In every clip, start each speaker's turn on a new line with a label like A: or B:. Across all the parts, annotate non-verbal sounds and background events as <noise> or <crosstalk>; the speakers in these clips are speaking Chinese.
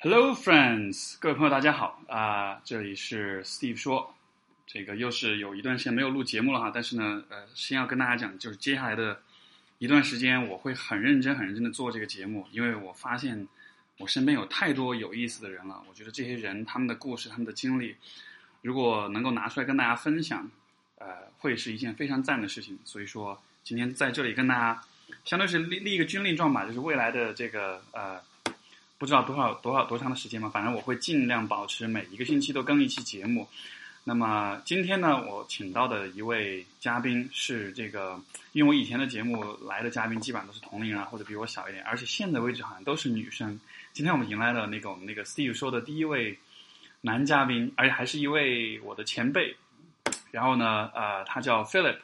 A: Hello, friends！各位朋友，大家好啊、这里是 Steve 说，这个又是有一段时间没有录节目了哈，但是呢，呃，先要跟大家讲，就是接下来的一段时间，我会很认真、很认真的做这个节目，因为我发现我身边有太多有意思的人了，我觉得这些人他们的故事、他们的经历，如果能够拿出来跟大家分享，呃，会是一件非常赞的事情。所以说，今天在这里跟大家，相当于是立立一个军令状吧，就是未来的这个呃，不知道多少多少多长的时间吧，反正我会尽量保持每一个星期都更一期节目。那么今天呢，我请到的一位嘉宾是这个，因为我以前的节目来的嘉宾基本上都是同龄人啊，或者比我小一点，而且现在为止好像都是女生。今天我们迎来了那个我们那个 Steve 说的第一位男嘉宾，而且还是一位我的前辈。然后呢，呃，他叫 Philip，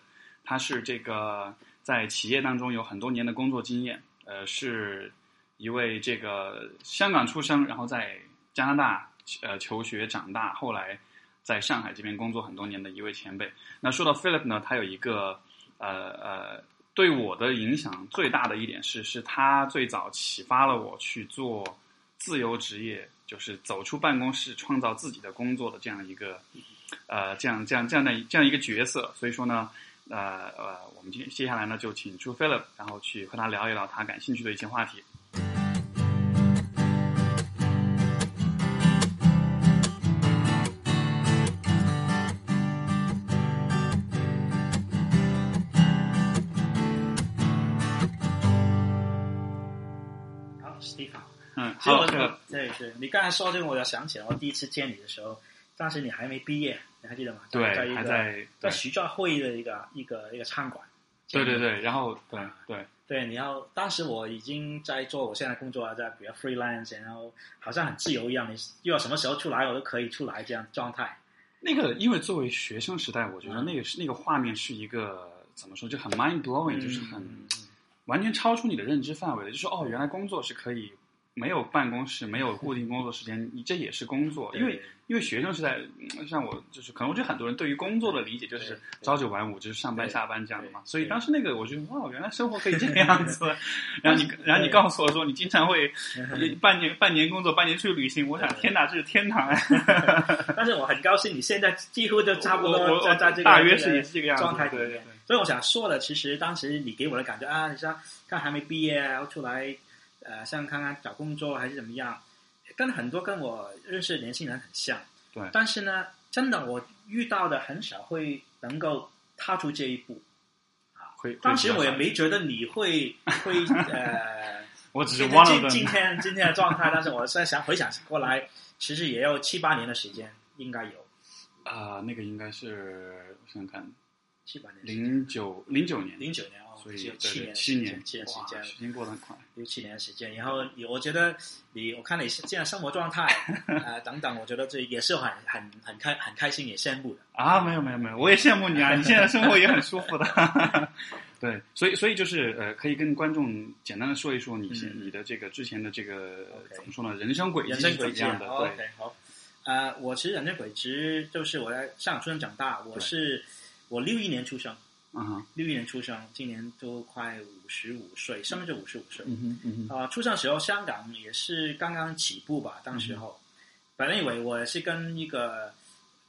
A: 他是这个在企业当中有很多年的工作经验，呃，是一位这个香港出生，然后在加拿大呃求学长大，后来在上海这边工作很多年的一位前辈。那说到 Philip 呢，他有一个呃呃对我的影响最大的一点是，是他最早启发了我去做自由职业，就是走出办公室，创造自己的工作的这样一个呃这样这样这样的这样一个角色。所以说呢。呃呃，我们接接下来呢，就请出 Philip，然后去和他聊一聊他感兴趣的一些话题。
B: 好，Steve 好。
A: 嗯，
B: 其实
A: 好
B: 我，
A: Philip
B: 对对，你刚才说这个，我就想起来，我第一次见你的时候，当时你还没毕业，你还记得吗？在
A: 对，
B: 一
A: 还
B: 个
A: 在
B: 在徐兆会的一个一个一个餐馆。
A: 对对对，然后对对
B: 对，然后当时我已经在做我现在工作啊，在比较 freelance，然后好像很自由一样，你要什么时候出来我都可以出来这样状态。
A: 那个，因为作为学生时代，我觉得那个是那个画面是一个怎么说，就很 mind blowing，、就是
B: 嗯
A: 很完全超出你的认知范围的。就是哦，原来工作是可以没有办公室，没有固定工作时间，你这也是工作。
B: 对
A: 因为因为学生时代，嗯像我就是可能我觉得很多人对于工作的理解就是
B: 对
A: 朝九晚五，就是上班
B: 对
A: 下班这样的嘛。
B: 对
A: 所以
B: 对
A: 当时那个我觉得哇，原来生活可以
B: <laughs>
A: 这个样子。然后你然后你
B: 对
A: 告诉我说你经常会
B: 嗯
A: 半年半年工作，半年去旅行。我想
B: 对
A: 天哪，这是天堂啊！
B: 但是我很高兴，你现在几乎都 <laughs> 差不
A: 我我
B: 多在在这个呃
A: 大约
B: 这个
A: 是这个样子
B: 状态里
A: 对对
B: 面。所以我想说的，其实当时你给我的感觉啊，你像看还没毕业，然后出来呃，像看看找工作还是怎么样，跟很多跟我认识的年轻人很像。
A: 对
B: 但是呢，真的我遇到的很少会能够踏出这一步。
A: 会
B: 当时我也，没觉得你会
A: <laughs>
B: 会呃。
A: 我只是
B: 今
A: 忘
B: 天
A: 了
B: 今今天今天的状态，但是我现在想回想过来，其实也要七八年的时间，应该有
A: 啊、那个应该是我想想看，
B: 七八年的时间，
A: 零九零九年，
B: 零九年哦，
A: 所
B: 只
A: 以
B: 有
A: 对
B: 七
A: 对
B: 年的
A: 七
B: 时
A: 年
B: 间，七年时
A: 哇
B: 间，
A: 时间过得很快。
B: 六七年的时间。然后你，我觉得你，我看你现在生活
A: <laughs>
B: 状态呃等等，我觉得这也是很很很开很开心，也羡慕的。
A: 啊，没有没有没有，我也羡慕 <laughs> 你啊！你现在生活也很舒服的， <laughs> 对，所以所以就是呃，可以跟观众简单的说一说你现、
B: 嗯
A: 你的这个之前的这个
B: OK
A: 怎么说呢，人生轨迹
B: 人
A: 是
B: 生
A: 怎
B: 轨
A: 么
B: 迹
A: 样
B: 啊
A: 的？
B: 哦
A: 对，
B: ，OK，好。呃，我其实人生轨迹就是我在上海出生长大，我
A: 对
B: 是我六一年出生，
A: 嗯哼，
B: 六一年出生，今年都快五十五岁，上面就五十五岁。
A: 嗯哼，嗯哼，
B: 啊、出生时候香港也是刚刚起步吧，当
A: 嗯
B: 时候，本来以为我是跟一个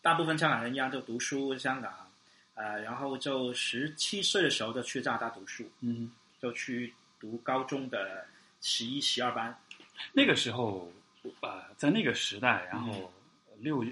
B: 大部分香港人一样，就读书香港，呃，然后就十七岁的时候就去加拿大读书，
A: 嗯
B: 就去读高中的十一、十二班，
A: 哼，那个时候呃，在那个时代，然后六、呃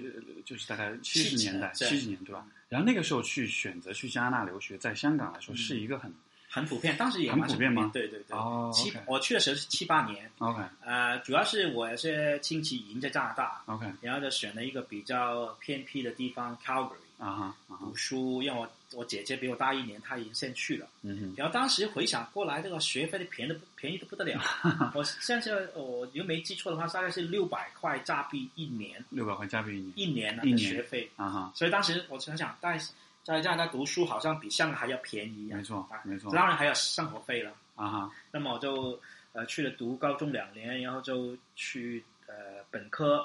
A: 就是大概七十
B: 70
A: 年代，嗯
B: 对
A: 七十年对吧？然后那个时候去选择去加拿大留学，在香港来说是一个很、
B: 很普遍，当时也
A: 很
B: 蛮
A: 普遍吗
B: 对对对，
A: 哦
B: 七
A: OK
B: 我去的时候是七八年，
A: OK
B: 呃，主要是我有些亲戚已经在加拿大，
A: OK
B: 然后就选了一个比较偏僻的地方 Calgary
A: 啊哈啊哈
B: 读书，因为我我姐姐比我大一年，她已经先去了。
A: 嗯哼
B: 然后当时回想过来，这个学费的便宜的便宜的不 <laughs> 得了。
A: <laughs>
B: 我现在呃我又没记错的话，大概是六百块加币一年，
A: 六百块加币一年
B: 一年啊
A: 一
B: 的
A: 年
B: 学费。
A: 啊哈
B: 所以当时我想想，在在加拿大读书好像比香港还要便宜啊
A: 没，错没错
B: 当然还有生活费了。
A: 啊哈
B: 那么我就呃去了读高中两年，然后就去呃本科，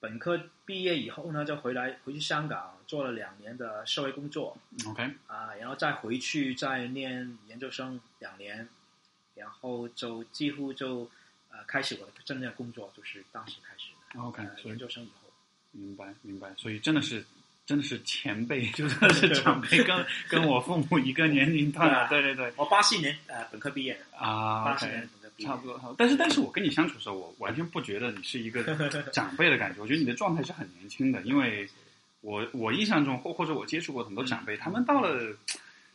B: 本科毕业以后呢，就回来回去香港做了两年的社会工作。
A: OK
B: 啊，然后再回去再念研究生两年，然后就几乎就呃呃开始我的真正的工作就是当时开始的，
A: OK，
B: 呃
A: 所
B: 研
A: 以
B: 究生以后。
A: 明白明白，所以真的是真的是前 <laughs> 辈，就算是长辈，跟跟我父母一个年龄段的，对对对
B: 我八四年呃本科毕业的，
A: 啊
B: 八四
A: ，OK
B: 年。本科毕业
A: 差不多，差不多但是但是我跟你相处的时候，我完全不觉得你是一 <laughs> 个长辈的感觉，我觉得你的状态是很年轻的，因为我我印象中或或者我接触过很多长辈，他们到了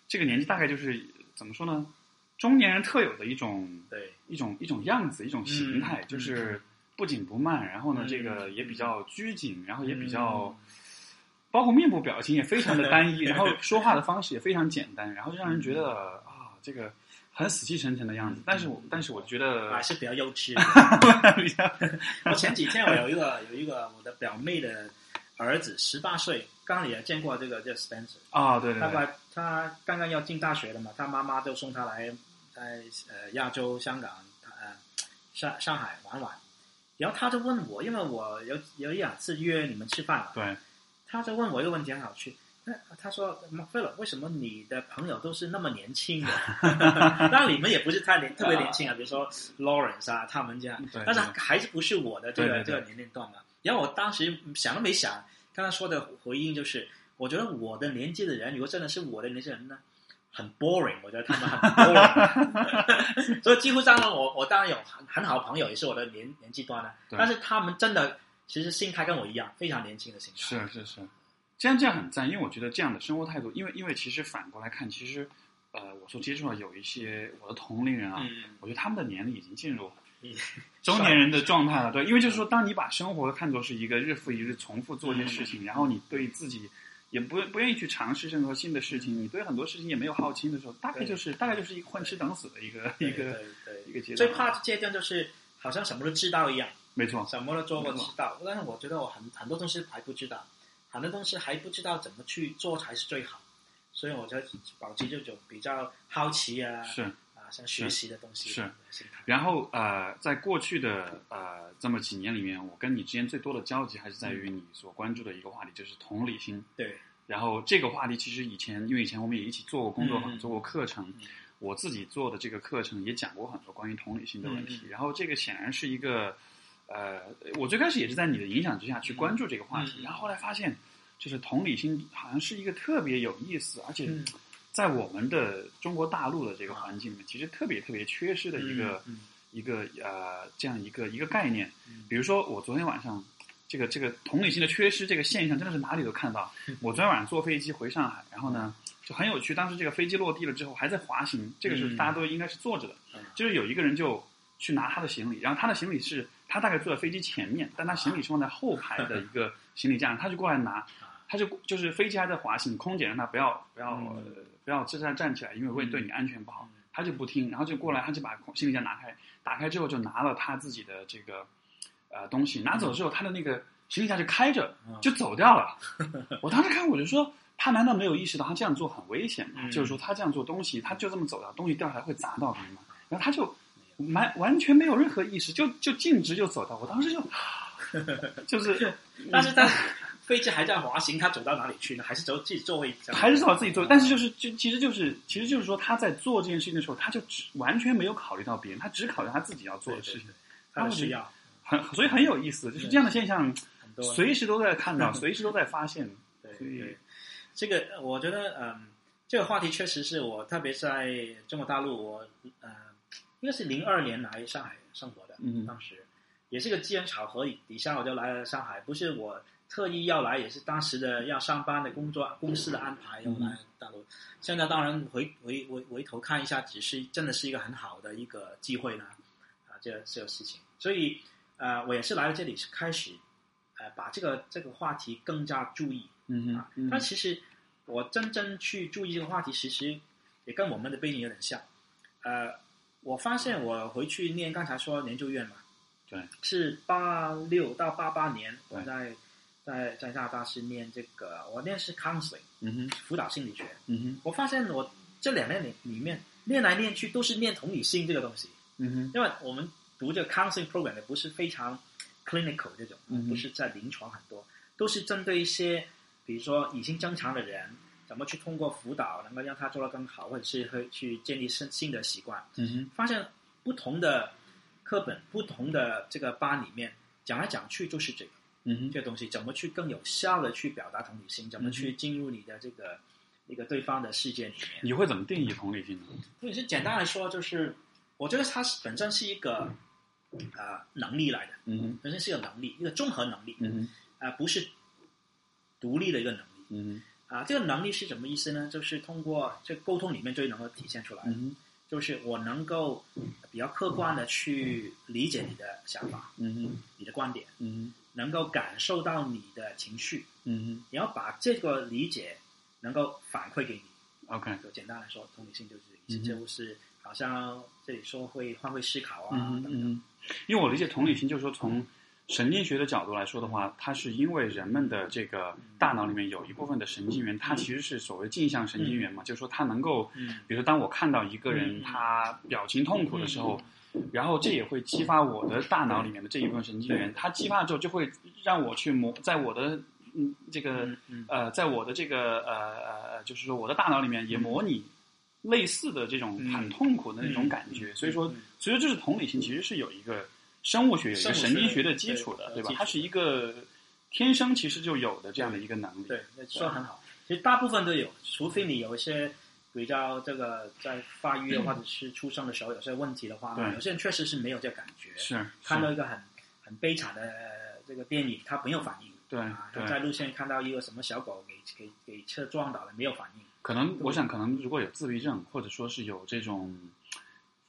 A: 这个年纪，大概就是怎么说呢，中年人特有的一种
B: 对，
A: 一种一种样子，一种形态，
B: 嗯
A: 就是不紧不慢，然后呢，
B: 嗯
A: 这个也比较拘谨，然后也比
B: 嗯
A: 较，包括面部表情也非常的
B: <laughs>
A: 单一，然后说话的方式也非常简单，然后就让人觉得啊，这个很死气沉沉的样子
B: 嗯。
A: 但是我但是我觉
B: 还 <laughs>
A: 得，
B: 是比较幼稚的。我前几天我有一个有一个我的表妹的儿子，十八岁，刚刚也见过这个叫 Spencer，
A: <laughs> 啊，对对
B: 他
A: 对，
B: 把他刚刚要进大学了嘛，他妈妈就送他来在呃亚洲香港呃上上海玩玩，然后他就问我，因为我有有一两次约你们吃饭嘛，
A: 对
B: 他就问我一个问题很有趣。那他说：“菲了，为什么你的朋友都是那么年轻的？ <laughs> 那你们也不是太年特别年轻啊，比如说 Lawrence 啊，他们这样。
A: 对，
B: 但是
A: 对
B: 还是不是我的这个
A: 对对对
B: 这个年龄段嘛。然后我当时想都没想，刚才说的回应就是，我觉得我的年纪的人，如果真的是我的年纪的人呢，很 boring，我觉得他们很 boring。所
A: <laughs>
B: 以几乎当然我我当然有很很好的朋友，也是我的年年纪段的，
A: 对
B: 但是他们真的其实心态跟我一样，非常年轻的心态。
A: 是是是，这样这样很赞，因为我觉得这样的生活态度，因为因为其实反过来看，其实呃，我所接触的有一些我的同龄人啊，
B: 嗯，
A: 我觉得他们的年龄已经进入
B: 嗯
A: <laughs> 中年人的状态了，对，因为就是说，当你把生活看作是一个日复一日重复做一些事
B: 嗯
A: 情，然后你对自己也不不愿意去尝试任何新的事情，你对很多事情也没有好奇的时候，大概就是大概就是一个混吃等死的一个一
B: 对
A: 个
B: 对对，
A: 一个阶段。
B: 最怕的阶段就是好像什么都知道一样。
A: 没错，
B: 什么都做过知道，但是我觉得我很很多东西还不知道，很多东西还不知道怎么去做才是最好，所以我就保持这种比较好奇啊
A: 是。
B: 啊，像学习的东西
A: 是
B: 心态。
A: 然后呃，在过去的呃这么几年里面，我跟你之间最多的交集还是在于
B: 嗯
A: 你所关注的一个话题，就是同理心。
B: 对，
A: 然后这个话题其实以前，因为以前我们也一起做过工作坊，
B: 嗯
A: 做过课程
B: 嗯，
A: 我自己做的这个课程也讲过很多关于同理心的问题。
B: 嗯嗯
A: 然后这个显然是一个，呃，我最开始也是在你的影响之下去关注这个话题，
B: 嗯嗯
A: 然后后来发现，就是同理心好像是一个特别有意思，而且
B: 嗯
A: 在我们的中国大陆的这个环境里面，其实特别特别缺失的一个、
B: 嗯嗯
A: 一个呃这样一个一个概念
B: 嗯。
A: 比如说，我昨天晚上这个这个同理心的缺失这个现象，真的是哪里都看
B: <laughs>
A: 到。我昨天晚上坐飞机回上海，然后呢就很有趣，当时这个飞机落地了之后还在滑行，这个是
B: 嗯
A: 大家都应该是坐着的，
B: 嗯
A: 就是有一个人就去拿他的行李，然后他的行李是他大概坐在飞机前面，但他行李是放在后排的一
B: <laughs>
A: 个行李架上，他就过来拿。
B: 啊
A: 他就就是飞机还在滑行，空姐让他不要不要、
B: 嗯
A: 呃不要站站站起来，因为会
B: 嗯
A: 对你安全不好，
B: 嗯
A: 他就不听，然后就过来，他就把行李箱拿开，打开之后就拿了他自己的这个呃东西，拿走之后他的那个行李箱就开着
B: 嗯
A: 就走掉
B: <laughs>
A: 了。我当时看我就说，他难道没有意识到他这样做很危险吗？
B: 嗯
A: 就是说他这样做东西，他就这么走掉，东西掉下来会砸到别人吗？然后他就完完全没有任何意识，就就径直就走掉。我当时
B: <laughs>
A: 就就是
B: 但是他飞机还在滑行，他走到哪里去呢？还是走自己座位上？
A: 还是找自己做，但是就是是就其实就是其实就是说他在做这件事情的时候，他就只完全没有考虑到别人，他只考虑他自己要做的事情，
B: 他的需要
A: 很所以很有意思，就是这样的现象，
B: 很多。
A: 随时都在看 <laughs> 到，随时都在发现。
B: 对
A: 所以
B: 对，这个呃我觉得，嗯，这个话题确实是我特别在中国大陆，我呃，应该是零二年来上海生活的，
A: 嗯
B: 当时也是个机缘巧合底下我就来了上海，不是我特意要来，也是当时的要上班的工作公司的安排，
A: 嗯
B: 我来大陆。现在当然回回回回头看一下，只是真的是一个很好的一个机会呢，啊，这这个事情，所以呃，我也是来了这里开始。呃，把这个这个话题更加注意，
A: 嗯
B: 啊
A: 嗯，
B: 但其实我真正去注意这个话题，其实也跟我们的背景有点像。呃，我发现我回去念刚才说研究院嘛，
A: 对，
B: 是八六到八八年，我
A: 对
B: 在在在加拿大是念这个，我念是 counseling
A: 嗯哼
B: 辅导心理学。
A: 嗯哼
B: 我发现我这两年里里面念来念去都是念同理心这个东西，
A: 嗯哼
B: 因为我们读这个 counseling program 的不是非常 clinical 这种，
A: 嗯哼
B: 不是在临床很多，都是针对一些比如说已经正常的人，怎么去通过辅导能够让他做得更好，或者是会去建立新新的习惯。
A: 嗯哼
B: 发现不同的课本不同的这个班里面讲来讲去就是这个
A: 嗯哼，
B: 这个东西，怎么去更有效的去表达同理心，怎么去进入你的这个一个对方的世界里面。
A: 你会怎么定义同理心呢？
B: 或者是简单来说，就是我觉得它是本身是一个呃能力来的，
A: 嗯哼，
B: 本身是一个能力，一个综合能力，
A: 嗯哼，
B: 啊、不是独立的一个能力
A: 嗯
B: 啊、这个能力是什么意思呢？就是通过这沟通里面最能够体现出来
A: 哼，，嗯哼，
B: 就是我能够比较客观的去理解你的想法、
A: 嗯哼，
B: 你的观点，
A: 嗯
B: 能够感受到你的情绪，
A: 哼，嗯
B: 你要把这个理解能够反馈给你。
A: 哼，OK，
B: 就简单来说，同理心就是
A: 嗯哼
B: 这个意思，就是好像这里说会换位思考啊
A: 嗯
B: 等等。
A: 嗯，因为我理解同理心，就是说从神经学的角度来说的话，它是因为人们的这个大脑里面有一部分的神经元，它其实是所谓镜像神经元嘛，就是说它能够，
B: 嗯
A: 比如说当我看到一个人
B: 嗯
A: 他表情痛苦的时候，然后这也会激发我的大脑里面的这一部分神经元，它激发之后就会让我去模在我的嗯这个
B: 嗯嗯
A: 呃在我的这个呃呃呃就是说我的大脑里面也模拟类似的这种很
B: 嗯
A: 痛苦的那种感觉，所以说。所以说，这是同理心其实是有一个生物学、有一个
B: 生物学
A: 神经学的基础的，对
B: 对
A: 吧
B: 基？础
A: 它是一个天生其实就有的这样的一个能力。
B: 对，那说得很好。其实大部分都有，除非你有一些比较这个在发育啊或者是出生的时候有些问题的话，
A: 对
B: 有些人确实是没有这个感觉，
A: 是，是
B: 看到一个很很悲惨的呃这个电影，他没有反应。
A: 对
B: 啊，
A: 对
B: 在路线看到一个什么小狗给给给车撞倒了，没有反应。
A: 可能我想，可能如果有自闭症，或者说是有这种。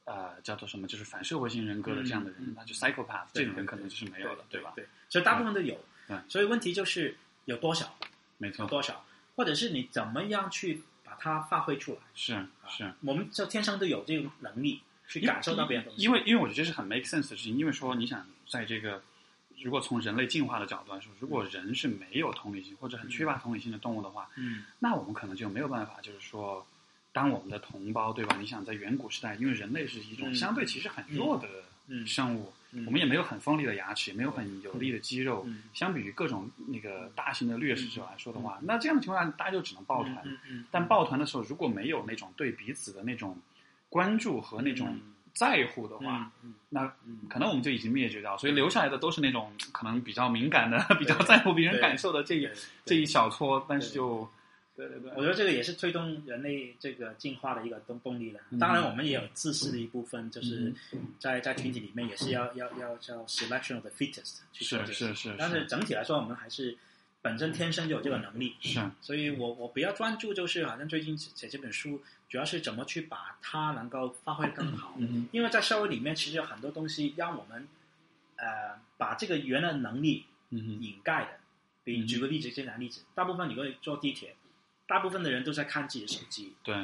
A: 呃，叫做什么？就是反社会性人格的这样的人，
B: 嗯嗯
A: 那就 psychopath 这
B: 对
A: 种人
B: 对
A: 可能就是没有了，
B: 对
A: 吧？嗯
B: 对，所以大部分都有
A: 对。
B: 所以问题就是有多少，
A: 没
B: 有
A: 错，
B: 多少，或者是你怎么样去把它发挥出来。
A: 是
B: 啊
A: 是。，
B: 我们就天生都有这种能力去感受到别人的东西。
A: 因为因为我觉得这是很 make sense 的事情，因为说你想在这个，如果从人类进化的角度来说，如果人是没有同理心或者很缺乏同理心的动物的话，
B: 嗯，
A: 那我们可能就没有办法，就是说，当我们的同胞，对吧？你想在远古时代，因为人类是一种
B: 嗯
A: 相对其实很弱的
B: 嗯
A: 生物，
B: 嗯
A: 我们也没有很锋利的牙齿，也没有很有力的肌肉，
B: 嗯
A: 相比于各种那个大型的掠食者来说的话，那这样的情况下，大家就只能抱团。
B: 嗯嗯，
A: 但抱团的时候，如果没有那种对彼此的那种关注和那种在乎的话，
B: 哇，嗯
A: 那
B: 嗯，
A: 可能我们就已经灭绝掉，所以留下来的都是那种可能比较敏感的、 <laughs> 比较在乎别人感受的这一
B: 对
A: 这一小撮，但是就对对
B: 我
A: 对，
B: 觉得这个也是推动人类这个进化的一个动动力了
A: 嗯。
B: 当然，我们也有自私的一部分，就是在在群体里面也是要要要叫 selection of the fittest 去
A: 是
B: 做这个事
A: 是是
B: 但是整体来说，我们还是本身天生就有这个能力，
A: 是，
B: 所以我我比较专注就是，好像最近写这本书，主要是怎么去把它能够发挥更好。
A: 嗯
B: 因为在社会里面，其实有很多东西让我们呃把这个原来的能力
A: 嗯
B: 掩盖的。比
A: 嗯
B: 举个例子，简单例子，大部分你会坐地铁，大部分的人都在看自己的手机，
A: 对，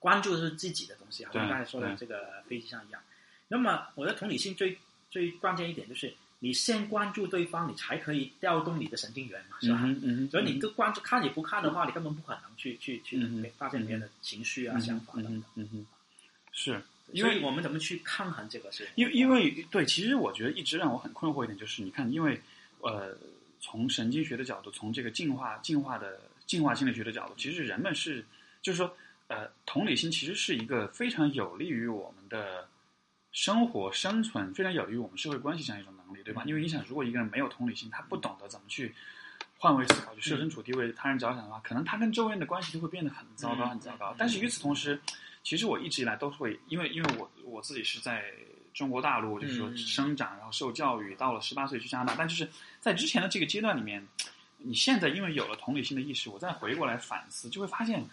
B: 关注的是自己的东西，好像
A: 对
B: 刚才说的
A: 对
B: 这个飞机上一样。那么我的同理心最最关键一点就是，你先关注对方，你才可以调动你的神经元嘛，是吧？
A: 嗯嗯，
B: 所以你都关注看也不看的话，你根本不可能去去去
A: 嗯哼
B: 发现别人的情绪啊、想法等等
A: 嗯。嗯是因
B: 所
A: 为
B: 以我们怎么去抗衡这个事情？
A: 因为因为对，其实我觉得一直让我很困惑一点就是，你看，因为呃，从神经学的角度，从这个进化进化的进化心理学的角度，其实人们是就是说，呃，同理心其实是一个非常有利于我们的生活生存，非常有利于我们社会关系这样一种能力，对吧？因为你想，如果一个人没有同理心，他不懂得怎么去。换位思考，去设身处地为他人着想的话，可能他跟周围人的关系就会变得很糟糕，
B: 嗯
A: 很糟糕
B: 嗯。
A: 但是与此同时，其实我一直以来都会，因为因为我我自己是在中国大陆，就是说
B: 嗯
A: 生长，然后受教育，到了十八岁去加拿大，但就是在之前的这个阶段里面，你现在因为有了同理心的意识，我再回过来反思，就会发现，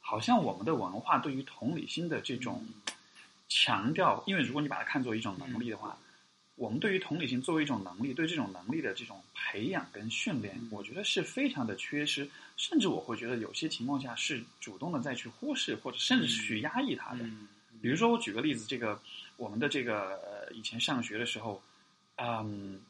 A: 好像我们的文化对于同理心的这种强调，因为如果你把它看作一种能力的话，我们对于同理心作为一种能力，对这种能力的这种培养跟训练，
B: 嗯
A: 我觉得是非常的缺失，甚至我会觉得有些情况下是主动的再去忽视或者甚至是去压抑它的。
B: 嗯，
A: 比如说，我举个例子，这个我们的这个呃，以前上学的时候，嗯，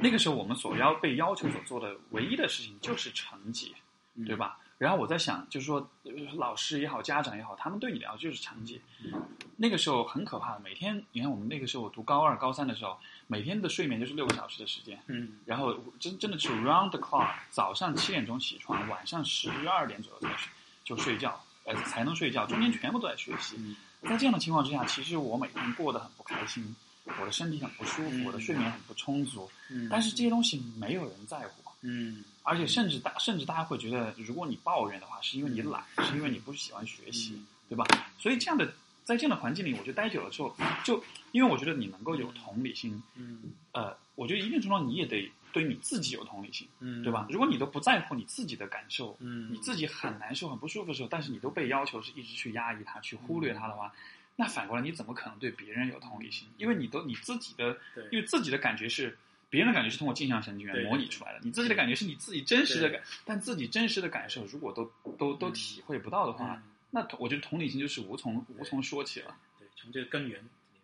A: 那个时候我们所要被要求所做的唯一的事情就是成绩，
B: 嗯
A: 对吧？然后我在想，就是说，呃老师也好，家长也好，他们对你的要求就是成绩。
B: 嗯
A: 那个时候很可怕的，每天你看我们那个时候，我读高二、高三的时候，每天的睡眠就是六个小时的时间，
B: 嗯
A: 然后真真的是 round the clock，早上七点钟起床，晚上十二点左右才睡就睡觉，呃，才能睡觉，中间全部都在学习。
B: 嗯
A: 在这样的情况之下，其实我每天过得很不开心，我的身体很不舒服，我的睡眠很不充足，
B: 嗯，
A: 但是这些东西没有人在乎。
B: 嗯
A: 而且甚至大甚至大家会觉得，如果你抱怨的话，是因为你懒，是因为你不喜欢学习
B: 嗯，
A: 对吧？所以这样的在这样的环境里，我觉得待久了之后，就因为我觉得你能够有同理心，
B: 嗯
A: 呃，我觉得一定程度上你也得对你自己有同理心，
B: 嗯，
A: 对吧？？如果你都不在乎你自己的感受，
B: 嗯，
A: 你自己很难受、很不舒服的时候，但是你都被要求是一直去压抑它、去忽略它的
B: 嗯
A: 话，那反过来你怎么可能对别人有同理心？因为你都你自己的
B: 对，
A: 因为自己的感觉是别人的感觉是通过镜像神经元
B: 对
A: 模拟出来的，你自己的感觉是你自己真实的感，但自己真实的感受如果都都都
B: 嗯
A: 体会不到的话，
B: 嗯
A: 那同我觉得同理心就是无从
B: 对
A: 无从说起了。
B: 对，从这个根源里面。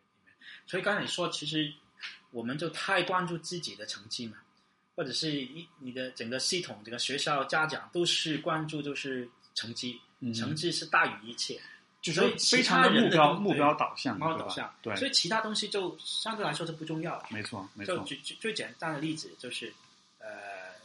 B: 所以刚才你说，其实我们就太关注自己的成绩嘛，或者是一你的整个系统、整个学校、家长都是关注就是成绩，
A: 嗯
B: 成绩是大于一切，
A: 就是
B: 所
A: 非
B: 以
A: 常的
B: 其他人
A: 目
B: 的
A: 标
B: 东
A: 目
B: 对
A: 标导向，
B: 猫
A: 对
B: 导
A: 吧
B: 向，
A: 对，
B: 所以其他东西就相对来说就不重要了。
A: 没错没
B: 就
A: 错
B: 最最最简单的例子就是，呃，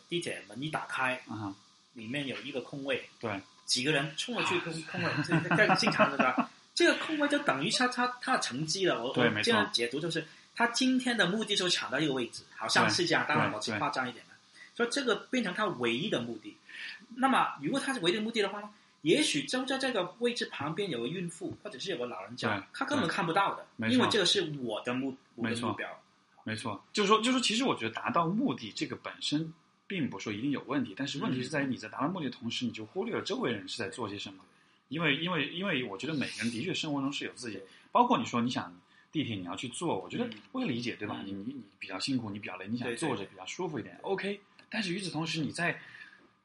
B: 地铁门一打开，
A: 啊哈，
B: 里面有一个空位，
A: 对，
B: 几个人冲过去空空位，这这这经常的吧？这个空位就等于他他他的成绩了。我
A: 对
B: 我
A: 没错
B: 这样解读就是，他今天的目的就抢到这个位置，好像是这样，当然
A: 对
B: 我是
A: 对
B: 夸张一点了。所以这个变成他唯一的目的。那么如果他是唯一的目的的话呢？也许就在这个位置旁边有个孕妇，或者是有个老人
A: 对
B: 家，他根本看不到
A: 没
B: 的，
A: 错
B: 因为这个是我的目我
A: 没
B: 的
A: 错
B: 目标。
A: 没错，就是说就是说，其实我觉得达到目的这个本身。并不是说一定有问题，但是问题是
B: 嗯
A: 在于你在达到目的的同时，你就忽略了周围人是在做些什么。因为，因为，因为我觉得每个人的确生活中是有自己包括你说你想地铁你要去坐，我觉得
B: 嗯
A: 我也理解，对吧？
B: 嗯
A: 你你你比较辛苦，你比较累，你想
B: 对对
A: 坐着
B: 对
A: 比较舒服一点，OK。但是与此同时，你在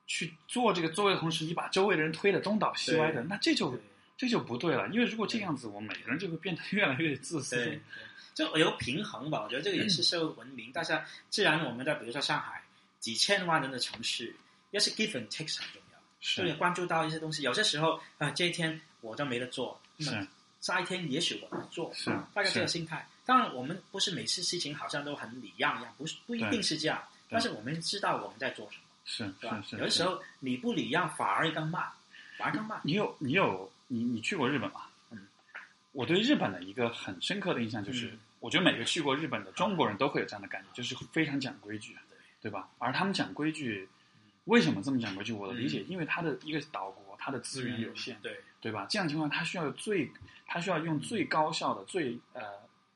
A: 去做这个座位的同时，你把周围的人推得东倒西歪的，
B: 对
A: 那这就
B: 对
A: 这就不对了。因为如果这样子，我每个人就会变得越来越 <laughs> 自私。
B: 对， <laughs> 就有平衡吧。我觉得这个也
A: 嗯
B: 是社会文明。大家既然我们在比如说上海几千万人的城市，要是 give and take 很重要，就是
A: 是
B: 关注到一些东西。有些时候啊、这一天我都没得做，那么
A: 是
B: 下一天也许我能做，
A: 是
B: 大概这个
A: 是
B: 心态。当然，我们不是每次事情好像都很礼让一样，不是不一定是这样。但是我们知道我们在做什么，
A: 是
B: 对吧？
A: 是
B: 有的
A: 是嗯
B: 时
A: 是。
B: 候你不礼让，反而更慢，反而更慢。
A: 你有你有你你去过日本吗？
B: 嗯，
A: 我对日本的一个很深刻的印象就是，
B: 嗯
A: 我觉得每个去过日本的中国人都会有这样的感觉，就是非常讲规矩，
B: 对
A: 对吧？而他们讲规矩，为什么这么讲规矩？我的理解，
B: 嗯
A: 因为他的一个岛国，他的资源有限，
B: 对，
A: 对吧？这样情况下，他需要最，他需要用最高效的、最呃，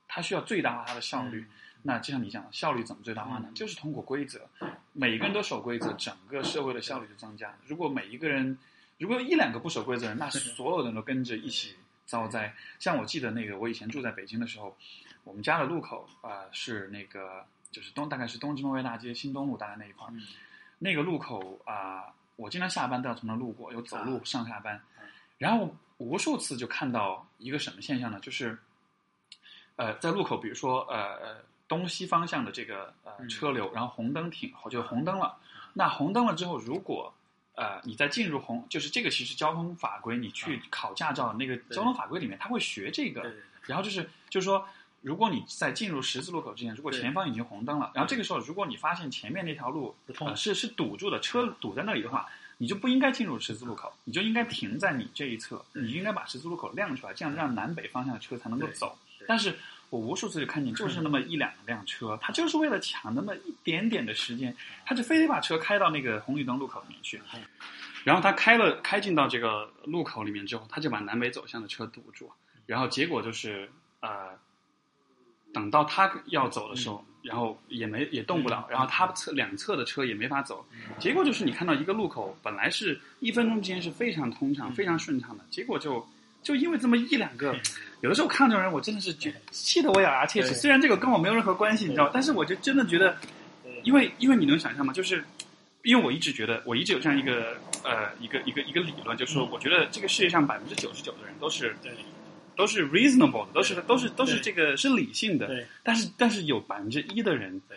A: 他需要最大化他的效率。那就像你讲的，效率怎么最大化呢？
B: 嗯
A: 就是通过规则，每个人都守规则，整个社会的效率就增加。如果每一个人，如果有一两个不守规则的人，那所有人都跟着一起遭灾。像我记得那个，我以前住在北京的时候，我们家的路口啊、呃是那个就是东，大概是东直门外大街、新东路大概那一块儿，
B: 嗯
A: 那个路口啊、我经常下班都要从那路过，有走路上下班
B: 啊。
A: 然后无数次就看到一个什么现象呢？就是，呃，在路口，比如说呃呃东西方向的这个呃
B: 嗯
A: 车流，然后红灯停，就红灯了。那红灯了之后，如果呃你在进入红，就是这个其实交通法规，你去
B: 啊
A: 考驾照的那个交通法规里面，他会学这个。
B: 对对
A: 然后就是就是说，如果你在进入十字路口之前，如果
B: 对
A: 前方已经红灯了，然后这个时候如果你发现前面那条路
B: 不通
A: 呃是是堵住的，车堵在那里的话，你就不应该进入十字路口，你就应该停在你这一侧，
B: 嗯
A: 你应该把十字路口亮出来，这样让南北方向的车才能够
B: 对
A: 走
B: 对。
A: 但是我无数次就看见，就是那么一两辆车，他就是为了抢那么一点点的时间，他就非得把车开到那个红绿灯路口里面去。然后他开了开进到这个路口里面之后，他就把南北走向的车堵住，然后结果就是呃，等到他要走的时候，然后也没也动不了，然后他侧两侧的车也没法走，结果就是你看到一个路口本来是一分钟之间是非常通畅、非常顺畅的，结果就就因为这么一两个。有的时候看到这种人，我真的是觉气得我咬牙切齿。
B: 嗯对
A: 虽然这个跟我没有任何关系，你知道吗，但是我就真的觉得
B: 对
A: 因为因为你能想象吗？就是因为我一直觉得，我一直有这样一个呃一个一个一个理论，就是
B: 嗯
A: 说，我觉得这个世界上百分之九十九的人都是
B: 对
A: 都是 reasonable 的，都是
B: 对
A: 都是都是
B: 对
A: 这个是理性的，
B: 对。
A: 但是但是有百分之一的人
B: 对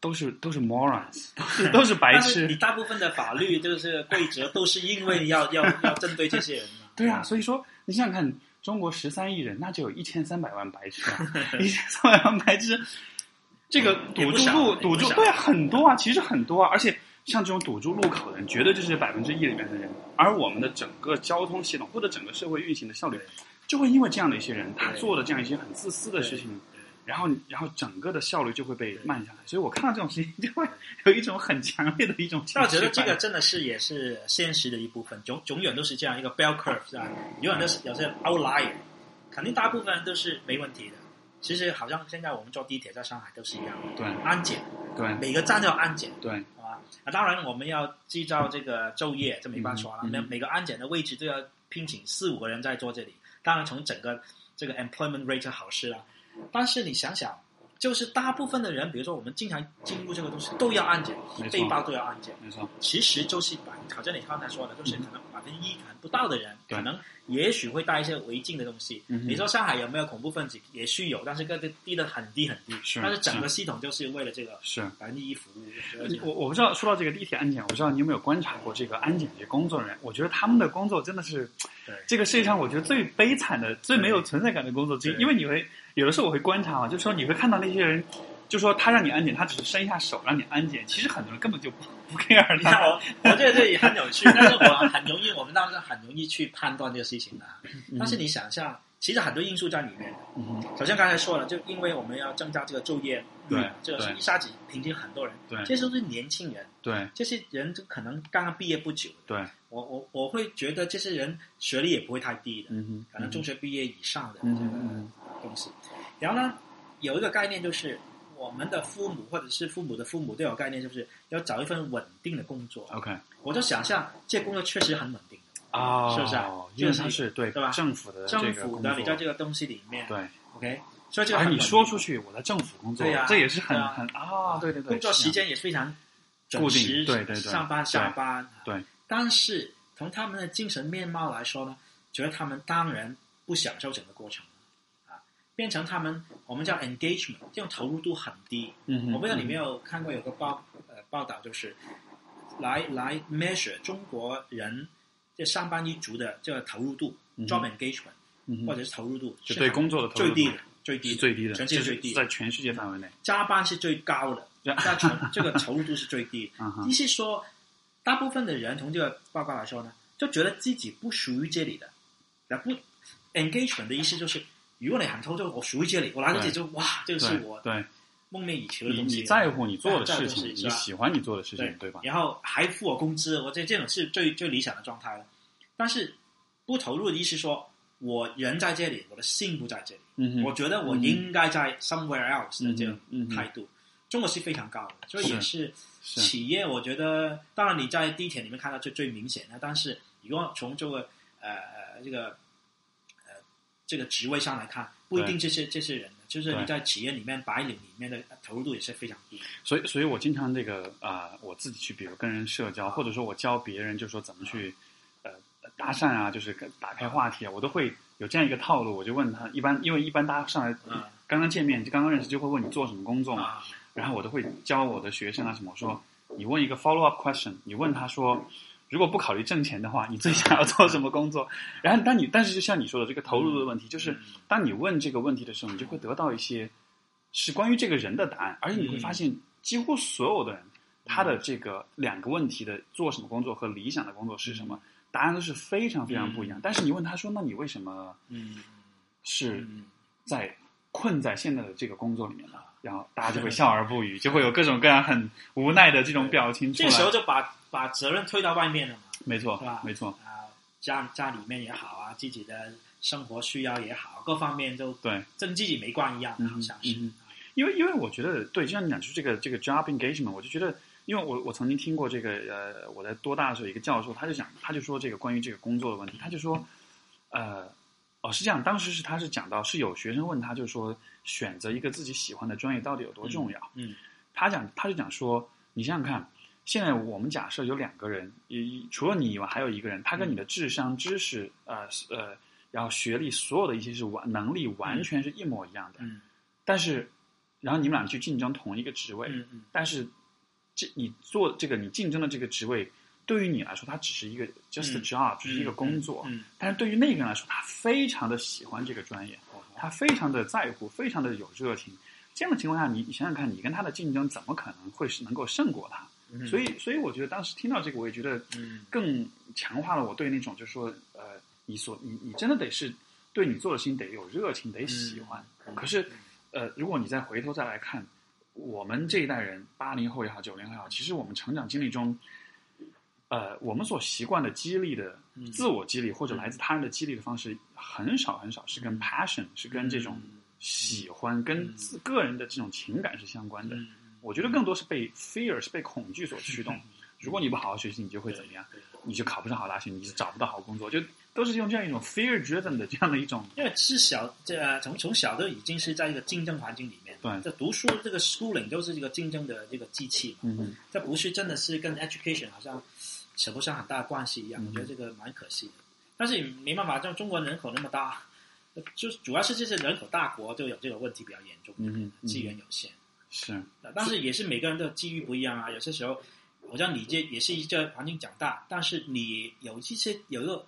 A: 都是都是 morons，都是都是白
B: 但是你
A: 痴。
B: 大部分的法律就是规则，都是因
A: <laughs>
B: 为要要要针对这些人嘛。
A: 对啊，所以说你想想看，中国十三亿人，那就有一千三百万白
B: <laughs>
A: 痴啊，一千三百万白痴，这个堵
B: 嗯也不
A: 住
B: 少
A: 路，
B: 也
A: 堵
B: 不
A: 住
B: 少
A: 对啊很多啊，其实很多啊，而且像这种堵住路口的人，绝对就是百分之一里面的人，而我们的整个交通系统或者整个社会运行的效率，就会因为这样的一些人，他做的这样一些很自私的事情，然后然后整个的效率就会被慢下来。所以我看到这种事情，就会有一种很强烈的一种情
B: 但我
A: 绪
B: 觉得这
A: 反
B: 个
A: 应
B: 真的是也是现实的一部分，永永远都是这样一个 bell curve 是吧？永远都是有些 outlier，肯定大部分人都是没问题的。其实好像现在我们坐地铁在上海都是一样的，
A: 对
B: 安检
A: 对
B: 每个站都有安检，
A: 对
B: 好吧？啊，当然我们要制造这个昼夜，这没办法了。
A: 嗯嗯
B: 啊每、每个安检的位置都要聘请四五个人在坐这里，当然从整个这个 employment rate 好事了。但是你想想，就是大部分的人，比如说我们经常进入这个东西都要安检，
A: 没
B: 背包
A: 错
B: 都要安检。
A: 没错，
B: 其实就是百，好像你刚才说的，就是可能百分之一可能不到的人，
A: 对
B: 可能也许会带一些违禁的东西。
A: 嗯哼
B: 你说上海有没有恐怖分子？也许有，但是个低的很低很低。
A: 是
B: 但是整个系统就是为了这个
A: 是。
B: 百分之一服务。我觉得
A: 我我不知道，说到这个地铁安检，我不知道你有没有观察过这个安检这工作人员？我觉得他们的工作真的是
B: 对
A: 这个世界上我觉得最悲惨的、最没有存在感的工作之一，
B: 对
A: 因为你会有的时候我会观察啊，就说你会看到那些人，就说他让你安检，他只是伸一下手让你安检，其实很多人根本就不不 care
B: 你看
A: 他。
B: 我，我觉得这也很有趣，但是我很容易，我们当时很容易去判断这个事情的。但是你想象，其实很多因素在里面。
A: 嗯哼
B: 首先刚才说了，就因为我们要增加这个就业率
A: 对，
B: 这个
A: 对
B: 是一下子平均很多人，
A: 对
B: 这都是年轻人，
A: 对
B: 这些人就可能刚刚毕业不久。
A: 对，
B: 我我我会觉得这些人学历也不会太低的，
A: 嗯哼，
B: 可能中学毕业以上的这
A: 嗯
B: 个
A: 哼嗯
B: 东西。然后呢，有一个概念就是，我们的父母或者是父母的父母都有概念，就是要找一份稳定的工作。
A: ，OK
B: 我就想象这工作确实很稳定的，
A: 啊
B: 哦是不是啊
A: 因为他是对
B: 对吧
A: 政府的呃这
B: 政
A: 个
B: 府
A: 工
B: 的
A: 作
B: 你在这个东西里面
A: 对，
B: ，OK，所以这个
A: 而
B: 很
A: 你
B: 稳定
A: 说出去我在政府工作
B: 对呀，
A: 这也是很
B: 对啊
A: 很啊，对对对，
B: 工作
A: 是
B: 时
A: 这样
B: 间也非常
A: 固
B: 准
A: 定
B: 时，
A: 对对对
B: 上班
A: 对
B: 下班。
A: 对，
B: 但是从他们的精神面貌来说呢，觉得他们当然不享受整个过程啊，变成他们我们叫 engagement，这种投入度很低。
A: 嗯哼，
B: 我不知道你
A: 嗯
B: 没有看过有个报呃报道，就是来来 measure 中国人这上班一族的这个投入度、
A: 嗯哼
B: job engagement
A: 嗯哼
B: 或者是投入度，
A: 就对工作的投入
B: 最
A: 度
B: 低的最低
A: 是
B: 的
A: 最低的，
B: 全
A: 就
B: 世界
A: 是
B: 最低的
A: 在全世界范围内。
B: 加班是最
A: <laughs>
B: 高的，
A: Yeah
B: 那成这个投入度是最
A: <laughs>
B: 低
A: 嗯
B: 的。
A: 哼
B: 意思说，大部分的人从这个报告来说呢，就觉得自己不属于这里的，那不 engagement 的意思就是，如果你很投入，我属于这里，我来到这里就哇，这个是
A: 对
B: 我
A: 对，
B: 梦寐以求的
A: 你
B: 东西。
A: 你在乎你做的
B: 在乎
A: 事
B: 的
A: 情，
B: 事情
A: 你
B: 是吧
A: 喜欢你做的事情，对吧？
B: 然后还付我工资，我这这种是最最理想的状态了。但是不投入的意思说，我人在这里，我的幸福在这里，
A: 嗯哼，
B: 我觉得我应该在 somewhere else 的这种
A: 嗯哼嗯哼
B: 态度，中国是非常高的，所以也是
A: 是
B: 企业，我觉得当然你在地铁里面看到最最明显的，但是如果从这个呃呃这个呃这个职位上来看，不一定这些这些人的，就是
A: 对
B: 你在企业里面白领里面的投入度也是非常低。
A: 所以所以我经常这个啊、我自己去比如跟人社交，或者说我教别人，就说怎么去呃搭讪啊，就是跟打开话题啊，我都会有这样一个套路。我就问他，一般因为一般大家上来
B: 嗯
A: 刚刚见面就刚刚认识，就会问你做什么工作嘛。
B: 啊，
A: 然后我都会教我的学生啊什么，我说你问一个 follow up question，你问他说，如果不考虑挣钱的话，你最想要做什么工作？ <laughs> 然后当你但是就像你说的这个投入的问题，就是当你问这个问题的时候，你就会得到一些是关于这个人的答案，而且你会发现几乎所有的人他的这个两个问题的做什么工作和理想的工作是什么，答案都是非常非常不一样。但是你问他说，那你为什么
B: 嗯
A: 是
B: 嗯。
A: 在困在现在的这个工作里面了，然后大家就会笑而不语，就会有各种各样很无奈的这种表情出
B: 这
A: 来。
B: 个时候就把把责任推到外面了嘛，
A: 没错
B: 是吧，
A: 没错，
B: 啊，家家里面也好啊，自己的生活需要也好，各方面都
A: 对，
B: 跟自己没关一样的，
A: 嗯
B: 好像是。
A: 嗯因为因为我觉得对，就像你讲，就是这个这个 job engagement，我就觉得，因为我我曾经听过这个呃，我在多大的时候，一个教授他就讲，他就说这个关于这个工作的问题，他就说，呃，哦是这样，当时是他是讲到是有学生问他，就是说选择一个自己喜欢的专业到底有多重要。
B: 嗯
A: 他讲，他就讲说，你想想看，现在我们假设有两个人，一除了你以外还有一个人，他跟你的智商、知识、呃呃，然后学历，所有的一些是完能力完全是一模一样的，
B: 嗯
A: 但是，然后你们俩去竞争同一个职位，
B: 嗯嗯
A: 但是这你做这个你竞争的这个职位，对于你来说，它只是一个 just a
B: 嗯
A: job，、只
B: 嗯，
A: 是一个工作，
B: 嗯
A: 但是对于那个人来说，他非常的喜欢这个专业，他非常的在乎，非常的有热情。这样的情况下，你你想想看，你跟他的竞争怎么可能会是能够胜过他？
B: 嗯
A: 所以，所以我觉得当时听到这个，我也觉得
B: 嗯
A: 更强化了我对那种就是说，呃，你所你你真的得是对你做的事情得有热情，得喜欢。
B: 嗯
A: 可是，呃，如果你再回头再来看，我们这一代人，八零后也好，九零后也好，其实我们成长经历中，呃，我们所习惯的激励的、
B: 嗯
A: 自我激励或者来自他人的激励的方式，很少很少是
B: 嗯
A: 跟 passion，是跟这种喜欢、跟自个人的这种情感是相关的。
B: 嗯，嗯
A: 我觉得更多是被 fear 是被恐惧所驱
B: <laughs>
A: 动。如果你不好好学习，你就会怎么样？
B: 对？对
A: 你就考不上好大学，你就找不到好工作，就都是用这样一种 fear driven 的这样的一种
B: 因为是小，这呃从从小都已经是在一个竞争环境里面。
A: 对
B: 这读书这个 schooling 就是一个竞争的这个机器嘛，
A: 嗯
B: 这不是真的是跟 education 好像扯不上很大的关系一样。我
A: 嗯
B: 觉得这个蛮可惜的，但是也没办法，像中国人口那么大，就主要是这些人口大国就有这个问题比较严重，
A: 嗯嗯
B: 资源有限。呃
A: 是
B: 但是也是每个人的机遇不一样啊。有些时候，好像你这也是一个环境长大，但是你有一些有一个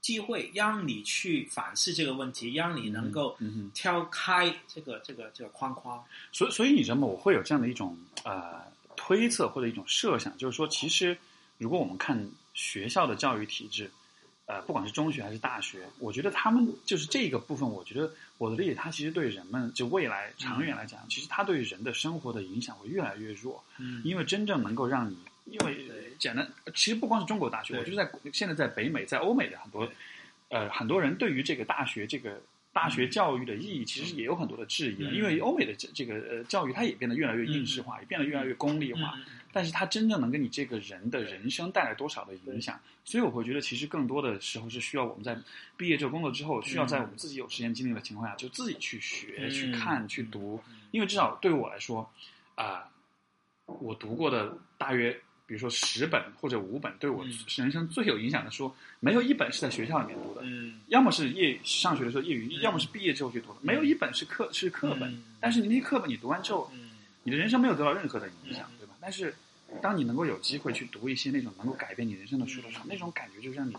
B: 机会让你去反思这个问题，让你能够
A: 嗯哼，
B: 挑开这个这个这个框框。
A: 所以所以你知道吗？我会有这样的一种呃推测或者一种设想，就是说，其实如果我们看学校的教育体制，呃，不管是中学还是大学，我觉得他们就是这个部分，我觉得我的理解，它其实对人们就未来长远来讲，其实它对人的生活的影响会越来越弱。
B: 嗯
A: 因为真正能够让你，因为
B: 对
A: 简单，其实不光是中国大学，
B: 对
A: 我觉得在现在在北美、在欧美的很多
B: 对，
A: 呃，很多人对于这个大学这个大学教育的意义，其实也有很多的质疑了，
B: 嗯
A: 因为欧美的这这个呃教育，它也变得越来越应试化，也变得越来越功利化，但是它真正能给你这个人的
B: 对
A: 人生带来多少的影响？所以我会觉得，其实更多的时候是需要我们在毕业之后工作之后，需要在我们自己有时间精力的情况下，就自己去学、
B: 嗯
A: 去看、去读
B: 嗯。
A: 因为至少对我来说，啊、我读过的大约，比如说十本或者五本，对我
B: 嗯
A: 人生最有影响的书，没有一本是在学校里面读的。
B: 嗯，
A: 要么是业上学的时候业余，
B: 嗯
A: 要么是毕业之后去读的，没有一本是课是课本。
B: 嗯
A: 但是你那些课本你读完之后，
B: 嗯
A: 你的人生没有得到任何的影响
B: 嗯，
A: 对吧？但是，当你能够有机会去读一些那种能够改变你人生的书的时候，
B: 嗯
A: 那种感觉就让你，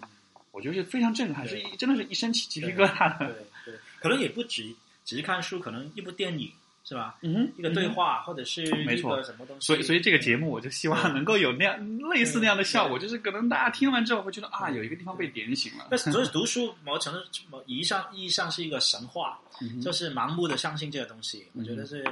A: 我觉得是非常震撼，是
B: 对
A: 一真的是一身起鸡皮疙瘩
B: <laughs> 对
A: 的。
B: 对，可能也不止只是看书，可能一部电影是吧？
A: 嗯哼，
B: 一个对话，或者是
A: 没
B: 一
A: 错
B: 个什么东西。
A: 所以，所以这个节目我就希望能够有那样类似那样的效果，就是可能大家听完之后会觉得啊，有一个地方被点醒了。
B: 但是所以读书某程度某意义上意义上是一个神话，
A: 嗯哼
B: 就是盲目的相信这个东西。我觉得是，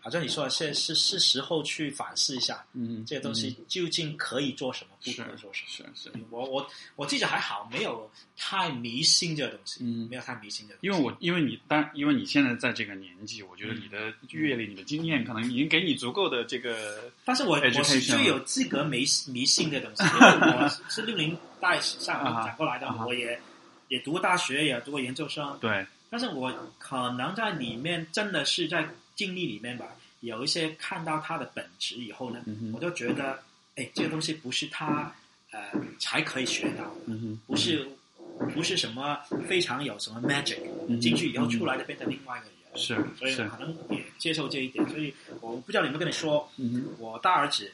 B: 好像你说的是是是时候去反思一下
A: 嗯，
B: 这个东西究竟可以做什么，不
A: 是
B: 可以做什么。
A: 是是，
B: 我我我记得还好，没有太迷信这个东西，
A: 嗯
B: 没有太迷信这个东西。
A: 因为我因为你当因为你现在在这个年纪，我觉得你的
B: 嗯
A: 阅历、你的经验可能已经给你足够的这个
B: 但是我我是
A: education
B: 最有资格迷迷信这个东西， <laughs> 因为我是六零代上
A: 啊哈
B: 讲过来的
A: 啊哈，
B: 我也也读过大学，也读过研究生，
A: 对，
B: 但是我可能在里面真的是在经历里面吧，有一些看到它的本质以后呢，
A: 嗯哼
B: 我就觉得，哎，这个东西不是它呃才可以学到，
A: 嗯哼，
B: 不是不是什么非常有什么 magic，
A: 嗯
B: 进去以后
A: 嗯
B: 出来的变成另外一个人。
A: 是
B: 所以
A: 是，
B: 可能也接受这一点，所以我不知道有没有跟你说，
A: 嗯哼。
B: 我大儿子，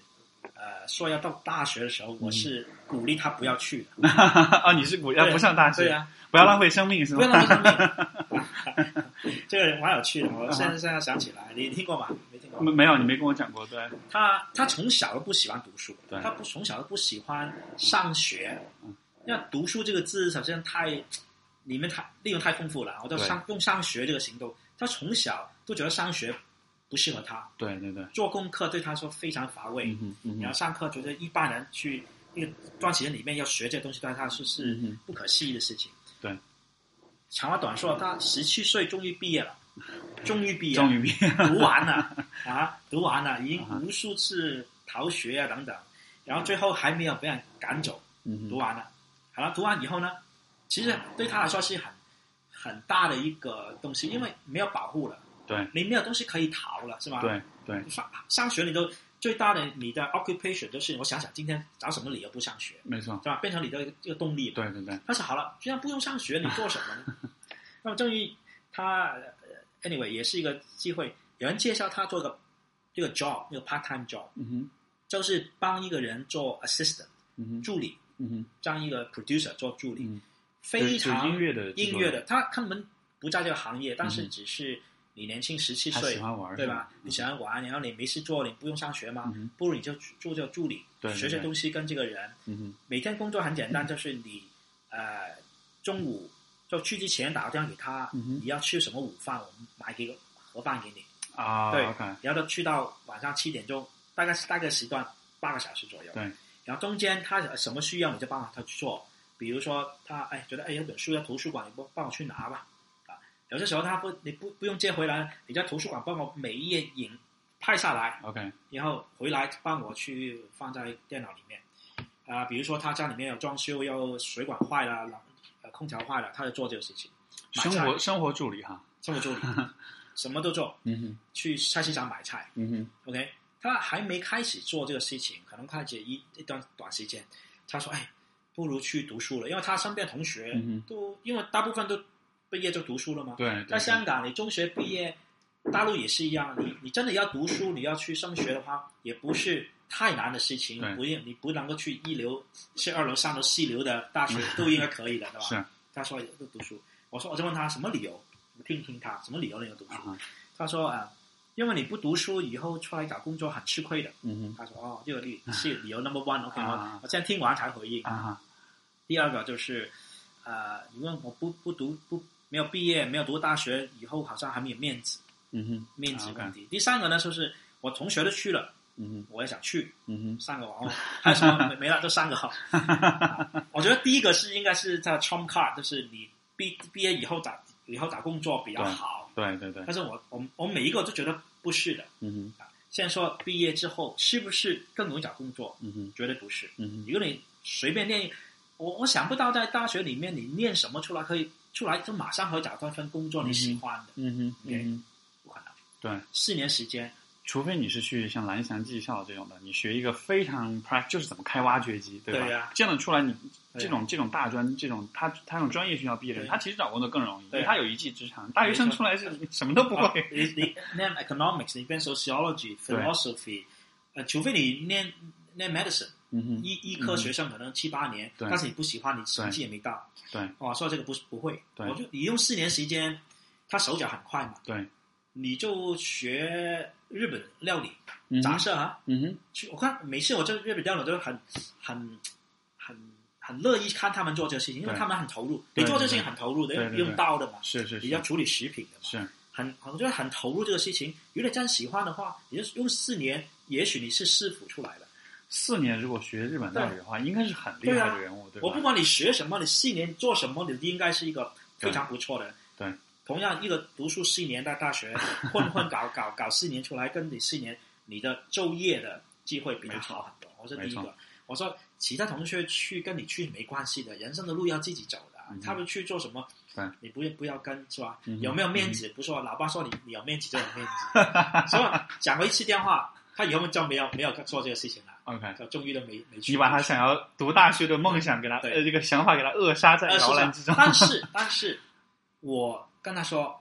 B: 呃，说要到大学的时候，
A: 嗯
B: 我是鼓励他不要去的。
A: <laughs> 啊，你是不要
B: 对啊
A: 不上大学，
B: 对啊，
A: 不要浪费生命是
B: 不
A: 吗
B: 要？浪费生命。啊 <laughs> 这个蛮有趣的，我
A: 啊
B: 现在现在想起来，你听过吗？没听
A: <laughs>
B: 过
A: 没。没有，你没跟我讲过，对，
B: 他他从小都不喜欢读书，
A: 对嗯
B: 他不从小都不喜欢上学。因为读书这个字首先太里面太内容太丰富了，我就
A: 对
B: 上用上学这个行动，他从小都觉得上学不适合他，
A: 对对对，
B: 做功课对他说非常乏味。
A: 嗯哼嗯
B: 你要
A: 哼，
B: 上课，觉得一般人去那个段时间里面要学这个东西，对他是是
A: 嗯哼
B: 不可思议的事情。
A: 对，
B: 长话短说，他十七岁终于毕业了，终于毕业
A: <laughs>
B: 了，
A: 终于毕业，
B: <laughs> 读完了
A: <laughs>
B: 啊，读完了，已经
A: 啊哈
B: 无数次逃学啊等等，然后最后还没有被人赶走，
A: 嗯
B: 读
A: 哼
B: 完了。好了，读完以后呢，其实对他来说是很很大的一个东西，因为没有保护了，
A: 对
B: 你没有东西可以逃了，是吧？
A: 对对，
B: 上上学你都最大的你的 occupation 就是我想想今天找什么理由不上学，
A: 没错，
B: 对吧？变成你的一个动力嘛。
A: 对对对，
B: 但是好了，既然不用上学，你做什么
A: <laughs>
B: 呢？那么正于他呃 anyway 也是一个机会，有人介绍他做一个这个 job，一个 part time job，
A: 嗯哼
B: 就是帮一个人做 assistant
A: 嗯哼
B: 助理，
A: 嗯哼，
B: 这样一个 producer 做助理，
A: 嗯
B: 非
A: 就是
B: 常
A: 音乐的
B: 音乐的，他他们不在这个行业，但是
A: 嗯
B: 只是你年轻十七
A: 制作人，他
B: 岁
A: 喜，欢玩，
B: 对吧？你喜欢玩，然后你没事做，你不用上学嘛
A: 嗯哼，
B: 不如你就做这个助理
A: 对，对
B: 学学
A: 对
B: 东西跟这个人。
A: 嗯哼
B: 每天工作很简单，就是你呃中午就去之前打个电话给他，
A: 嗯哼
B: 你要吃什么午饭，我们买几个盒饭给你。
A: 啊
B: 对
A: ，OK，
B: 然后去到晚上七点钟，大概是大概时段八个小时左右。
A: 对，
B: 然后中间他有什么需要你就帮他去做，比如说他哎觉得哎有本书要图书馆，你帮帮我去拿吧。啊，有些时候他不你不不用接回来，你在图书馆帮我每一页影拍下来，
A: ，OK，
B: 然后回来帮我去放在电脑里面。啊，比如说他家里面有装修，要水管坏了，冷呃空调坏了，他就做这个事情。买
A: 生
B: 菜
A: 活生活助理哈，
B: 生活助理，什么都做，
A: 嗯哼，
B: 去菜市场买菜。
A: 嗯哼，
B: OK，他还没开始做这个事情，可能开始一一段短时间，他说：“哎，不如去读书了。”因为他身边同学
A: 嗯
B: 都、因为大部分都毕业就读书了嘛
A: 哼，。对，对，
B: 在香港，你中学毕业，大陆也是一样，你你真的要读书，你要去升学的话，也不是太难的事情
A: 对，
B: 不用你不能够去一流、去二流、三流、四流的大学都应该可以的，对吧？
A: 是啊
B: 他说哎要读书，我说我就问他什么理由，我听听他什么理由你要读书。
A: 啊哈，
B: 他说啊，因为你不读书，以后出来找工作很吃亏的。
A: 嗯
B: 他说哦，这个理是理由 number one，OK，、
A: 啊
B: 我我现在听完才回应
A: 哼，。啊哈，
B: 第二个就是，呃，你问我不不读不没有毕业，没有读大学，以后好像还没有面子
A: 嗯哼，
B: 面子
A: 啊，OK
B: 问题。第三个呢，就是我同学都去了，
A: 嗯哼，
B: 我也想去，
A: 嗯
B: 三个 <laughs> 王，还有什么没没了，就三个好、啊我觉得第一个是应该是在 Trump card，就是你毕毕业以后找以后找工作比较
A: 对
B: 好
A: 哼，。对对对，
B: 但是我我我每一个都觉得不是的。
A: 嗯哼，
B: 现在说毕业之后是不是更容易找工作？
A: 嗯哼，
B: 绝对不是。
A: 嗯哼，
B: 如果你随便念，我我想不到在大学里面你念什么出来可以出来就马上可以找到一份工作
A: 嗯
B: 你喜欢的，
A: 嗯哼，
B: OK
A: 嗯哼，
B: 不可能。
A: 对，
B: 四年时间，
A: 除非你是去像蓝翔技校这种的，你学一个非常 prac，就是怎么开挖掘机，对吧？
B: 对呀
A: 这样的出来你，
B: 对呀
A: 这种这种大专这种他他这种专业学校毕业的人，
B: 对
A: 他其实找工作更容易，因
B: 对
A: 为
B: 呀
A: 他有一技之长。大学生
B: 没错
A: 出来是什么都不
B: 啊
A: 会。
B: 你
A: <laughs>
B: 你念 economics，你变 sociology、philosophy，呃，除非你念念 medicine
A: 嗯哼，
B: 医医科学生可能七八年，
A: 对
B: 但是你不喜欢，你成绩也没到。
A: 对
B: 我说这个不是不会，
A: 对
B: 我就你用四年时间，他手脚很快嘛，
A: 对，
B: 你就学日本料理，
A: 嗯
B: 假
A: 哼，
B: 设啊，
A: 嗯哼，
B: 去我看每次我这日本料理都很很很很乐意看他们做这个事情，因为
A: 对
B: 他们很投入，
A: 对
B: 你做这个事情很投入的，
A: 对
B: 因
A: 对
B: 为
A: 对
B: 用刀的嘛，
A: 是是
B: 你要
A: 是
B: 处理食品的嘛，
A: 是，
B: 很我觉得很投入这个事情。如果你真喜欢的话，你就用四年，也许你是师傅出来的。
A: 四年如果学日本料理的话，应该是很厉害的人物，对吧？
B: 啊我不管你学什么，你四年做什么，你应该是一个非常不错的人。
A: 对
B: 同样一个读书四年在大学混混搞搞搞四年出来，跟你四年你的就业的机会比他好很多。我说第一
A: 没
B: 个，我说其他同学去跟你去没关系的，人生的路要自己走的。
A: 嗯哼
B: 他们去做什么
A: 对，
B: 你不不要跟是吧？
A: 嗯哼
B: 有没有面子不说，老爸说你你有面子就有面
A: <laughs>
B: 子。所以讲过一次电话，他以后就没有没有做这个事情了，
A: OK。
B: 就终于都没没去。
A: 你把他想要读大学的梦想给他
B: 对
A: 呃这个想法给他扼杀在
B: 呃，
A: 摇
B: 是
A: 篮
B: 的
A: 之中。<laughs>
B: 但是，但是我跟他说，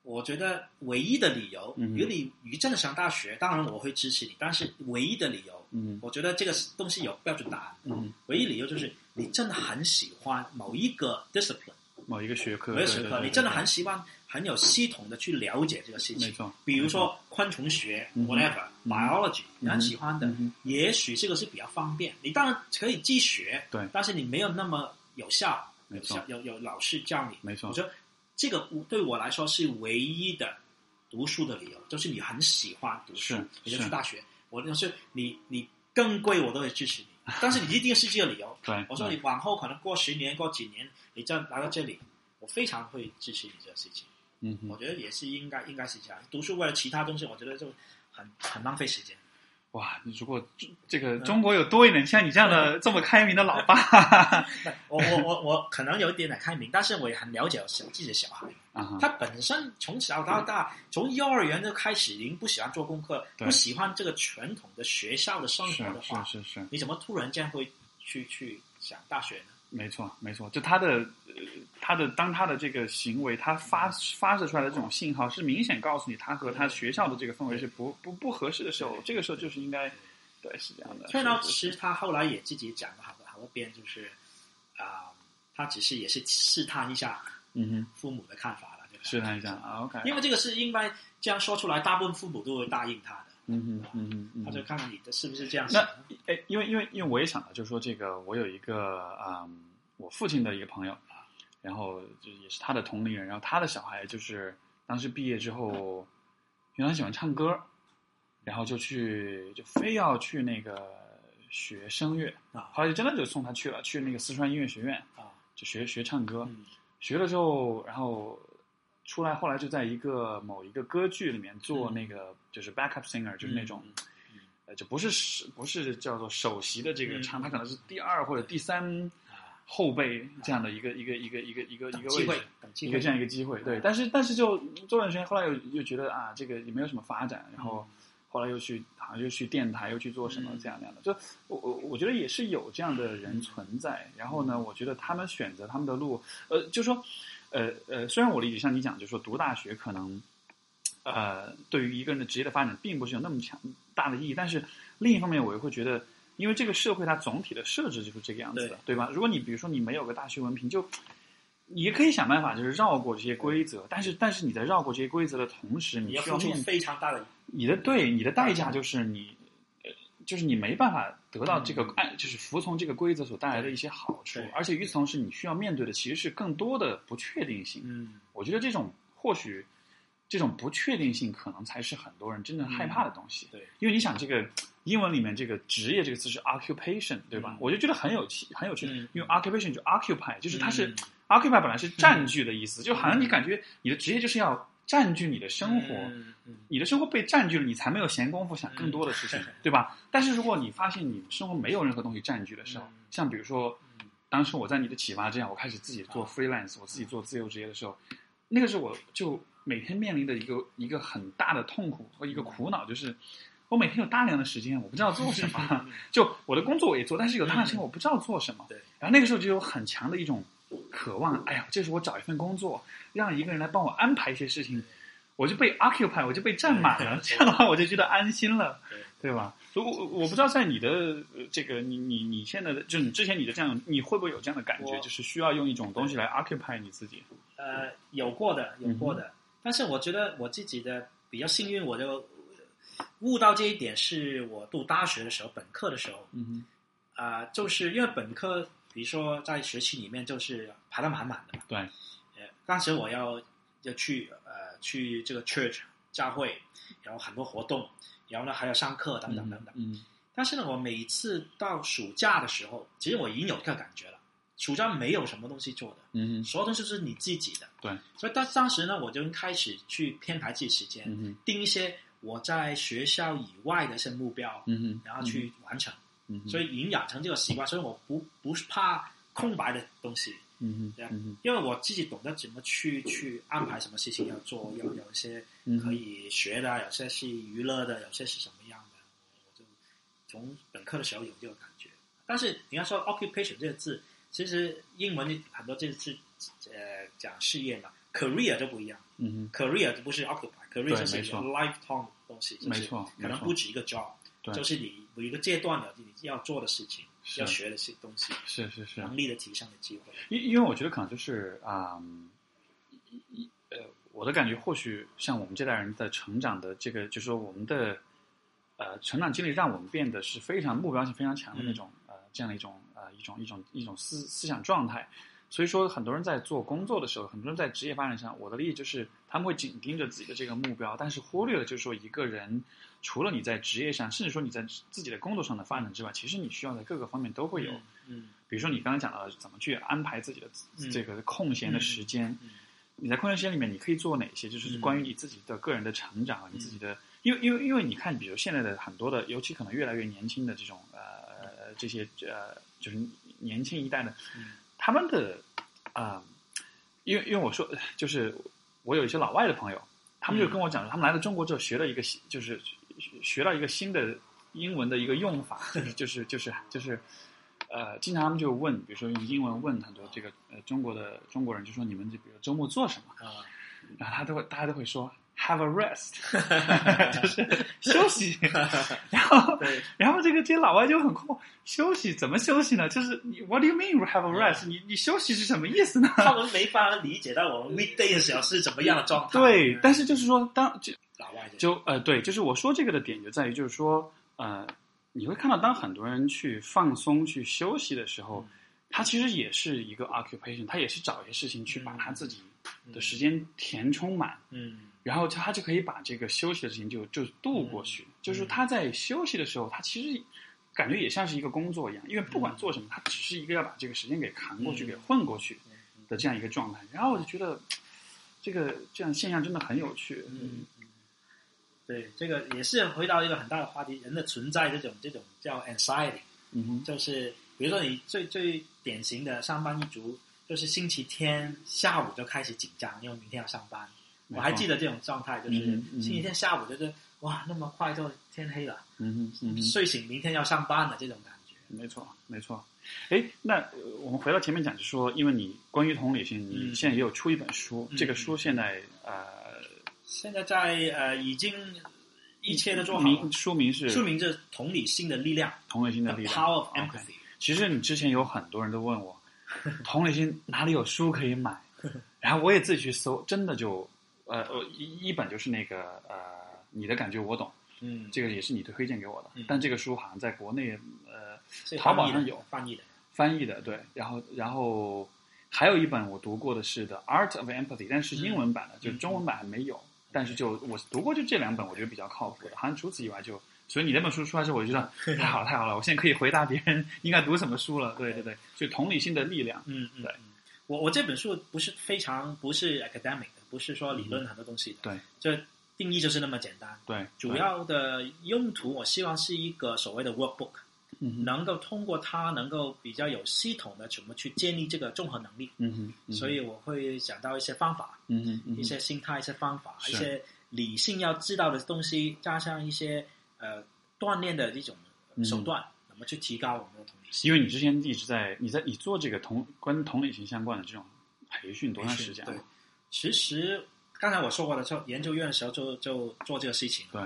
B: 我觉得唯一的理由，
A: 嗯哼
B: 如果你你真的上大学，当然我会支持你，但是唯一的理由，
A: 嗯
B: 我觉得这个东西有标准答案。
A: 嗯，
B: 唯一理由就是你真的很喜欢某一个 discipline，
A: 某一个学科，
B: 某一个学
A: 对
B: 科，你真的很喜欢，很有系统的去了解这个事
A: 没
B: 情。
A: 错。
B: 比如说昆虫学
A: 嗯哼
B: ，whatever
A: 嗯哼
B: biology，你很喜欢的
A: 嗯哼，
B: 也许这个是比较方便。你当然可以自学，
A: 对
B: 但是你没有那么有效，
A: 没
B: 有
A: 错
B: 效有有老师教你。
A: 没错
B: 我觉得这个对我来说是唯一的读书的理由，就是你很喜欢读书
A: 是，
B: 你就是去大学。我就是你你更贵我都会支
A: <laughs>
B: 持你，但是你一定是这个理由。
A: 对，
B: 我说你往后可能过十年过几年，你再来到这里，我非常会支持你这个事情。
A: 嗯哼
B: 我。觉得也是应该应该是这样。读书为了其他东西，我觉得就很很浪费时间。
A: 哇，你如果这这个
B: 嗯
A: 中国有多一点像你这样的这么开明的老爸啊
B: 我我我我可能有一点点开明，但是我也很了解我小自己的小孩，
A: 啊哈，
B: 他本身从小到大，从幼儿园就开始已经不喜欢做功课，
A: 对
B: 不喜欢这个传统的学校的生活
A: 是
B: 的
A: 是
B: 话，
A: 是是，
B: 你怎么突然间会去去想大学呢？
A: 没错没错，就他的呃他的当他的这个行为，他发发射出来的这种信号是明显告诉你，他和他学校的这个氛围是不不不合适的时候，这个时候就是应该对是这样的。
B: 崔老
A: 是
B: 师他后来也自己讲了好多好多遍，就是啊、他只是也是试探一下
A: 嗯哼，
B: 父母的看法了，对吧
A: 试探一下啊，OK，
B: 因为这个是应该这样说出来，大部分父母都会答应他的，
A: 嗯哼嗯哼嗯
B: 他
A: 哼
B: 就。看看你的是不是这样
A: 那
B: 想。
A: 哎，因为因为因为我也想到，就是说这个，我有一个啊、嗯我父亲的一个朋友，然后就也是他的同龄人，然后他的小孩就是当时毕业之后，因为他喜欢唱歌，然后就去就非要去那个学声乐
B: 啊
A: 后来就真的就送他去了，去那个四川音乐学院
B: 啊，
A: 就学学唱歌，
B: 嗯
A: 学了之后，然后出来，后来就在一个某一个歌剧里面做
B: 嗯
A: 那个就是 backup singer，、就是那种。呃，就不是是不是叫做首席的这个
B: 嗯
A: 唱，他可能是第二或者第三
B: 啊，
A: 后辈这样的一个一个一个一个一个一
B: 等
A: 个
B: 嗯机
A: 位
B: 会
A: 置，，
B: 等
A: 一
B: 机
A: 个
B: 会
A: 这样一个机会。对，但是但是就周润轩后来又又觉得啊，这个也没有什么发展，然后后来又去好像又去电台又去做什么
B: 嗯
A: 这样那样的，就我我我觉得也是有这样的人存在。然后
B: 嗯
A: 呢，我觉得他们选择他们的路，呃，就说呃呃，虽然我理解像你讲，就说读大学可能。呃，对于一个人的职业的发展，并不是有那么强大的意义。但是另一方面，我也会觉得，因为这个社会它总体的设置就是这个样子的，
B: 对
A: 对吧？如果你比如说你没有个大学文凭，就你也可以想办法，就是绕过这些规则。但是，但是你在绕过这些规则的同时，
B: 你
A: 你
B: 要
A: 需要
B: 付出
A: 面
B: 非常大的
A: 你的对你的代价就是你，呃，就是你没办法得到这个
B: 嗯
A: 按、就是服从这个规则所带来的一些好处
B: 对，
A: 而且与此同时，你需要面对的其实是更多的不确定性。
B: 嗯
A: 我觉得这种或许这种不确定性，可能才是很多人真正害怕的东西。
B: 嗯对，
A: 因为你想这个英文里面这个职业这个词是 occupation，对吧？
B: 嗯
A: 我就觉得很有趣，很有趣，
B: 嗯
A: 因为 occupation 就 occupy，就是它是、
B: 嗯
A: occupy 本来是占据的意思，就好像你感觉你的职业就是要占据你的生活。
B: 嗯嗯
A: 你的生活被占据了，你才没有闲工夫想更多的事
B: <laughs>
A: 情，对吧？但是如果你发现你生活没有任何东西占据的时候，
B: 嗯
A: 像比如说，
B: 嗯
A: 当时我在你的启发之下，我开始自己做
B: 啊
A: freelance，我自己做自由职业的时候，那个是我就每天面临的一个一个很大的痛苦和一个苦恼，就是我每天有大量的时间，我不知道做什么。 <laughs> 就我的工作我也做，但是有大量时间我不知道做什么。
B: 嗯对，
A: 然后那个时候就有很强的一种渴望，哎呀，这是我找一份工作，让一个人来帮我安排一些事情，我就被 occupy，我就被占满了，这
B: 对
A: 样的话我就觉得安心了，
B: 对
A: 对吧？所以我，我我不知道在你的呃这个你你你现在的，就你之前你的这样，你会不会有这样的感觉，
B: 我
A: 就是需要用一种东西来 occupy 你自己？
B: 呃，有过的，有
A: 嗯
B: 过的。但是我觉得我自己的比较幸运，我就悟到这一点，是我读大学的时候，本科的时候
A: 嗯
B: 啊、就是因为本科，比如说在学期里面就是排得满满的嘛。
A: 对。
B: 呃，当时我要要去呃去这个 church 教会，然后很多活动，然后呢还要上课等等等等。
A: 嗯
B: 但是呢，我每次到暑假的时候，其实我已经有这个感觉了，暑假没有什么东西做的。
A: 嗯
B: 所有东西是你自己的。
A: 对，
B: 所以当当时呢，我就开始去编排自己时间，
A: 嗯
B: 定一些我在学校以外的一些目标，
A: 嗯嗯，
B: 然后去完成。
A: 嗯哼，
B: 所以已经养成这个习惯，所以我不不是怕空白的东西，
A: 嗯
B: 对
A: 哼
B: 啊
A: 嗯
B: 因为我自己懂得怎么去去安排什么事情要做，有有一些
A: 哼，
B: 可以学的，有些是娱乐的，有些是什么样的，我就从本科的时候有这个感觉。但是你要说 occupation 这个字，其实英文很多这个字，呃，讲事业嘛，career 就不一样
A: 嗯
B: ，career 就不是 occupy，career
A: 对
B: 就是
A: 没
B: 一个
A: 错
B: lifetime 的东西，
A: 哼，
B: 就
A: 没
B: 是
A: 错，
B: 可能
A: 没错
B: 不止一个 job，
A: 对
B: 就是你有一个阶段的你要做的事情，要学的些东西，
A: 是是是，
B: 能力的提升的机会，
A: 因因为我觉得可能就是啊、嗯一一呃，我的感觉或许像我们这代人的成长的这个，就是说我们的呃成长经历，让我们变得是非常目标性非常强的那种、呃这样的一种呃一种一种一种思思想状态。所以说，很多人在做工作的时候，很多人在职业发展上，我的理解就是他们会紧盯着自己的这个目标，但是忽略了就是说一个人除了你在职业上，甚至说你在自己的工作上的发展之外，其实你需要在各个方面都会有
B: 嗯，
A: 比如说你刚刚讲到的怎么去安排自己的
B: 嗯
A: 这个空闲的时间，
B: 嗯
A: 你在空闲时间里面你可以做哪些？就是关于你自己的个人的成长，啊你自
B: 嗯
A: 己的，因为因为因为你看，比如现在的很多的，尤其可能越来越年轻的这种呃呃这些呃就是年轻一代的，
B: 嗯
A: 他们的啊、因为因为我说就是我有一些老外的朋友，他们就跟我讲，他们来到中国之后学了一个新，就是学学到一个新的英文的一个用法，就是就是就是就是，呃，经常他们就问，比如说用英文问很多这个呃中国的中国人，就说你们就比如周末做什么，
B: 啊，
A: 然后他都会大家都会说 have a rest，就是 <laughs> 休息，然后
B: 对，
A: 然后这个这些老外就很困惑，休息怎么休息呢？就是你 what do you mean you have a rest？你你休息是什么意思呢？ <laughs>
B: 他们没办法理解到我们 weekday 的时候是怎么样的状态。
A: 对
B: 嗯，
A: 但是就是说，当就
B: 老外的
A: 就呃，对，就是我说这个的点就在于，就是说，呃，你会看到，当很多人去放松、去休息的时候
B: 嗯，
A: 他其实也是一个 occupation，他也是找一些事情去把他自己的时间填充满，
B: 嗯
A: 然后他就可以把这个休息的事情就就度过去。就是他在休息的时候，他其实感觉也像是一个工作一样，因为不管做什么，他只是一个要把这个时间给扛过去、
B: 嗯
A: 给混过去的这样一个状态。然后我就觉得这个这样现象真的很有趣。
B: 嗯，嗯对，这个也是回到一个很大的话题，人的存在这种这种叫 anxiety，
A: 嗯哼，
B: 就是比如说你最最典型的上班一族，就是星期天下午就开始紧张，因为明天要上班。
A: 没
B: 我还
A: 错
B: 记得这种状态，就是
A: 嗯嗯
B: 星期天下午就是哇，那么快就天黑了，
A: 嗯哼，嗯哼。
B: 睡醒明天要上班了这种感觉。
A: 没错，没错。哎，那呃我们回到前面讲，就是说，因为你关于同理心，你
B: 嗯
A: 现在也有出一本书，
B: 嗯
A: 这个书现在呃，
B: 现在在呃已经一切都做好了
A: 名，书名是
B: 说明这同理心的力量
A: 同理心的
B: ，The
A: 力
B: Power
A: 量。
B: of Empathy。
A: 其实你之前有很多人都问我，同理心哪里有书可以买？然后我也自己去搜，真的就呃，我一一本就是那个呃，你的感觉我懂，
B: 嗯，
A: 这个也是你推荐给我的，
B: 嗯
A: 但这个书好像在国内呃
B: 这个
A: 淘宝
B: 翻译的
A: 上有
B: 翻译的，
A: 翻译的，对。然后，然后还有一本我读过的是《The Art of Empathy》，但是英文版
B: 嗯
A: 的，就中文版还没有。但是就我读过就这两本，我觉得比较靠谱的。好像除此以外就，所以你那本书出来之后，我就觉
B: <laughs>
A: 得太好了，太好了，我现在可以回答别人应该读什么书了。对对对，就同理心的力量。
B: 嗯嗯，
A: 对
B: 嗯我我这本书不是非常不是 academic 的，不是说理论很多东西的，
A: 嗯对
B: 这定义就是那么简单。
A: 对，
B: 主要的用途，我希望是一个所谓的 workbook，
A: 对嗯哼
B: 能够通过它能够比较有系统的怎么去建立这个综合能力。
A: 嗯哼，嗯哼
B: 所以我会想到一些方法，
A: 嗯哼嗯
B: 一
A: 哼
B: 些心态、一些方法、
A: 是
B: 一些理性要知道的东西，加上一些呃锻炼的一种
A: 嗯
B: 手段，怎么去提高我们的同理心？
A: 因为你之前一直在你在你做这个同关同理心相关的这种培训多长时间
B: 对
A: 了？，
B: 其实刚才我说过了，就研究院的时候就就做这个事情。
A: 对，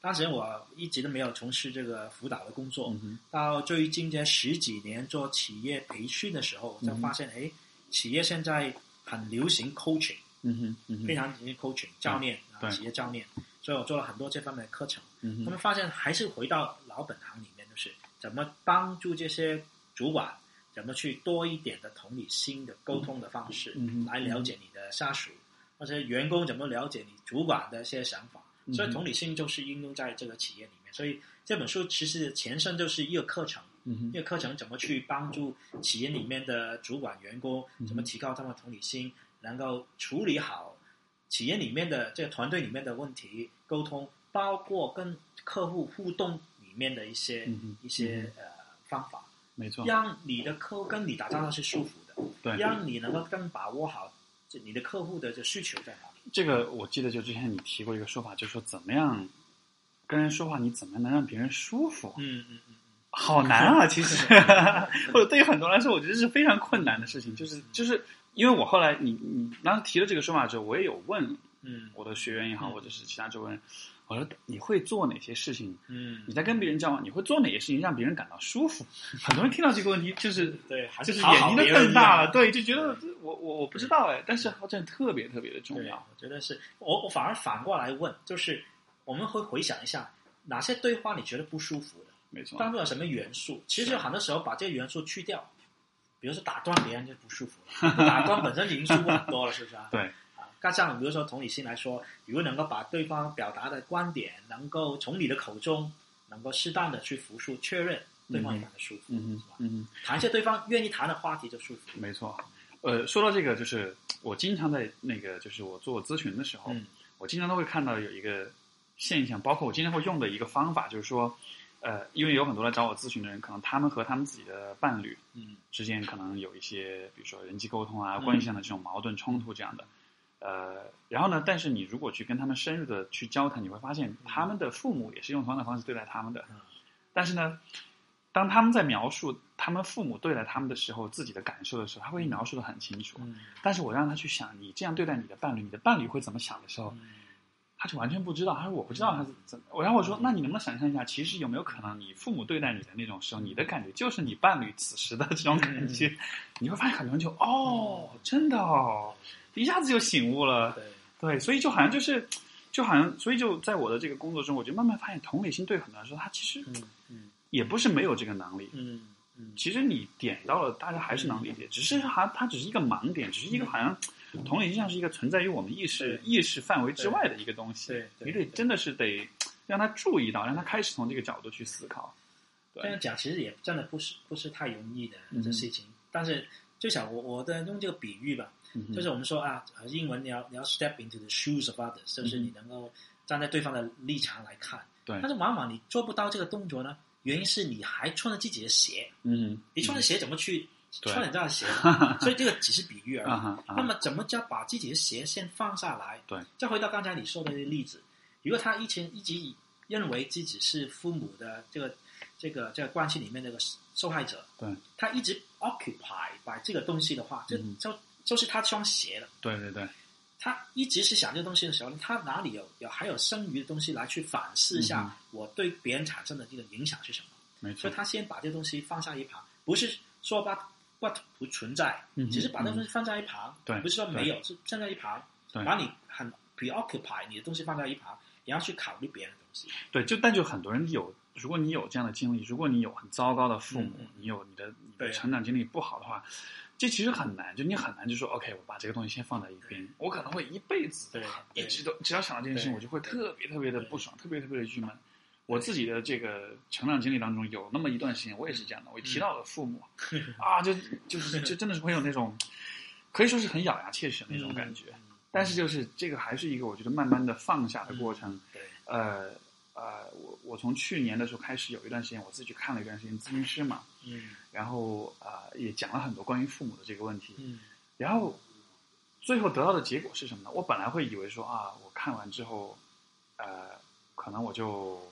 B: 当时我一直都没有从事这个辅导的工作，
A: 嗯哼
B: 到最近这十几年做企业培训的时候，我就
A: 嗯
B: 发现，哎、企业现在很流行 coaching，、
A: 嗯哼嗯
B: 非
A: 哼
B: 常流行 coaching 教练啊，
A: 对
B: 企业教练，所以我做了很多这方面的课程。
A: 嗯
B: 他
A: 哼
B: 们发现还是回到老本行里面，就是怎么帮助这些主管，怎么去多一点的同理心的沟通的方式，
A: 嗯嗯
B: 来了解你的下属，或者员工怎么了解你主管的一些想法。
A: 嗯
B: 所以同理心就是应用在这个企业里面。所以这本书其实前身就是一个课程，
A: 嗯哼
B: 一个课程怎么去帮助企业里面的主管、员工，
A: 嗯
B: 怎么提高他们的同理心，能够处理好企业里面的这个团队里面的问题沟通，包括跟客户互动里面的一些、
A: 嗯哼哦
B: 一些呃方法，
A: 没错，
B: 让你的客户跟你打交道是舒服的，
A: 对。
B: 让你能够更把握好这你的客户的这需求在哪里。
A: 这个我记得就之前你提过一个说法，就是说怎么样跟人说话，你怎么样能让别人舒服？
B: 嗯嗯嗯，
A: 好难啊，其
B: <laughs>
A: 实， <laughs> 或者对于很多人来说，我觉得是非常困难的事情。就是就是因为我后来你你当时提了这个说法之后，我也有问
B: <laughs> 嗯
A: 我的学员也好，
B: 嗯
A: 或者是其他周围人，我说你会做哪些事情？
B: 嗯
A: <laughs> 你在跟别人交往，你会做哪些事情让别人感到舒服？很多人听到这个问题就是
B: 对，还
A: 就是是
B: 讨
A: 眼
B: 好
A: 睛都
B: 别人
A: 瞪大
B: 一样
A: 了，对，就觉得我我我不知道哎，但是好像特别特别的重
B: 对，
A: 要。
B: 我觉得是我我反而反过来问，就是我们会回想一下哪些对话你觉得不舒服的，
A: 没错，
B: 当中有什么元素？其实
A: 哦是啊
B: 很多时候把这些元素去掉，比如说打断别人就不舒服
A: <laughs>
B: 了，打断本身已经舒服很多了，是不是啊？
A: 对，
B: 啊，加上比如说同理心来说，如果能够把对方表达的观点能够从你的口中能够适当的去复述确认，对方也感到舒服，
A: 嗯哼
B: 是吧？
A: 嗯哼。
B: 谈一些对方愿意谈的话题就舒服。
A: 没错，呃，说到这个，就是我经常在那个，就是我做咨询的时候，
B: 嗯
A: 我经常都会看到有一个现象，包括我经常会用的一个方法，就是说，呃，因为有很多来找我咨询的人，可能他们和他们自己的伴侣
B: 嗯
A: 之间可能有一些，比如说人际沟通啊、
B: 嗯
A: 关系上的这种矛盾冲突这样的。呃，然后呢？但是你如果去跟他们深入的去交谈，你会发现他们的父母也是用同样的方式对待他们的。
B: 嗯
A: 但是呢，当他们在描述他们父母对待他们的时候，自己的感受的时候，他会描述的很清楚。
B: 嗯
A: 但是我让他去想，你这样对待你的伴侣，你的伴侣会怎么想的时候，
B: 嗯
A: 他就完全不知道。他说我不知道他是怎么。我然后我说，那你能不能想象一下，其实有没有可能，你父母对待你的那种时候，你的感觉就是你伴侣此时的这种感
B: 嗯
A: 觉，你会发现很多人就哦，真的哦，一下子就醒悟了。
B: 对。
A: 对，所以就好像就是，就好像，所以就在我的这个工作中，我就慢慢发现，同理心对很多人来说，他其实
B: 嗯嗯
A: 也不是没有这个能力，
B: 嗯，嗯
A: 其实你点到了，大家还是能理解，只是它它只是一个盲点，只是一个好像同理心上是一个存在于我们意识
B: 对
A: 意识范围之外的一个东西，
B: 对
A: 你
B: 对
A: 得真的是得让他注意到，让他开始从这个角度去思考。对
B: 这样讲其实也真的不是不是太容易的
A: 嗯
B: 这事情，但是就想我我的用这个比喻吧，
A: 嗯哼
B: 就是我们说啊，呃英文你要你要 step into the shoes of others，就是
A: 嗯
B: 你能够站在对方的立场来看，
A: 对
B: 但是往往你做不到这个动作呢，原因是你还穿着自己的鞋，
A: 嗯，
B: 你穿着鞋怎么去
A: 对
B: 穿人家的鞋呢？
A: <laughs>
B: 所以这个只是比喻而
A: 啊
B: 已。
A: 哈啊
B: 那
A: 哈，
B: 么怎么叫把自己的鞋先放下来？
A: 对，
B: 再回到刚才你说的那个例子，如果他以前一直认为自己是父母的这个这个这个关系里面那个受害者，
A: 对，
B: 他一直 occupy 把这个东西的话，就、
A: 嗯
B: 就就是他双鞋了。
A: 对对对，
B: 他一直是想这个东西的时候，他哪里有有还有剩余的东西来去反思一
A: 嗯
B: 下我对别人产生的这个影响是什么？
A: 没
B: 所
A: 错
B: 以，他先把这东西放下一旁，不是说把不不存在，
A: 嗯
B: 只是把那东西放在一旁，
A: 对
B: 不是说没有，是放在一旁，
A: 对
B: 把你很 preoccupy 你的东西放在一旁，然后去考虑别人的东西，
A: 对，就但就很多人有，如果你有这样的经历，如果你有很糟糕的父母，
B: 嗯嗯
A: 你有你的你的
B: 对
A: 成长经历不好的话，这其实很难，就你很难就说 OK，我把这个东西先放在一边，我可能会一辈子
B: 对
A: 一直都只要想到这件事情，
B: 对
A: 我就会特别特别的不爽，特别特别的郁闷。我
B: 对
A: 自己的这个成长经历当中，有那么一段时间，我也是这样的。我一提
B: 嗯
A: 到了父
B: <laughs>
A: 母，啊，就就是就真的是会有那种，可以说是很咬牙切齿的那种感觉。
B: 嗯
A: 但是就是这个还是一个我觉得慢慢的放下的过程。
B: 对，
A: 呃呃，我我从去年的时候开始有一段时间，我自己去看了一段时间咨询师嘛，
B: 嗯
A: 然后呃也讲了很多关于父母的这个问题，
B: 嗯
A: 然后最后得到的结果是什么呢？我本来会以为说啊，我看完之后，呃，可能我就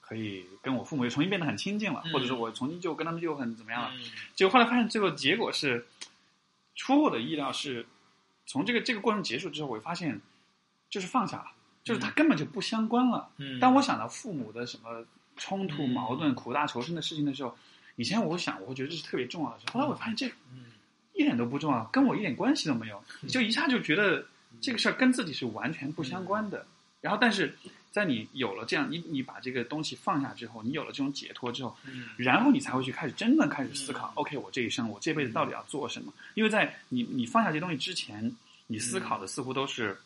A: 可以跟我父母又重新变得很亲近了，
B: 嗯
A: 或者说我重新就跟他们就很怎么样了。
B: 嗯
A: 结果后来发现，最后结果是出乎我的意料是，从这个这个过程结束之后，我发现就是放下了，就是它根本就不相关了。
B: 嗯，
A: 当我想到父母的什么冲突、
B: 嗯
A: 矛盾、苦大仇深的事情的时候，以前我会想，我会觉得这是特别重要的事。后来我发现这
B: 嗯
A: 一点都不重要，跟我一点关系都没有，
B: 嗯
A: 就一下就觉得这个事儿跟自己是完全不相
B: 嗯
A: 关的。然后，但是在你有了这样，你你把这个东西放下之后，你有了这种解脱之后，
B: 嗯
A: 然后你才会去开始真正开始思考、
B: 嗯
A: o k 我这一生我这辈子到底要做什么？因为在你你放下这东西之前，你思考的似乎都是、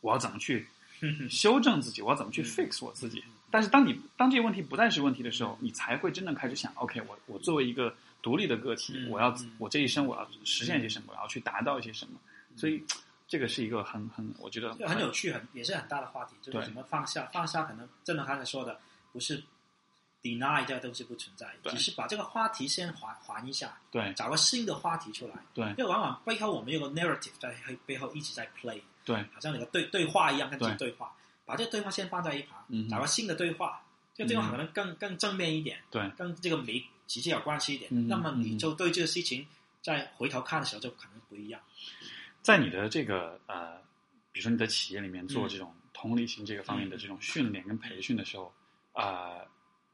A: 我要怎么去
B: 嗯
A: 修正自己，我要怎么去
B: 嗯
A: fix 我自己。
B: 嗯
A: 但是当你当这些问题不再是问题的时候，你才会真正开始想，OK，我我作为一个独立的个体，
B: 嗯
A: 我要
B: 嗯
A: 我这一生我要实现些什么，我要去达到一些什么。所以这个是一个很很，我觉得
B: 这个嗯很有趣，很也是很大的话题，就是
A: 对
B: 怎么放下。放下可能正如刚才说的，不是 deny 这个东西不存在，
A: 对
B: 只是把这个话题先还还一下，
A: 对
B: 找个新的话题出来。
A: 对
B: 因为往往背后我们有个 narrative 在背后一直在 play，
A: 对
B: 好像有个对对话一样跟自己
A: 对
B: 对话，把这个对话先放在一旁，
A: 嗯哼
B: 找个新的对话，这个对话可能更更正面一点，
A: 对
B: 跟这个没直接有关系一点。
A: 嗯
B: 那么
A: 嗯
B: 你就对这个事情再回头看的时候就可能不一样。
A: 在你的这个呃，比如说你的企业里面
B: 嗯
A: 做这种同理心这个方面的这种训练跟培训的时候，啊、呃，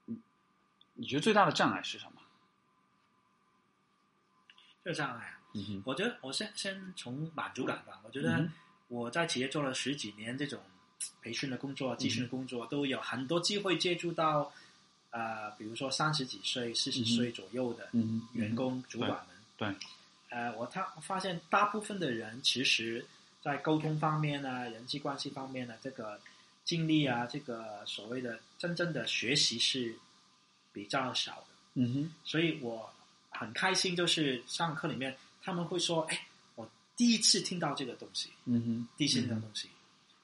A: 你你觉得最大的障碍是什么？
B: 就这样哎呀，
A: 嗯哼，
B: 我觉得我先先从满足感吧，我觉
A: 嗯
B: 得
A: 哼
B: 我在企业做了十几年这种培训的工作、咨询的工
A: 嗯
B: 作，都有很多机会接触到，呃，比如说三十几岁、四十
A: 嗯哼
B: 岁左右的
A: 嗯哼，
B: 员工、主管们。
A: 对，
B: 呃，我他发现大部分的人其实，在沟通方面啊、人际关系方面啊呢、这个经历啊，这个所谓的真正的学习是比较少的。
A: 嗯哼，
B: 所以我很开心，就是上课里面他们会说：“哎，我第一次听到这个东西，
A: 嗯哼，
B: 第一次听到
A: 嗯
B: 这个东西。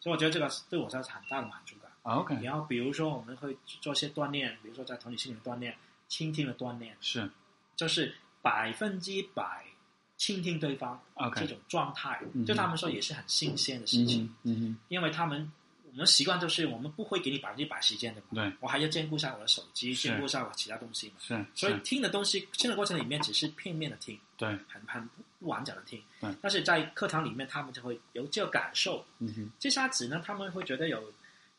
B: 所以我觉得这个是对我是很大的满足感。
A: 哼啊，OK，
B: 然后比如说我们会做一些锻炼，比如说在同理心里面锻炼、倾听的锻炼，
A: 是
B: 就是百分之百倾听对方
A: OK
B: 这种状态
A: 嗯，
B: 对他们说也是很新鲜的事
A: 嗯
B: 情，
A: 哼，嗯
B: 因为他们。我们习惯就是我们不会给你百分之百时间的嘛，
A: 对
B: 我还要兼顾一下我的手机，
A: 是
B: 兼顾一下我其他东西嘛。
A: 哼，是，
B: 所以
A: 是
B: 听的东西，听的过程里面只是片面的听，
A: 对，
B: 很很不完整的听
A: 对。
B: 但是在课堂里面，他们就会有这个感受。
A: 嗯哼，
B: 这下子呢，他们会觉得有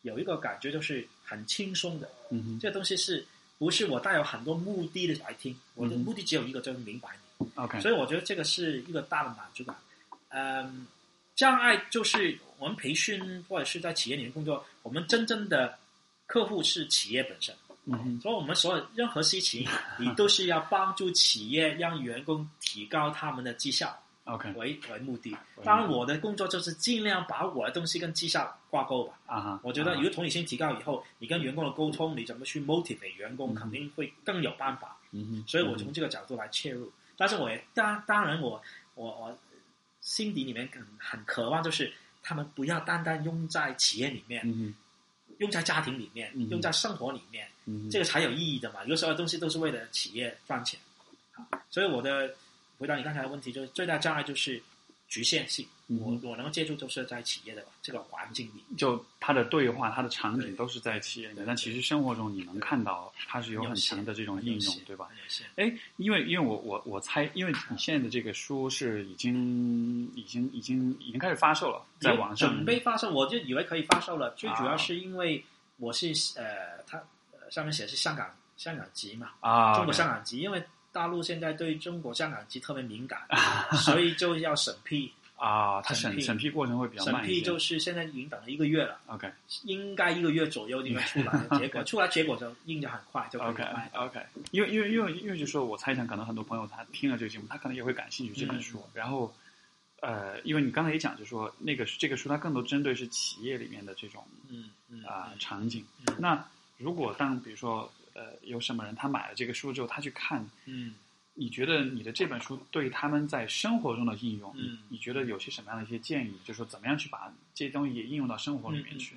B: 有一个感觉，就是很轻松的。
A: 嗯哼
B: 这个东西是不是我带有很多目的的来听？我
A: 嗯
B: 的
A: 哼嗯
B: 目的只有一个，就是明白你。
A: ，OK，
B: 所以我觉得这个是一个大的满足感。嗯，障碍就是我们培训或者是在企业里面工作，我们真正的客户是企业本身。
A: 嗯哼，
B: 所以我们所有任何事情，你都是要帮助企业让员工提高他们的绩效
A: OK
B: 为为目的。当然，我的工作就是尽量把我的东西跟绩效挂钩吧。
A: 啊哈，
B: 我觉得
A: 啊
B: 如果同理心提高以后，你跟员工的沟通，你怎么去 motivate 员工，肯定会更有办法。
A: 嗯哼，
B: 所以我从这个角度来切入。但是我也当当然我我我心底里面很很渴望，就是他们不要单单用在企业里面，
A: 嗯哼
B: 用在家庭里面
A: 嗯，
B: 用在生活里面，
A: 嗯哼，
B: 这个才有意义的嘛。有时候东西都是为了企业赚钱，啊所以我的回答你刚才的问题，就是最大障碍就是局限性。
A: 嗯
B: 我我能够接触都是在企业的这个环境里，
A: 就他的对话、他的场景
B: 对
A: 都是在企业里面，但其实生活中你能看到它是有很强的这种应
B: 有
A: 用
B: 限，
A: 对吧？？
B: 有限
A: 哎，因为因为我我我猜，因为你现在的这个书是已经已经已经已经开始发售了，在网上
B: 准备发售，我就以为可以发售了。最主
A: 啊
B: 要是因为我是呃，它呃上面写的是香港香港籍嘛，
A: 啊，
B: 中国香港籍，因为大陆现在对中国香港籍特别敏感，
A: <laughs>
B: 所以就要审批，
A: 啊，它审
B: 审批
A: 审批过程会比较
B: 审
A: 慢一
B: 批
A: 些。
B: 就是现在已经等了一个月了，
A: OK
B: 应该一个月左右就会出来了。
A: <laughs>
B: 结果出来结果就印就很快就可以
A: 嗯 OK
B: 卖。
A: OK，因为因为因为因为就说，我猜想可能很多朋友他听了这个节目，他可能也会感兴趣这
B: 嗯
A: 本书。然后，呃，因为你刚才也讲，就说那个这个书它更多针对是企业里面的这种
B: 嗯嗯
A: 啊、场景。
B: 嗯
A: 那如果当比如说呃有什么人他买了这个书之后，他去看，
B: 嗯
A: 你觉得你的这本书对他们在生活中的应用，
B: 嗯
A: 你觉得有些什么样的一些建议？就是说怎么样去把这些东西也应用到生活里面去？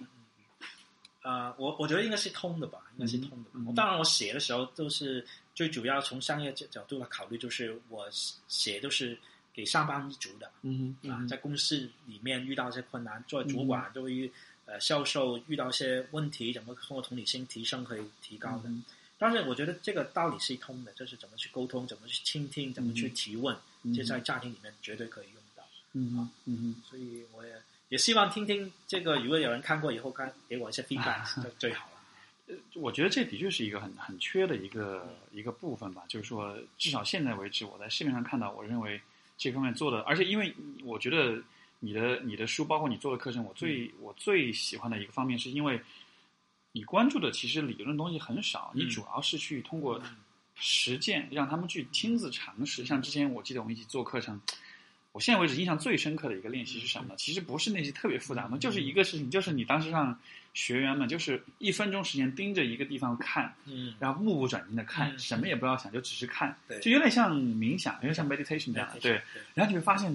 B: 呃，我我觉得应该是通的吧，应该是通的吧。
A: 嗯嗯
B: 当然，我写的时候都是最主要从商业角角度来考虑，就是我写都是给上班族的
A: 嗯
B: 啊，在公司里面遇到一些困难，作为主管对于、呃销售遇到一些问题，怎么通过同理心提升可以提高的。
A: 嗯
B: 但是我觉得这个道理是通的，就是怎么去沟通，怎么去倾听，怎么去提问，
A: 嗯
B: 这在家庭里面绝对可以用到。
A: 嗯哼嗯哼
B: 所以我也也希望听听这个，如果有人看过以后，看给我一些
A: <laughs>
B: feedback 就最好了。
A: 呃我觉得这的确是一个很很缺的一个一个部分吧，就是说，至少现在为止，我在市面上看到，我认为这方面做的，而且因为我觉得你的你的书，包括你做的课程，我
B: 嗯
A: 最、我最喜欢的一个方面，是因为你关注的其实理论东西很少，
B: 嗯
A: 你主要是去通过
B: 嗯
A: 实践，让他们去亲自尝试。像之前我记得我们一起做课程。我现在为止印象最深刻的一个练习是什么呢？其实不是那些特别复杂的，就是一个事情，就是你当时让学员们就是一分钟时间盯着一个地方看，
B: 嗯，
A: 然后目不转睛的看，
B: 嗯
A: 什么也不要想，就只是看，
B: 对
A: 就有点像冥想，有点像 meditation 这样的，对。然后你会发现，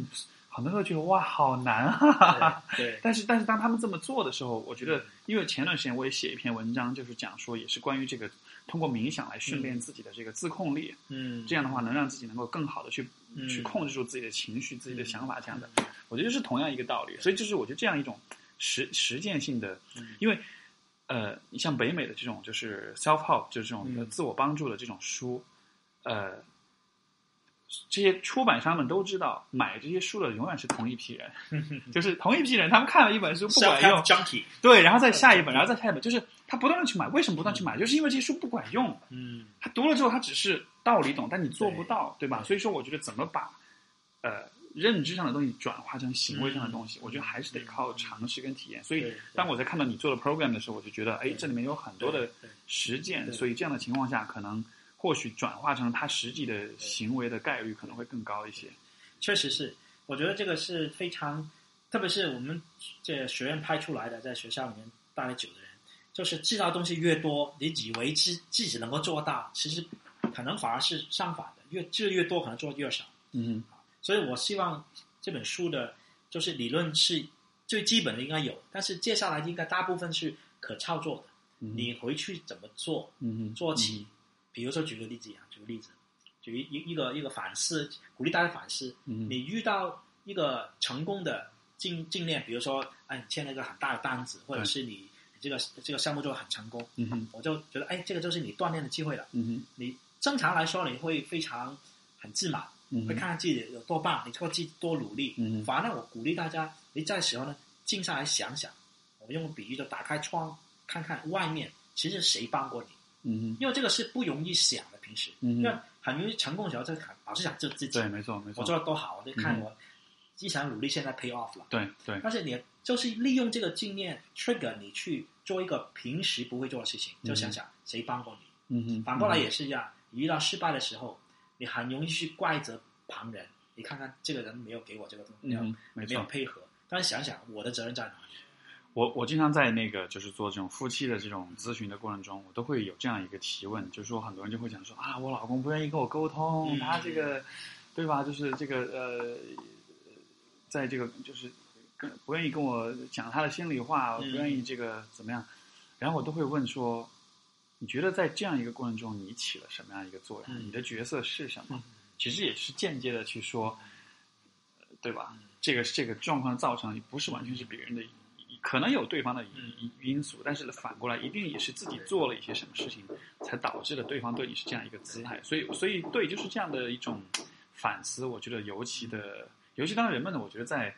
A: 很多时候觉得哇，好难 <laughs> 啊。
B: 对，
A: 但是，但是当他们这么做的时候，我觉得，因为前段时间我也写一篇文章，就是讲说，也是关于这个通过冥想来训练自己的这个自控力，
B: 嗯，
A: 这样的话能让自己能够更好的去、
B: 嗯
A: 去控制住自己的情绪、自己的想法，这样的。
B: 嗯
A: 我觉得是同样一个道理。所以就是我觉得这样一种实实践性的，
B: 嗯
A: 因为呃，你像北美的这种就是 self help，就是这种
B: 嗯
A: 自我帮助的这种书，呃，这些出版商们都知道，买这些书的永远是同一批人，就是同一批人，他们看了一本书不管
B: 嗯 Self-help 嗯
A: 用，
B: junkie，
A: 对，然后再下一本，然后再下一本，就是他不断的去买。为什么不断地去买？就是因为这些书不管用。
B: 嗯
A: 他读了之后，他只是道理懂，但你做不
B: 对
A: 到，对吧？
B: 对
A: 所以说，我觉得怎么把呃认知上的东西转化成行为上的东西，我觉得还是得靠尝试跟体验。所以
B: 嗯对对，
A: 当我在看到你做的 program 的时候，我就觉得，哎，
B: 对
A: 这里面有很多的
B: 对对
A: 实践，
B: 对
A: 所以这样的情况下，可能或许转化成他实际的行为的概率可能会更高一些。
B: 确实是，我觉得这个是非常，特别是我们这学院派出来的，在学校里面待得久的人，就是知道东西越多，你以为自自己能够做到，其实可能反而是相反的，越知得越多，可能做得越少。
A: 嗯
B: 所以我希望这本书的，就是理论是最基本的应该有，但是接下来应该大部分是可操作的，
A: 嗯
B: 你回去怎么做，
A: 嗯，
B: 做起。比如说举个例子啊，举个例子，举一一个一个反思，鼓励大家反思。
A: 嗯
B: 你遇到一个成功的竞竞链，比如说，哎，你签了一个很大的单子，或者是你你这个这个项目做的很成功，
A: 嗯哼
B: 我就觉得，哎，这个就是你锻炼的机会了。
A: 嗯哼
B: 你正常来说，你会非常很自满，
A: 嗯
B: 会
A: 哼
B: 看看自己有多棒，你会自己多努力。
A: 嗯
B: 反而呢，我鼓励大家，你在时候呢，静下来想想。我用个比喻，就打开窗看看外面，其实谁帮过你？
A: 嗯哼，
B: 因为这个是不容易想的，平时，
A: 嗯
B: 因为很容易成功的时候，就想老是想就自己
A: 对，，没错没错
B: 我，做的多好，我就看
A: 嗯
B: 我之前努力，现在 pay off 了。
A: 对对，
B: 但是你就是利用这个经验 trigger 你去做一个平时不会做的事情，就想想谁帮过你。
A: 嗯哼，
B: 反过来也是一样，你遇到失败的时候，你很容易去怪责旁人。你看看这个人没有给我这个东西，没有
A: 嗯，没
B: 没有
A: 错。
B: 配合。但是想想我的责任在哪里？
A: 我我经常在那个就是做这种夫妻的这种咨询的过程中，我都会有这样一个提问，就是说很多人就会讲说啊，我老公不愿意跟我沟通，
B: 嗯
A: 他这个对吧？就是这个呃，在这个就是跟不愿意跟我讲他的心里话，
B: 嗯
A: 不愿意这个怎么样？然后我都会问说，你觉得在这样一个过程中，你起了什么样一个作用？
B: 嗯
A: 你的角色是什么？其实也是间接的去说，呃对吧？
B: 嗯
A: 这个这个状况的造成不是完全是别人的，可能有对方的
B: 嗯
A: 因因素，但是反过来一定也是自己做了一些什么事情，才导致了对方对你是这样一个姿态。所以，所以对，就是这样的一种反思，我觉得尤其的，尤其当人们呢，我觉得在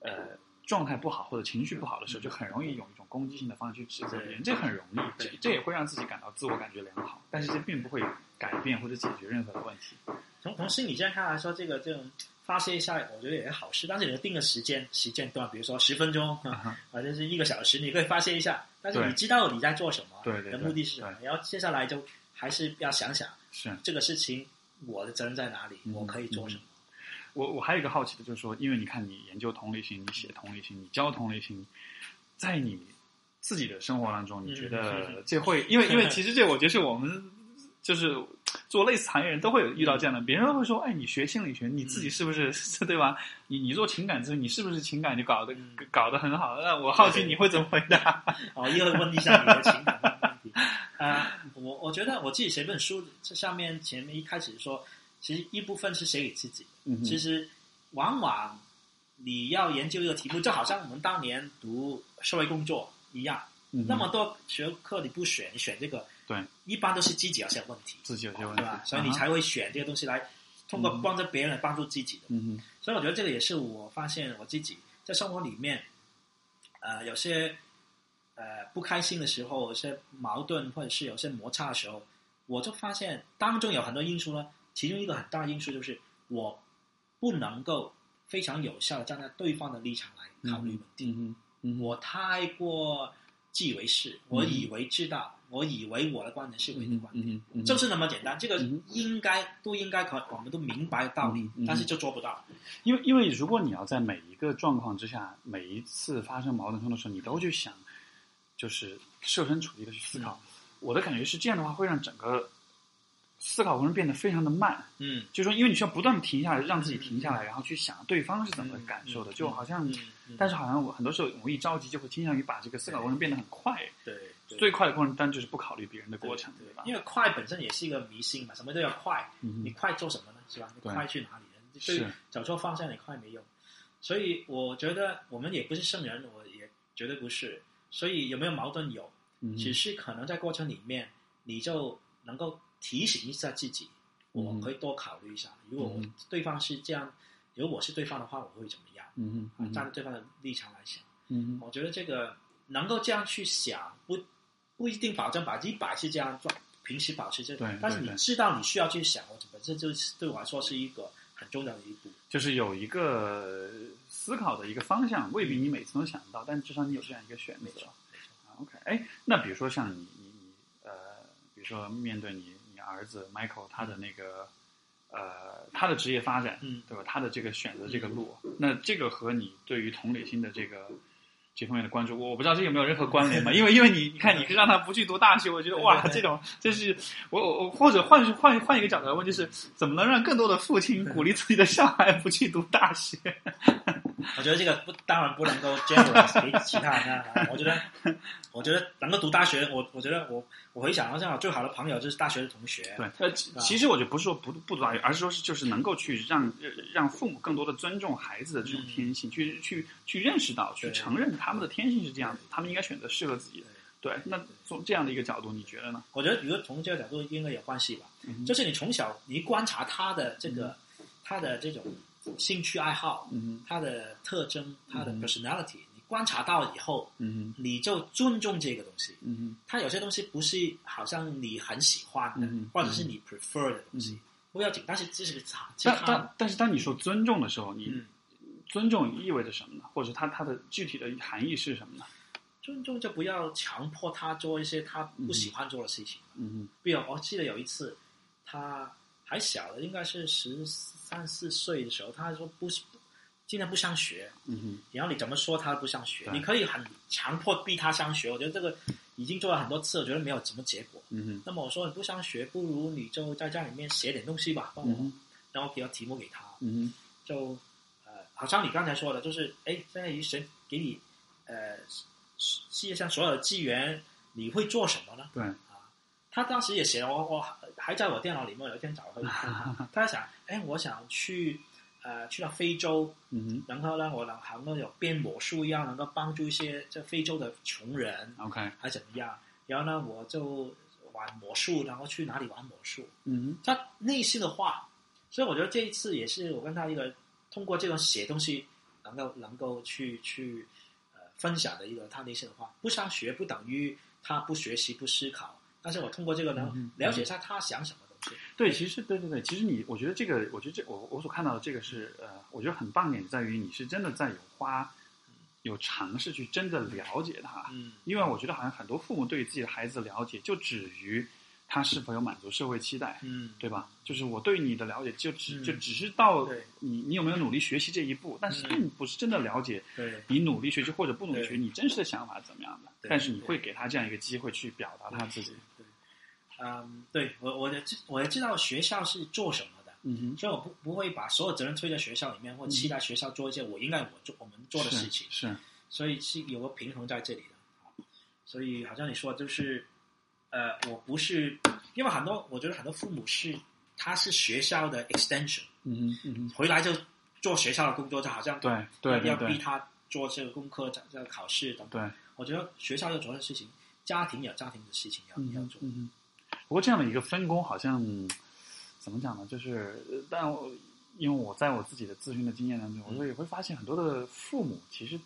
A: 呃状态不好或者情绪不好的时候，就很容易用一种攻击性的方式去指责别人，这很容易，这这也会让自己感到自我感觉良好，但是这并不会改变或者解决任何的问题。
B: 从从心理健康来说，这个这种发泄一下，我觉得也是好事。但是你定个时间时间段，比如说十分钟
A: 啊哈
B: 啊，或者是一个小时，你可以发泄一下。但是
A: 对
B: 你知道你在做什么，
A: 对对对
B: 你的目的是什么？然后接下来就还是要想想
A: 是，
B: 这个事情我的责任在哪里，
A: 嗯
B: 我可以做什么。
A: 我我还有一个好奇的就是说，因为你看你研究同理心，你写同理心，你教同理心，在你自己的生活当中，你
B: 嗯
A: 觉得这会、因为因
B: <laughs>
A: 为其实这我觉得是我们就是做类似行业人都会有遇到
B: 嗯
A: 这样的，别人会说，哎，你学心理学，你自己是不是、对吧？你你做情感咨询，你是不是情感就搞得、
B: 嗯
A: 搞得很好？那我好奇
B: 对
A: 你会怎么回答？
B: 哦，又会问一下你的情感问题啊、我我觉得我自己写本书，这上面前面一开始说，其实一部分是写给自己的。
A: 嗯哼
B: 其实往往你要研究一个题目，就好像我们当年读社会工作一样，
A: 嗯哼
B: 那么多学科你不选，你选这个，
A: 对，
B: 一般都是自己要想问题，
A: 自己有些问
B: 对
A: 题，
B: 吧？所以你
A: 啊哈
B: 才会选这个东西来通过
A: 嗯
B: 帮助别人来帮助自己的。
A: 嗯
B: 所以我觉得这个也是我发现我自己在生活里面，呃，有些呃不开心的时候，有些矛盾或者是有些摩擦的时候，我就发现当中有很多因素呢，其中一个很大的因素就是我不能够非常有效的站在对方的立场来
A: 哼
B: 考虑问题，
A: 嗯哼嗯哼
B: 我太过自以为是，我以为知道，我以为我的观点是唯一
A: 嗯
B: 观点。
A: 哼嗯哼
B: 就是那么简单，这个
A: 嗯
B: 应该都应该可，我们都明白道理，
A: 嗯嗯
B: 但是就做不到。
A: 因为因为如果你要在每一个状况之下，每一次发生矛盾冲突的时候，你都去想，就是设身处地的去思考。
B: 嗯
A: 我的感觉是这样的话，会让整个思考过程变得非常的慢。
B: 嗯，
A: 就是说，因为你需要不断的停下来，让自己停下来，然后去想对方是怎么感受的。
B: 嗯嗯
A: 就好像，
B: 嗯
A: 但是好像我很多时候我一着急，就会倾向于把这个思考过程变得很快。
B: 对，对
A: 最快的过程，当然就是不考虑别人的过程，对吧？
B: 因为快本身也是一个迷信嘛，什么都要快，
A: 嗯
B: 你
A: 哼
B: 快做什么呢？是吧？你
A: 对
B: 快去哪里呢？你
A: 是
B: 对，找错方向你快没用。所以我觉得我们也不是圣人，我也绝对不是。所以有没有矛盾有，
A: 嗯哼
B: 只是可能在过程里面你就能够提醒一下自己，我
A: 嗯
B: 可以多考虑一下，如果我
A: 嗯
B: 对方是这样，如果我是对方的话，我会怎么样？
A: 嗯
B: 啊
A: 哼，
B: 站在对方的立场来想。
A: 嗯哼
B: 我觉得这个能够这样去想，不不一定保证百分之一百是这样做，平时保持这
A: 对
B: 种，但是
A: 对
B: 你
A: 对
B: 知道你需要去想，我本身就是对我来说是一个很重要的一
A: <laughs>
B: 步。
A: 就是有一个思考的一个方向，未必你每次都想到，但至少你有这样一个选择。啊 OK，哎，那比如说像你你你呃，比如说面对你你儿子 Michael 他的那个呃他的职业发展，
B: 嗯
A: 对吧？他的这个选择这个路，那这个和你对于同理心的这个。这方面的关注，我我不知道这有没有任何关联嘛？因为因为你你看，你是让他不去读大学，我觉得哇，
B: 对对
A: 这种这是我我我或者换换换一个角度来问，就是怎么能让更多的父亲鼓励自己的小孩不去读大
B: <laughs>
A: 学？
B: 我觉得这个不当然不能够 generalize 给其他人啊。 <laughs> 我觉得，我觉得能够读大学，我我觉得我我回想好像我最好的朋友就是大学的同学。
A: 对，呃，其其实我就不是说不不读大学，而是说是就是能够去让呃让父母更多的尊重孩子的这种
B: 嗯
A: 天性，去去去认识到，去
B: 对
A: 承认他们的天性是这样子，他们应该选择适合自己的
B: 对。
A: 对，那从这样的一个角度，你觉得呢？
B: 我觉得，比如从这个角度应该有关系吧。
A: 嗯
B: 就是你从小你观察他的这个、他的这种兴趣爱好，
A: 嗯
B: 他的特征、他的
A: 嗯
B: personality，、你观察到以后，
A: 嗯
B: 你就尊重这个东西。
A: 嗯
B: 它有些东西不是好像你很喜欢的，
A: 嗯
B: 或者是你 prefer 的东西，
A: 嗯
B: 不要紧。但是这是个差，这是
A: 但
B: 他
A: 但但是当你说尊重的时候，你
B: 嗯
A: 尊重意味着什么呢？或者它它的具体的含义是什么呢？
B: 尊重就不要强迫他做一些他不喜欢做的事情。
A: 嗯
B: 比如我记得有一次，他还小的，应该是十三四岁的时候，他说不今天不上学，
A: 哼嗯哼
B: 然后你怎么说他不上学？
A: 对
B: 你可以很强迫逼他上学，我觉得这个已经做了很多次，我觉得没有什么结果。
A: 嗯哼
B: 那么我说你不上学，不如你就在家里面写点东西吧，帮我，
A: 嗯哼
B: 然后给到题目给他，
A: 嗯
B: 就呃，好像你刚才说的，就是哎，现在谁给你呃世世界上所有的资源，你会做什么呢？
A: 哼，对，
B: 他当时也写了，我我还在我电脑里面，我有一天找回
A: <laughs>
B: 他，他想，哎，我想去呃去到非洲，
A: 嗯
B: 然后呢，我能能够有变魔术一样，能够帮助一些这非洲的穷人
A: 哼，OK，
B: 还怎么样？然后呢，我就玩魔术，然后去哪里玩魔术？
A: 嗯
B: 他内心的话，所以我觉得这一次也是我跟他一个通过这种写东西，能够能够去去呃分享的一个他内心的话。不上学不等于他不学习不思考，但是我通过这个
A: 嗯
B: 能了解一下他想什么东西。
A: 哼，对，其实对对对，其实你，我觉得这个，我觉得这我我所看到的这个是，呃，我觉得很棒点在于你是真的在有花，有尝试去真的了解它，
B: 嗯
A: 因为我觉得好像很多父母对自己的孩子的了解，就止于他是否有满足社会期待，
B: 嗯，
A: 对吧？就是我对你的了解，就只
B: 嗯
A: 就只是到
B: 对
A: 你你有没有努力学习这一步，但是
B: 嗯
A: 并不是真的了解
B: 对
A: 你努力学习或者不努力学习
B: 对
A: 你真实的想法是怎么样的。
B: 对
A: 但是你会给他这样一个机会去表达他自己。
B: 嗯，对我我的知我也知道学校是做什么的。
A: 嗯哼，
B: 所以我不不会把所有责任推在学校里面，或期待学校做一些我应该我做我们做的事情，
A: 嗯是，是
B: 所以是有个平衡在这里的。所以好像你说的就是，呃，我不是，因为很多我觉得很多父母是他是学校的 extension，
A: 嗯哼，嗯哼，
B: 回来就做学校的工作，就好像
A: 对对对
B: 要逼
A: 对
B: 他做这个功课、这这个考试等等。
A: 对，
B: 我觉得学校要做的事情，家庭有家庭的事情要、
A: 嗯
B: 要
A: 哼
B: 做。
A: 嗯哼。不过这样的一个分工好像嗯怎么讲呢？就是，呃但我因为我在我自己的咨询的经验当中，我
B: 嗯
A: 说也会发现很多的父母其实，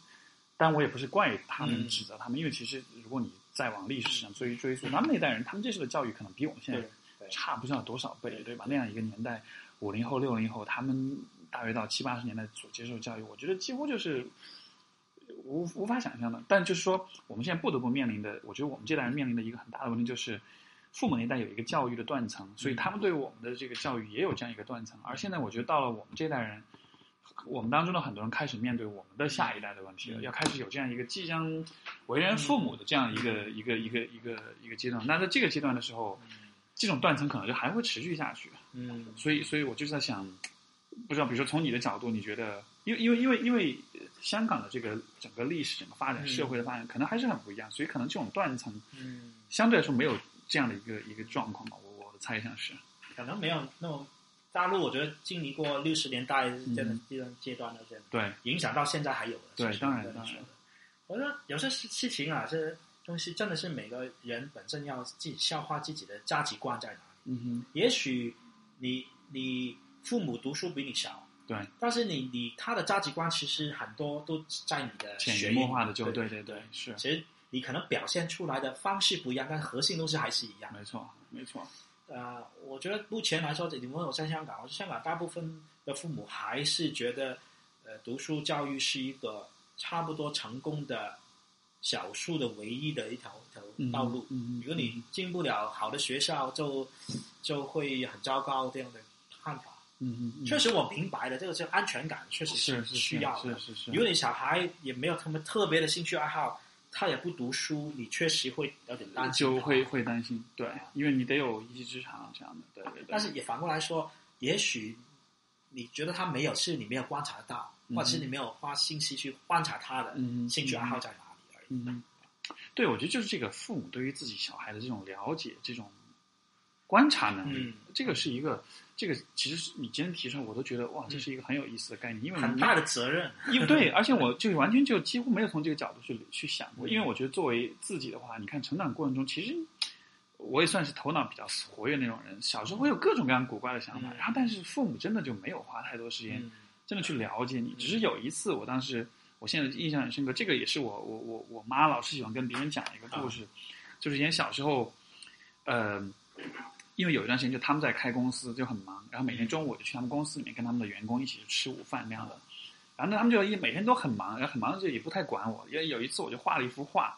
A: 但我也不是怪他们
B: 嗯
A: 指责他们，因为其实如果你再往历史上追
B: <laughs>
A: 追溯，他们那代人，他们接受的教育可能比我们现在
B: 对对
A: 差不知道多少倍，
B: 对
A: 对吧？那样一个年代，五零后、六零后，他们大约到七八十年代所接受的教育，我觉得几乎就是无无法想象的。但就是说，我们现在不得不面临的，我觉得我们这代人面临的一个很大的问题就是。父母那一代有一个教育的断层，所以他们对我们的这个教育也有这样一个断层。而现在，我觉得到了我们这代人，我们当中的很多人开始面对我们的下一代的问题了，
B: 嗯
A: 要开始有这样一个即将为人父母的这样一个一个一个一个一个阶段。那在这个阶段的时候，这种断层可能就还会持续下去。
B: 嗯，
A: 所以，所以我就是在想，不知道，比如说从你的角度，你觉得，因为因为因为因为呃香港的这个整个历史、整个发展、
B: 嗯
A: 社会的发展，可能还是很不一样，所以可能这种断层
B: 嗯。
A: 相对来说没有这样的一个一个状况吧。我我的猜想是，
B: 可能没有那么大陆，我觉得经历过六十年代这
A: 嗯
B: 段这段阶段的这样
A: 对，
B: 影响到现在还有的。
A: 对
B: 其实
A: 当然
B: 我觉得
A: 当然
B: 我觉得有些事事情啊，这东西真的是每个人本身要自己消化自己的价值观在哪里。
A: 嗯
B: 也许你你父母读书比你少，
A: 哼，对，
B: 但是你你他的价值观其实很多都在你的
A: 潜移
B: 学
A: 默
B: 业
A: 化
B: 里
A: 的就
B: 对
A: 对对对，是
B: 其实你可能表现出来的方式不一样，但核心东西还是一样。
A: 没错没错，
B: 呃，我觉得目前来说，你问我在香港，我香港大部分的父母还是觉得，呃，读书教育是一个差不多成功的少数的唯一的一条一条
A: 嗯
B: 道路。
A: 嗯嗯
B: 如果你进不了好的学校就，就会很糟糕这样的看法。
A: 嗯嗯嗯，
B: 确实，我明白的，这个是安全感，确实
A: 是是
B: 需要的
A: 是。是是，
B: 如果你小孩也没有什么特别的兴趣爱好，他也不读书，你确实会有点担心他。
A: 就会会担心，对
B: 啊，
A: 因为你得有一技之长这样的，对对对，
B: 但是也反过来说，也许你觉得他没有，是你没有观察到，
A: 嗯
B: 或者是你没有花心思去观察他的
A: 嗯
B: 兴趣爱好在哪里而已。
A: 嗯，对，我觉得就是这个父母对于自己小孩的这种了解、这种观察能力，
B: 嗯
A: 这个是一个，这个其实是你今天提出来，我都觉得哇，这是一个很有意思的概念，因为
B: 嗯很
A: 你
B: 大的责任，啊 <laughs>
A: 因为对，而且我就完全就几乎没有从这个角度去去想过，
B: 嗯
A: 因为我觉得作为自己的话，你看成长过程中，其实我也算是头脑比较活跃那种人，小时候会有各种各样古怪的想法，
B: 嗯
A: 然后但是父母真的就没有花太多时间
B: 嗯
A: 真的去了解你。只是有一次，我当时我现在印象很深刻，这个也是我我我我妈老是喜欢跟别人讲的一个故事，就是以前小时候，呃，因为有一段时间就他们在开公司就很忙，然后每天中午我就去他们公司里面跟他们的员工一起去吃午饭那样的。反正他们就一每天都很忙，然后很忙就也不太管我。因为有一次我就画了一幅画，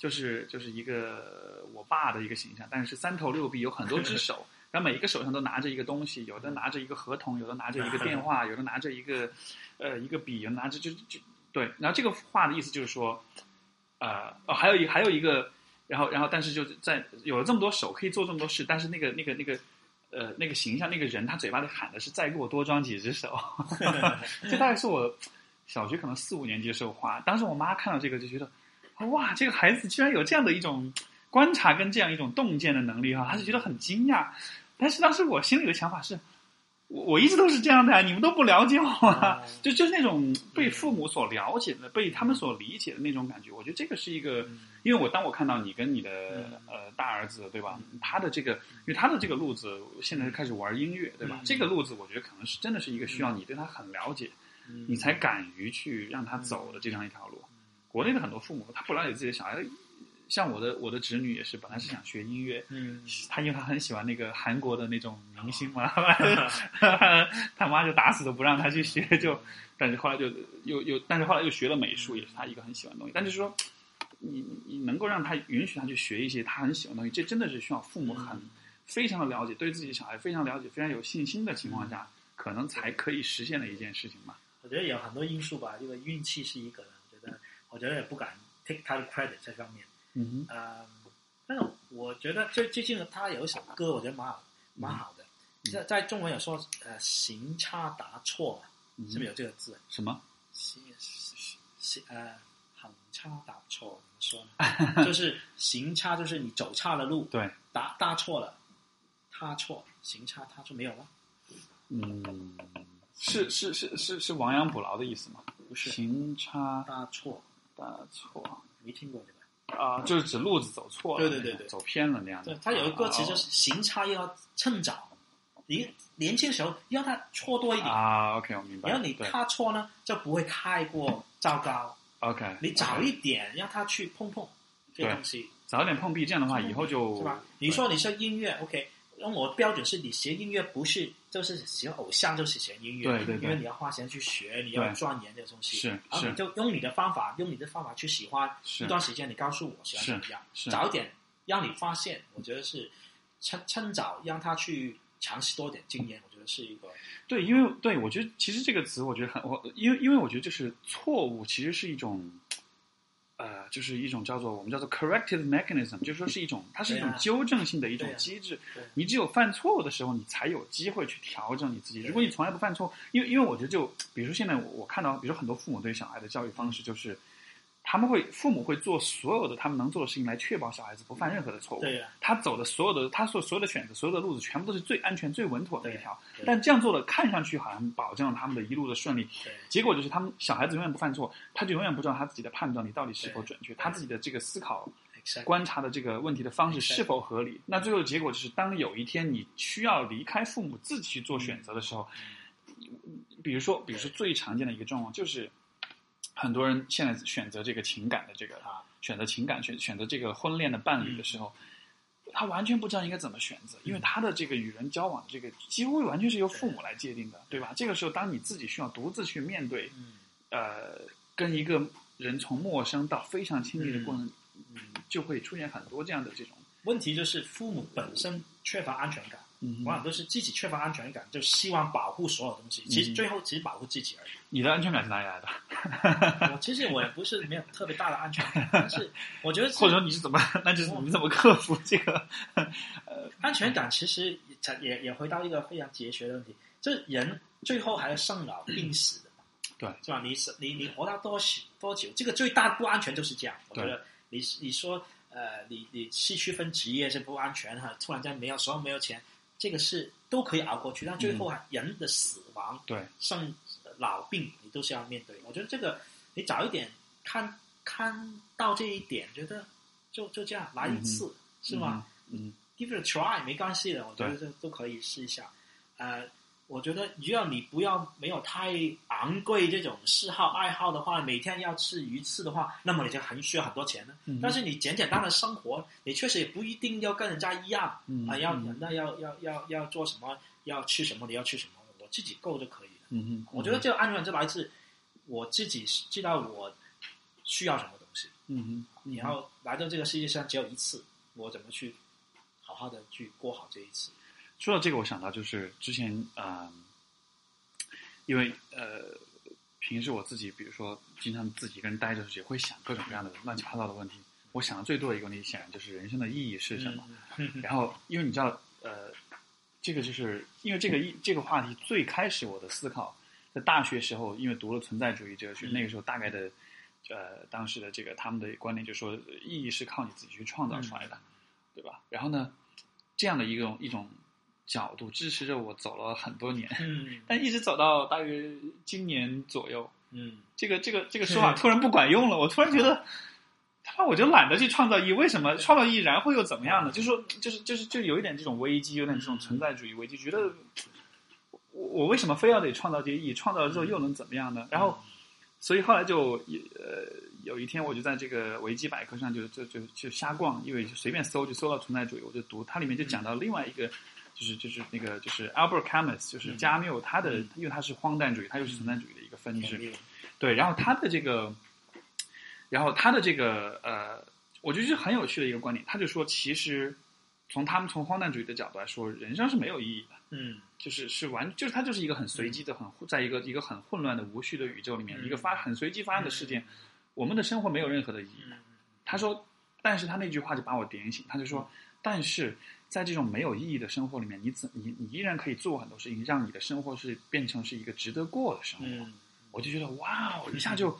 A: 就是就是一个我爸的一个形象，但是是三头六臂，有很多只手，然后每一个手上都拿着一个东西，有的拿着一个合同，有的拿着一个电话，有的拿着一个呃一个笔，有的拿着就就对。然后这个画的意思就是说，呃，哦，还有一还有一个，然后然后但是就是在有了这么多手可以做这么多事，但是那个那个那个呃那个形象那个人他嘴巴里喊的是再给我多装几只手，这大概是我小学可能四五年级的时候画，当时我妈看到这个就觉得，哇，这个孩子居然有这样的一种观察跟这样一种洞见的能力哈、啊，她就觉得很惊讶。但是当时我心里的想法是，我我一直都是这样的，啊，你们都不了解我啊，
B: 嗯
A: 就就是那种被父母所了解的、被他们所理解的那种感觉。我觉得这个是一个，因为我当我看到你跟你的
B: 嗯
A: 呃大儿子对吧，他的这个，因为他的这个路子现在开始玩音乐对吧
B: 嗯，
A: 这个路子我觉得可能是真的是一个需要你对他很了解，
B: 嗯
A: 你才敢于去让他走的这样一条路。国内的很多父母他不了解自己的小孩，像我的我的侄女也是，本来是想学音乐，
B: 嗯，
A: 他因为他很喜欢那个韩国的那种明星嘛， <laughs> 他妈就打死都不让他去学，就
B: 嗯
A: 但是后来就又又，但是后来又学了美术，也是他一个很喜欢的东西。但就是说，你你能够让他允许他去学一些他很喜欢的东西，这真的是需要父母
B: 嗯
A: 很非常的了解，对自己小孩非常了解、非常有信心的情况下，可能才可以实现的一件事情嘛。
B: 我觉得有很多因素吧，这个运气是一个，我觉得我觉得也不敢 take 他的 credit 这方面。
A: 嗯
B: 嗯，但是我觉得最最近他有一首歌，我觉得蛮好，
A: 嗯
B: 蛮好的。在在中文有说呃行差答错嘛，
A: 哼，
B: 是不是有这个字？
A: 嗯什么？
B: 行行行呃行差答错怎么说
A: <laughs>
B: 呢？就是行差就是你走差了路，
A: 对，
B: 答答错了，踏错，行差踏错没有吗？
A: 嗯，是是是是是亡羊补牢的意思吗？
B: 不是
A: 行差
B: 搭错，
A: 大错。
B: 没听过对吧？
A: 啊、就是指路子走错了，
B: 对对对对
A: 走偏了那样啊
B: 对
A: 子。
B: 他有一个歌词就是是行差要趁早，你年轻的时候要他错多一点，
A: 啊，OK，我明白。
B: 然后你
A: 对
B: 踏错呢就不会太过糟糕，
A: ，OK，
B: 你早
A: OK，
B: 一点让他去碰碰这个
A: 对
B: 东西，
A: 早点碰壁，这样的话以后就是
B: 吧？你说你是音乐，OK，那我标准是你学音乐不是就是学偶像就是学音乐，
A: 对对对
B: 因为你要花钱去学，你要
A: 对
B: 钻研这个东西，
A: 是
B: 然后
A: 是
B: 你就用你的方法，用你的方法去喜欢，
A: 是
B: 一段时间你告诉我喜欢怎么样，
A: 是是
B: 早一点让你发现，我觉得是趁趁早让他去尝试多点经验，我觉得是一个
A: 对，因为对我觉得其实这个词，我觉得很我，因为因为我觉得就是错误其实是一种，呃，就是一种叫做我们叫做 corrective mechanism，就是说是一种它是一种
B: 对啊
A: 纠正性的一种
B: 对啊
A: 机制。
B: 对
A: 你只有犯错误的时候，你才有机会去调整你自己。
B: 对
A: 如果你从来不犯错，因为因为我觉得就比如说现在我我看到，比如说很多父母对小孩的教育方式就是。他们会，父母会做所有的他们能做的事情来确保小孩子不
B: 嗯
A: 犯任何的错误。
B: 对啊呀、
A: 他走的所有的，他所所有的选择，所有的路子，全部都是最安全、最稳妥的一条
B: 对。
A: 但这样做了，看上去好像保证了他们的一路的顺利，
B: 对
A: 结果就是他们小孩子永远不犯错，他就永远不知道他自己的判断力到底是否
B: 对
A: 准确，他自己的这个思考、
B: ，exactly，
A: 观察的这个问题的方式
B: 对
A: 是否合理。那最后的结果就是，当有一天你需要离开父母自己去做选择的时候，比如说，比如说最常见的一个状况就是，很多人现在选择这个情感的这个
B: 啊
A: 选择情感选选择这个婚恋的伴侣的时候，他完全不知道应该怎么选择，因为他的这个与人交往的这个几乎完全是由父母来界定的，对吧？这个时候，当你自己需要独自去面对，
B: 嗯
A: 呃，跟一个人从陌生到非常亲密的过程，
B: 嗯，
A: 就会出现很多这样的这种，
B: 问题就是父母本身缺乏安全感，
A: 嗯
B: 往往都是自己缺乏安全感，就希望保护所有东西，其实
A: 嗯
B: 最后只是保护自己而已。
A: 你的安全感是哪里来的？
B: 我其实我也不是没有特别大的安全感，
A: <laughs>
B: 但是我觉得是
A: 或者说你是怎么，那就是你怎么克服这 <laughs> 个？
B: 安全感其实也也也回到一个非常哲学的问题，就是人最后还是生老病死的，
A: <clears throat> 对，
B: 是吧？你是你你活到多久多久，这个最大不安全就是这样。我觉得你你说呃，你你去区分职业是不安全哈，突然间没有手没有钱，这个是都可以熬过去，但
A: 嗯
B: 最后啊，人的死亡
A: 对，
B: 生老病，你都是要面对。我觉得这个你早一点看看到这一点，觉得就就这样来一次、是吗？
A: 嗯？
B: give it a try 没关系的，我觉得这都可以试一下。呃，我觉得只要你不要没有太昂贵这种嗜好爱好的话，每天要吃鱼翅的话，那么你就很需要很多钱了。
A: 嗯，
B: 但是你简简单单生活，你确实也不一定要跟人家一样啊、
A: 嗯
B: 要
A: 嗯
B: 人家要要要要做什么，要吃什么，你要吃什么，我自己够就可以了。
A: 嗯哼，
B: 我觉得这个安全感是来自我自己知道我需要什么东西，
A: 嗯哼，
B: 然后来到这个世界上只有一次，我怎么去好好的去过好这一次？
A: 说到这个，我想到就是之前啊、呃因为呃，平时我自己比如说经常自己一个人待着，也会想各种各样的乱七八糟的问题。我想的最多的一个问题，显然就是人生的意义是什么。然后，因为你知道，呃，这个就是因为这个一这个话题最开始我的思考，在大学时候，因为读了存在主义哲学，
B: 嗯
A: 那个时候大概的，呃，当时的这个他们的观念就说，意义是靠你自己去创造出来的，对吧？然后呢，这样的一种一种角度支持着我走了很多年，
B: 嗯
A: 但一直走到大约今年左右，
B: 嗯
A: 这个这个这个说法突然不管用了，我突然觉得，他妈我就懒得去创造意义，为什么创造意义然后又怎么样呢？
B: 嗯
A: 就说就是就是就有一点这种危机，有点这种存在主义危机，觉得我我为什么非要得创造这些意义？创造了
B: 嗯
A: 之后又能怎么样呢？然后，所以后来就呃有一天我就在这个维基百科上就就就就瞎逛，因为就随便搜就搜到存在主义，我就读它里面就
B: 嗯
A: 讲到另外一个。就是就是那个就是 Albert Camus，就是
B: 嗯
A: 加缪，他的
B: 嗯
A: 因为他是荒诞主义，他又是存在主义的一个分支，
B: 肯定
A: 对，然后他的这个，然后他的这个呃，我觉得是很有趣的一个观点。他就说，其实从他们从荒诞主义的角度来说，人生是没有意义的，
B: 嗯
A: 就是是完，就是它就是一个很随机的、很在一个一个很混乱的无序的宇宙里面，
B: 嗯
A: 一个发很随机发生的事件，我们的生活没有任何的意义。
B: 嗯
A: 他说，但是他那句话就把我点醒，他就说，但是在这种没有意义的生活里面，你怎你你依然可以做很多事情，让你的生活是变成是一个值得过的生活。
B: 嗯
A: 我就觉得哇，哦，一下就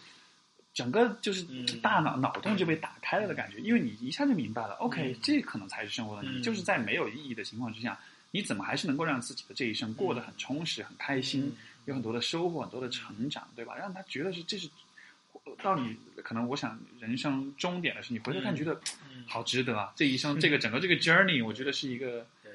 A: 整个就是
B: 嗯
A: 大脑、脑洞就被打开了的感觉，因为你一下就明白了，OK，、
B: 嗯
A: 这可能才是生活的意义，
B: 嗯
A: 就是在没有意义的情况之下，你怎么还是能够让自己的这一生过得很充实、很开心，
B: 嗯
A: 有很多的收获、很多的成长，对吧？让他觉得是这是。到你可能，我想人生终点的时候，你回头看
B: 嗯
A: 觉得
B: 嗯
A: 好值得啊！这一生，这个整个这个 journey，我觉得是一个
B: 对。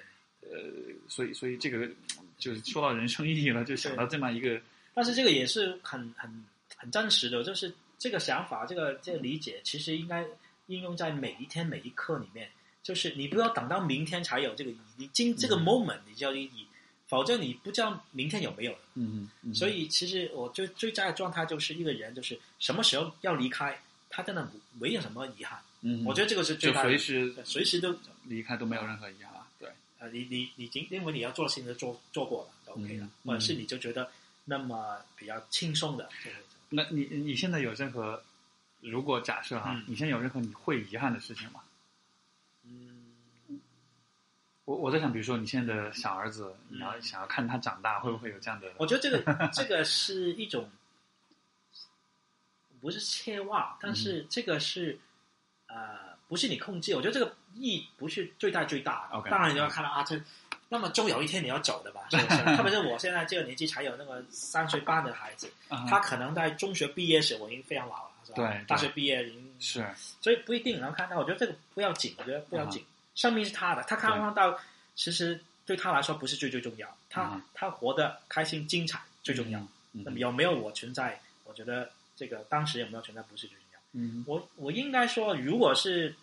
A: 呃，所以所以这个就是说到人生意义了，就想到这么一个
B: 但是这个也是很很很真实的，就是这个想法，这个这个理解，其实应该应用在每一天每一刻里面。就是你不要等到明天才有这个意义，你今这个
A: 嗯
B: moment 你就要意义，否则你不知道明天有没有。
A: 嗯，嗯
B: 所以其实我最最佳的状态就是一个人，就是什么时候要离开，他真的不没有什么遗憾。
A: 嗯，
B: 我觉得这个是最
A: 就
B: 大的
A: 随时
B: 随时都
A: 离开都没有任何遗憾了。对，
B: 呃，你你你已经认为你要做的事情都做做过了，就 OK 了，
A: 嗯
B: 或者是你就觉得那么比较轻松的，就会
A: 那你你现在有任何，如果假设哈、
B: 嗯
A: 你现在有任何你会遗憾的事情吗？
B: 嗯，
A: 我我在想，比如说你现在的小儿子，你要
B: 嗯哦
A: 想要看他长大，会不会有这样的？
B: 我觉得这个这个是一种，不是切望，但是这个是呃，不是你控制。我觉得这个意义不是最大最大的。
A: OK 嗯
B: 当然你要看到啊，这那么终有一天你要走的吧，是不是？
A: <laughs>
B: 特别是我现在这个年纪才有那么三岁半的孩子，
A: 啊
B: 他可能在中学毕业时我已经非常老了，是吧？
A: 对对
B: 大学毕业已经
A: 是
B: 所以不一定能看到。我觉得这个不要紧，我觉得不要紧，
A: 啊
B: 生命是他的，他看不看到，其实对他来说不是最最重要，他、
A: 啊
B: 他活得开心精彩最重要。。
A: 嗯
B: 那么有没有我存在，我觉得这个当时有没有存在不是最重要。
A: 嗯
B: 我我应该说，如果是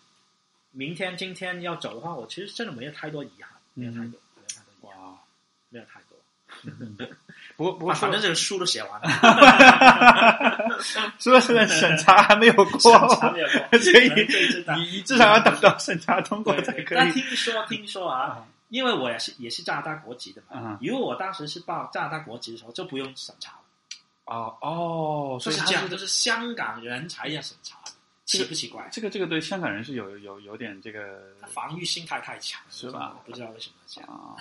B: 明天今天要走的话，我其实真的没有太多遗憾，
A: 嗯
B: 没有太多，没有太多遗憾，
A: 哇，
B: 没有太多。
A: 嗯不过不
B: 哇
A: 过
B: 啊反
A: 说
B: 正这个书都写完
A: <laughs>
B: 了，
A: 说现在审查还没有
B: 差
A: 过，。
B: 没有过
A: <laughs> 所以
B: 可能最最大
A: 你你至少要等到审查通过
B: 对
A: 才
B: 对，
A: 可
B: 但
A: 以。
B: 听说听说啊，因为我也是也是加拿大国籍的嘛，
A: 嗯
B: 如果我当时是报加拿大国籍的时候，就不用审查了。
A: 哦哦，
B: 就
A: 所以
B: 是
A: 他
B: 这样，
A: 是
B: 就是香港人才要审查的，
A: 这个
B: 奇不奇怪？
A: 这个这个对香港人是有有有点这个
B: 他防御心态太强了，
A: 是吧
B: 我不知道为什么这
A: <laughs>
B: 样。
A: 啊，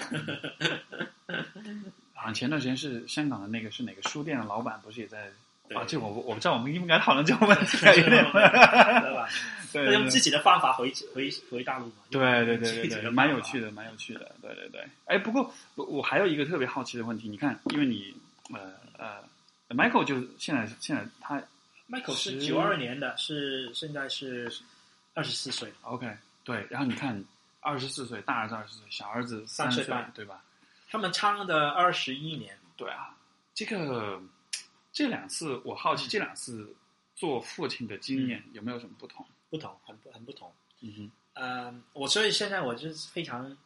A: 好像啊前段时间是香港的那个是哪个书店的老板，不是也在
B: 对 <laughs>
A: 啊？这我不我不知道，我们应不应该讨论这个问题啊？有点
B: 对吧？
A: <laughs> 对
B: 他用
A: 对
B: 自己的方法回回回大陆嘛？
A: 对对对对
B: 自己
A: 对，
B: 的
A: 蛮有趣
B: 的。
A: 的，蛮有趣的，对对对。哎，不过我我还有一个特别好奇的问题，你看，因为你呃呃，Michael 就是现在现在他
B: Michael 是
A: 十
B: 九二年的，是现在是二十四岁，
A: OK 对，然后你看二十四岁，大儿子二十岁，小儿子三
B: 三
A: 岁
B: 岁半
A: 对吧？
B: 他们唱的二十一年。
A: 对啊，这个这两次我好
B: 嗯
A: 奇，这两次做父亲的经验有没有什么不同？
B: 不同，很不很不同。
A: 嗯
B: 嗯，我所以现在我就是非常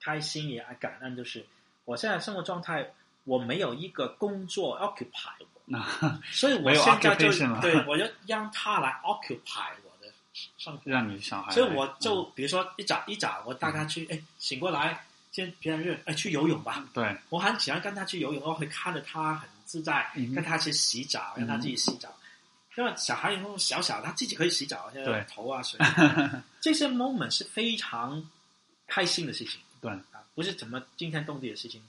B: 开心也感恩，就是我现在生活状态，我没有一个工作 occupy 我，
A: 那 <laughs>
B: 所以我
A: 没有
B: 现在就
A: occupation 了
B: 对我就让他来 occupy 我的生活。
A: 让你小孩来，嗯
B: 所以我就比如说一早一早，我带他去，哎、醒过来，先平安日，哎，去游泳吧
A: 嗯。对，
B: 我很喜欢跟他去游泳，我会看着他很自在，
A: 嗯
B: 跟他去洗澡，
A: 嗯
B: 让他自己洗澡。因为小孩以后小小，他自己可以洗澡，现在
A: 对
B: 头啊水，
A: <laughs>
B: 这些 moment 是非常开心的事情。
A: 对
B: 啊，不是怎么惊天动地的事情，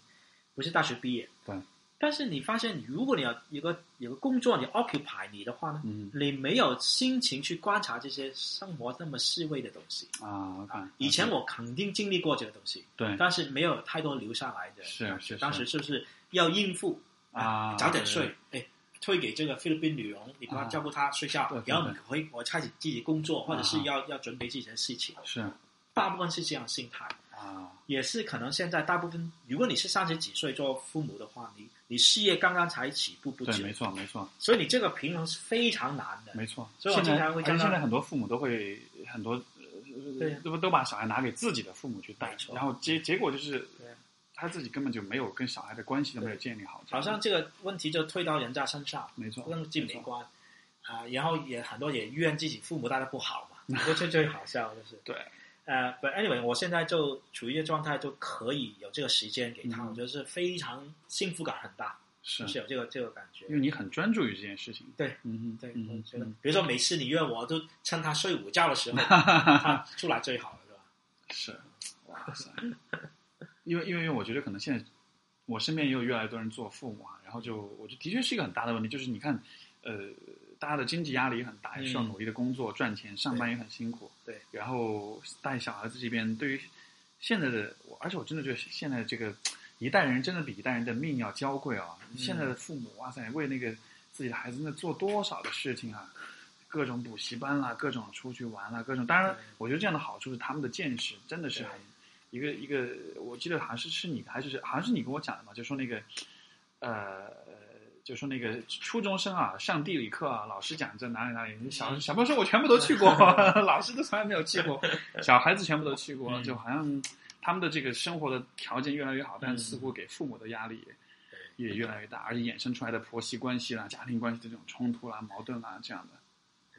B: 不是大学毕业。
A: 对，
B: 但是你发现，如果你要有个有个工作，你 occupy 你的话呢，
A: 嗯
B: 你没有心情去观察这些生活那么细微的东西
A: 啊，我看
B: 啊。以前我肯定经历过这个东西，
A: 对
B: 但是没有太多留下来的。
A: 是是是
B: 当时是不是要应付
A: 啊，
B: 早点睡？哎，推给这个菲律宾女佣，你帮
A: 啊
B: 照顾她睡觉
A: 对，对啊
B: 然后你回我开始自己工作，或者是要要准备自己的事情。
A: 是
B: 大部分是这样的心态，
A: 啊，
B: 也是可能现在大部分，如果你是三十几岁做父母的话，你你事业刚刚才起步不
A: 对，
B: 久
A: 没，错没错
B: 所以你这个平衡是非常难的。
A: 没错。
B: 所以我
A: 现
B: 经
A: 在
B: 常会
A: 而
B: 看
A: 且
B: 到
A: 现在很多父母都会很多，呃
B: 对呀
A: 都都把小孩拿给自己的父母去带
B: 没，错嗯
A: 然后结结果就是
B: 对呀
A: 他自己根本就没有跟小孩的关系都没有建立好，
B: 好像这个问题就推到人家身上，
A: 没错，
B: 跟自己
A: 没
B: 没
A: 错。
B: 关啊、然后也很多也怨自己父母带的不好嘛， <laughs> 这最最好笑就是
A: 对
B: 呃，but anyway，我现在就处于一个状态，就可以有这个时间给他，
A: 嗯
B: 我觉得是非常幸福感很大，
A: 是
B: 就是有这个这个感觉
A: 因。为你很专注于这件事情。
B: 对，
A: 嗯哼，
B: 对，
A: 嗯
B: 我
A: 哼
B: 觉得
A: 嗯，
B: 比如说每次你约我，都趁他睡午觉
A: <laughs>
B: 的时候，他出来最好了，是吧？
A: 是，哇塞！因为因为我觉得可能现在我身边也有越来越多人做父母啊，然后就我觉得的确是一个很大的问题，就是你看，呃，大家的经济压力也很大，也需要
B: 嗯
A: 努力的工作赚钱，上班也很辛苦，
B: 对，
A: 然后带小孩子这边，对于现在的我，而且我真的觉得现在这个一代人真的比一代人的命要娇贵啊！
B: 嗯
A: 现在的父母，哇塞，为那个自己的孩子那做多少的事情啊！各种补习班啦，各种出去玩啦，各种当然
B: 对，
A: 我觉得这样的好处是他们的见识真的是
B: 对
A: 很一个一个，我记得好像是是你还是好像是你跟我讲的嘛，就说那个，呃，就说那个初中生啊，上地理课啊，老师讲这哪里哪里，小
B: 嗯
A: 小朋友说我全部都去过，老师都从来没有去过，小孩子全部都去过，
B: 嗯
A: 就好像他们的这个生活的条件越来越好，但
B: 嗯
A: 似乎给父母的压力也也越来越大，而且衍生出来的婆媳关系啦、家庭关系的这种冲突啦、矛盾啦这样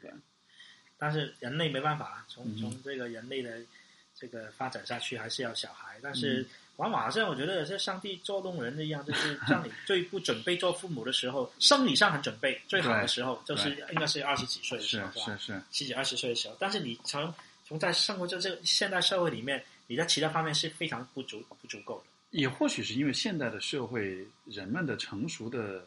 A: 的，
B: 但是人类没办法啊，从
A: 嗯
B: 从这个人类的这个发展下去，还是要小孩。但
A: 嗯
B: 是往往好像我觉得像上帝捉弄人一样，就是让你最不准备做父母的时候，生理上很准备，最好的时候就是应该是二十几岁的时
A: 是
B: 候，吧
A: 是？是，
B: 十几二十岁的时候，但是你从从在生活在这个现代社会里面，你在其他方面是非常不足不足够的。
A: 也或许是因为现代的社会，人们的成熟的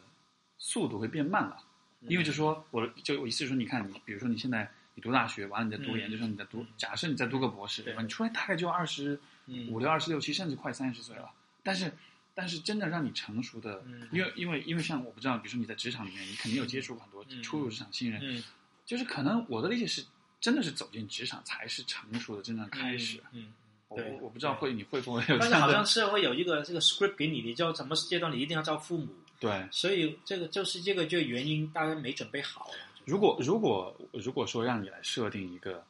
A: 速度会变慢了。
B: 嗯
A: 因为就说，我就我意思是说，你看你，比如说你现在你读大学，完了你再读
B: 嗯
A: 研究生，你再读
B: 嗯，
A: 假设你再读个博士，
B: 对
A: 对吧？你出来大概就二十
B: 嗯
A: 五六、二十六七，甚至快三十岁了。但是，但是真的让你成熟的
B: 嗯，
A: 因为因为因为像我不知道，比如说你在职场里面，你肯定有接触过很多
B: 嗯
A: 初入职场新人，
B: 嗯，
A: 就是可能我的理解是，真的是走进职场才是成熟的真正开始。
B: 嗯，
A: 我
B: 对
A: 我我不知道会你会不会有
B: 但
A: 这
B: 是
A: 样
B: 好
A: 的
B: 像社会有一个这个 script 给你，你就什么阶段你一定要照父母。
A: 对。
B: 所以这个就是这个就原因，大家没准备好。
A: 如果如果如果说让你来设定一个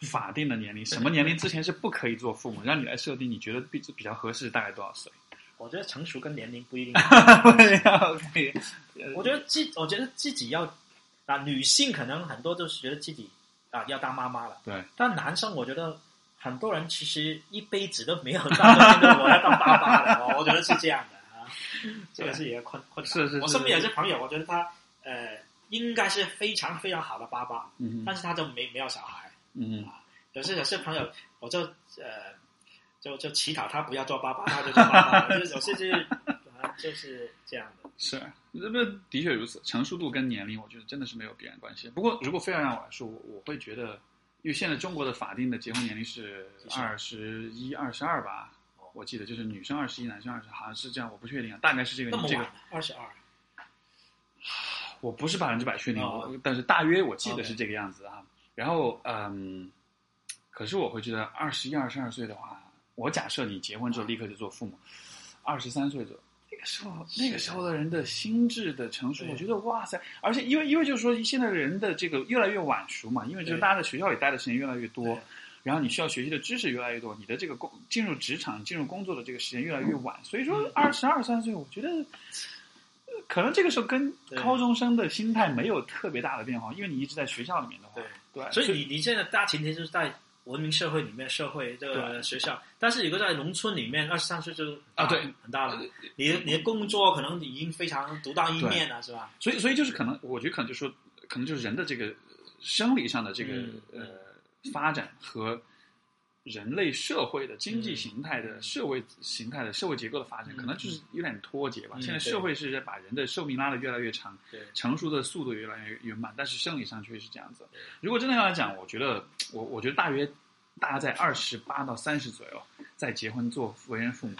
A: 法定的年 <laughs> 龄，什么年龄之前是不可以做父母，让你来设定，你觉得比比较合适大概多少 <laughs> 岁？
B: 我觉得成熟跟年龄不一定，
A: <laughs> OK，
B: 我觉得自我觉得自己要啊，女性可能很多都是觉得自己啊要当妈妈了，
A: 对，
B: 但男生我觉得很多人其实一辈子都没有到那个 <laughs> 我要当爸爸了，我我觉得是这样的啊，这个是一个困困难。
A: <laughs> 是是是
B: 我身边有些朋友，我觉得他呃应该是非常非常好的爸爸，
A: 嗯
B: 但是他就没没有小孩。
A: 嗯，
B: 有些有些朋友，我就呃，就就乞讨他不要做爸爸，他就做爸爸，就是有些就是、啊、就是这样的。
A: 是，那那的确如此，成熟度跟年龄，我觉得真的是没有必然关系。不过如果非要让我来说，我我会觉得，因为现在中国的法定的结婚年龄是
B: 几岁
A: 二十一、二十二吧。我记得就是女生二十一，男生二十，好像是这样，我不确定啊，大概是这个
B: 那么
A: 这
B: 晚
A: 个，，
B: 二十二，
A: 我不是百分之百确定，
B: 哦
A: 我但是大约我记得是这个样子啊。然后嗯，可是我会觉得二十一、二十二岁的话，我假设你结婚之后立刻就做父母，二十三岁左右。那个时候，
B: 是啊
A: 那个时候的人的心智的成熟，
B: 对
A: 我觉得哇塞！而且因为因为就是说，现在人的这个越来越晚熟嘛，因为就是
B: 对
A: 大家在学校里待的时间越来越多
B: 对，
A: 然后你需要学习的知识越来越多，你的这个工进
B: 嗯
A: 入职场、进入工作的这个时间越来越晚，所以说二十二三岁，我觉得呃可能这个时候跟
B: 对
A: 高中生的心态没有特别大的变化，因为你一直在学校里面的话，
B: 对
A: 对，
B: 所以你你现在大前提就是在文明社会里面，社会这个学校，但是如果在农村里面，二十三岁就
A: 啊对
B: 很大了，你的你的工作可能已经非常独当一面了，是吧？
A: 所以，所以就是可能，我觉得可能就说，可能就是人的这个呃生理上的这个、
B: 嗯嗯
A: 呃发展和人类社会的经济形态的、
B: 嗯
A: 社会形态的社会结构的发展，
B: 嗯
A: 可能就是有点脱节吧。
B: 嗯
A: 现在
B: 对
A: 社会是在把人的寿命拉得越来越长，
B: 对
A: 成熟的速度越来越越慢，但是生理上却是这样子
B: 对。
A: 如果真的要来讲，我觉得我我觉得大约大概在二十八到三十左右再结婚做为人父母，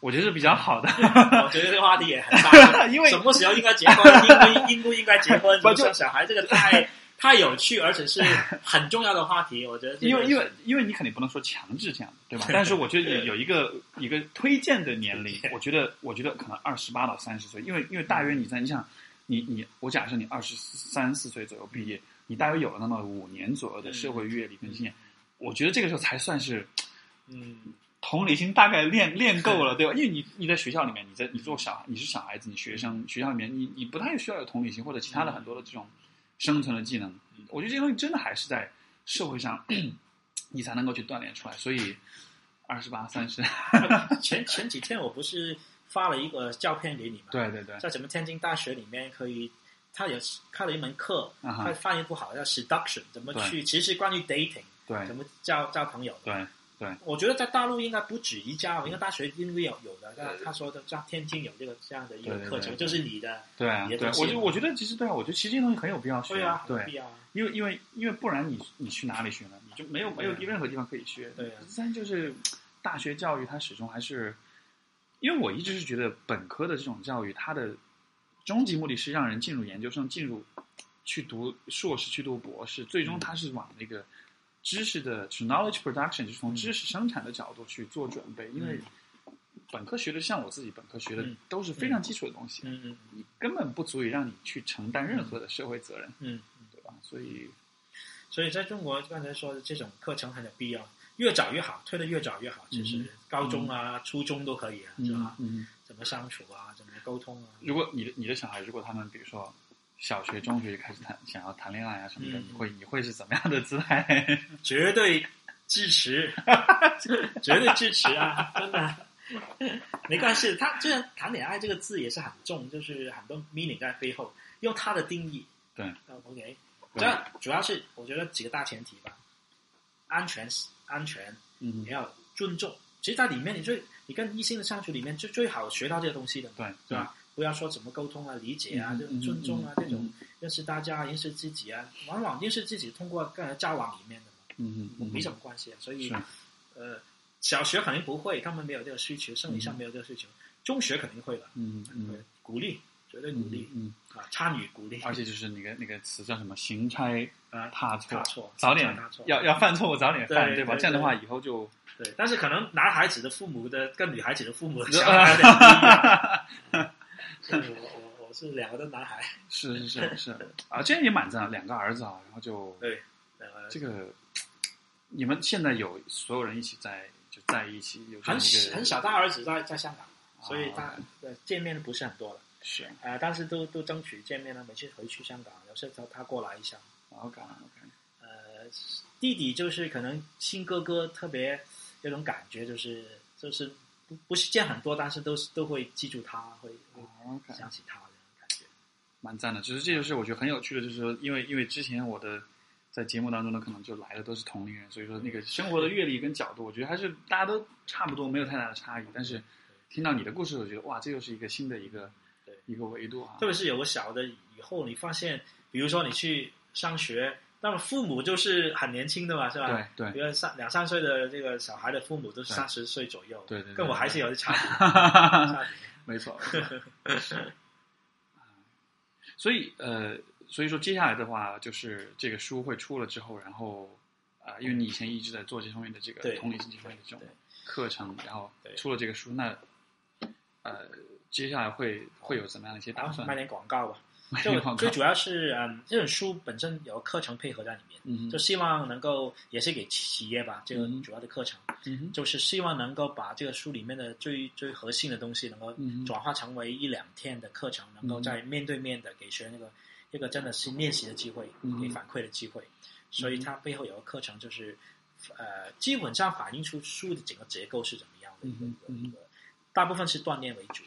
A: 我觉得是比较好的。
B: <laughs> 我觉得这个话题也很大，
A: <laughs> 因为
B: 什么时候应该结婚，应不应不应该结婚，
A: <laughs> 不
B: 不
A: 就是
B: 小孩这个太太有趣，而且是很重要的话题，我觉得这个
A: <laughs> 因为因为因为你肯定不能说强制这样，对吧？但是我觉得有有一个一个推荐的年龄，我觉得我觉得可能二十八到三十岁，因为因为大约你在你想你你我假设你二十三四岁左右毕业，你大约有了那么五年左右的社会阅历跟经验，我觉得这个时候才算是
B: 嗯
A: 同理心大概 <laughs> 练练够了，对吧？因为你你在学校里面，你在你做小孩，你是小孩子，你学生，学校里面你你不太需要有同理心或者其他的很多的这种生存的技能
B: 嗯。
A: 我觉得这些东西真的还是在社会上 <coughs> 你才能够去锻炼出来。所以二十八、三十，
B: 前前几天我不是发了一个照片给你吗？
A: 对对对，
B: 在咱们天津大学里面可以，他也是开了一门课，
A: 啊
B: 他
A: 哈，
B: 翻译不好叫 seduction，怎么
A: 对
B: 去？其实是关于 dating，
A: 对
B: 怎么交交朋友。
A: 对
B: 我觉得在大陆应该不止一家，应该大学应该有有的。他他说的，像天津有这个这样的一个
A: 对对
B: 课程，
A: 对
B: 就是你的，
A: 对啊
B: 别
A: 对
B: 的
A: 啊，
B: 技
A: 我觉
B: 能
A: 我觉得其实对啊，我觉得其实这些东西很有必要学
B: 对啊，，
A: 对
B: 何，必啊？
A: 因为因为因为不然你你去哪里学呢？你就没有没有
B: 对
A: 任何地方可以学。
B: 对啊
A: 三就是大学教育，它始终还是，因为我一直是觉得本科的这种教育，它的终极目的是让人进入研究生，进入去读硕士，去读博士，最
B: 嗯
A: 终它是往那个知识的是 knowledge production，就是从
B: 嗯
A: 知识生产的角度去做准备，因为
B: 嗯。
A: 本科学的，像我自己本科学的
B: 嗯，
A: 都是非常基础的东西，
B: 嗯嗯
A: 你根本不足以让你去承担任何的社会责任，
B: 嗯。
A: 对吧？所以，
B: 所以在中国，刚才说的这种课程很有必要，越早越好，推的越早越好。其
A: 嗯
B: 实高中啊、初中都可以啊，是吧？
A: 嗯，
B: 怎么相处啊，怎么沟通啊？
A: 如果你的你的小孩，如果他们比如说小学、中学就开始谈想要谈恋爱啊什么的，
B: 嗯
A: 你会你会是怎么样的姿
B: <laughs>
A: 态？
B: <laughs> 绝对支 <laughs> 持，绝对支持啊！真的，没关系。他这“谈恋爱”这个字也是很重，就是很多 meaning 在背后，用他的定义。
A: 对
B: 呃，OK，这主要是我觉得几个大前提吧：安全、安全，
A: 嗯
B: 也要尊重。其实，在里面你最你跟异性的相处里面，最最好学到这个东西的嘛，
A: 对
B: 是吧？不要说怎么沟通啊、理解啊、
A: 嗯
B: 这种尊重啊、
A: 嗯嗯
B: 这种认识大家、认识自己啊，往往认识自己通过跟人交往里面的嘛。
A: 嗯嗯，
B: 没什么关系啊。所以
A: 是，
B: 呃，小学肯定不会，他们没有这个需求，生理上没有这个需求。中学肯定会了，
A: 嗯嗯
B: 对，鼓励，绝对
A: 嗯
B: 鼓励
A: 嗯，
B: 啊，参与鼓励，
A: 而且就是那个那个词叫什么“行差
B: 啊，
A: 踏错
B: 踏错，”，
A: 早点
B: 踏错，
A: 要要犯错误早点犯，
B: 对
A: 吧？
B: 对
A: 这样的话以后就
B: 对。但是可能男孩子的父母的跟女孩子的父母的想法有点不一样。
A: 啊 <laughs>
B: 所以我我我是两个都男孩，
A: 是是是是啊，这样也蛮赞，两个儿子啊，然后就
B: 对，呃，
A: 这个你们现在有所有人一起在就在一起，有这
B: 很
A: 样一个
B: 很少，大儿子在在香港，所以
A: 啊
B: 他呃见面不是很多了。
A: 是
B: 呃，但是都都争取见面了，每次回去香港，有时候他他过来一下，
A: OK OK，
B: 呃，弟弟就是可能亲哥哥特别有种感觉，就是就是不不是见很多，但是都是都会记住他，会
A: 哦
B: 会
A: OK，
B: 想起他的感觉。
A: 蛮赞的。就是这就是我觉得很有趣的，就是说，因为因为之前我的在节目当中呢，可能就来的都是同龄人，所以说那个生活的阅历跟角度，我觉得还是大家都差不多，没有太大的差异。但是听到你的故事，我觉得哇，这又是一个新的一个
B: 对
A: 一个维度啊
B: 特。别是有个小的以后，你发现，比如说你去上学，那么父母就是很年轻的嘛，是吧？
A: 对啊对
B: 比如三两三岁的这个小孩的父母都是
A: 对
B: 三十岁左右，
A: 哎对对对
B: 跟我还是有点差别
A: <laughs>
B: 差别。
A: 没错。没错啊所以呃，所以说接下来的话，就是这个书会出了之后，然后啊、因为你以前一直在做这方面的这个
B: 对
A: 同理心这方面的这 <laughs> 种
B: 对
A: 课程，然后
B: 对
A: 出了这个书，那呃，接下来会会有怎么样的一些打
B: 然后
A: 算 <laughs>
B: 卖？点广告吧，
A: 没有
B: 就
A: 看
B: 最主要是嗯，这本书本身有课程配合在里面，
A: 嗯
B: 就希望能够也是给企业吧，这个
A: 嗯
B: 主要的课程，
A: 嗯
B: 就是希望能够把这个书里面的最最核心的东西能够
A: 嗯
B: 转化成为一两天的课程，能够
A: 嗯
B: 在面对面的给学生一个一个真的是练习的机会，
A: 嗯
B: 给反馈的机会。所以它背后有个课程，就是呃，基本上反映出书的整个结构是怎么样的一个
A: 嗯
B: 一
A: 嗯
B: 个一个，大部分是锻炼为主。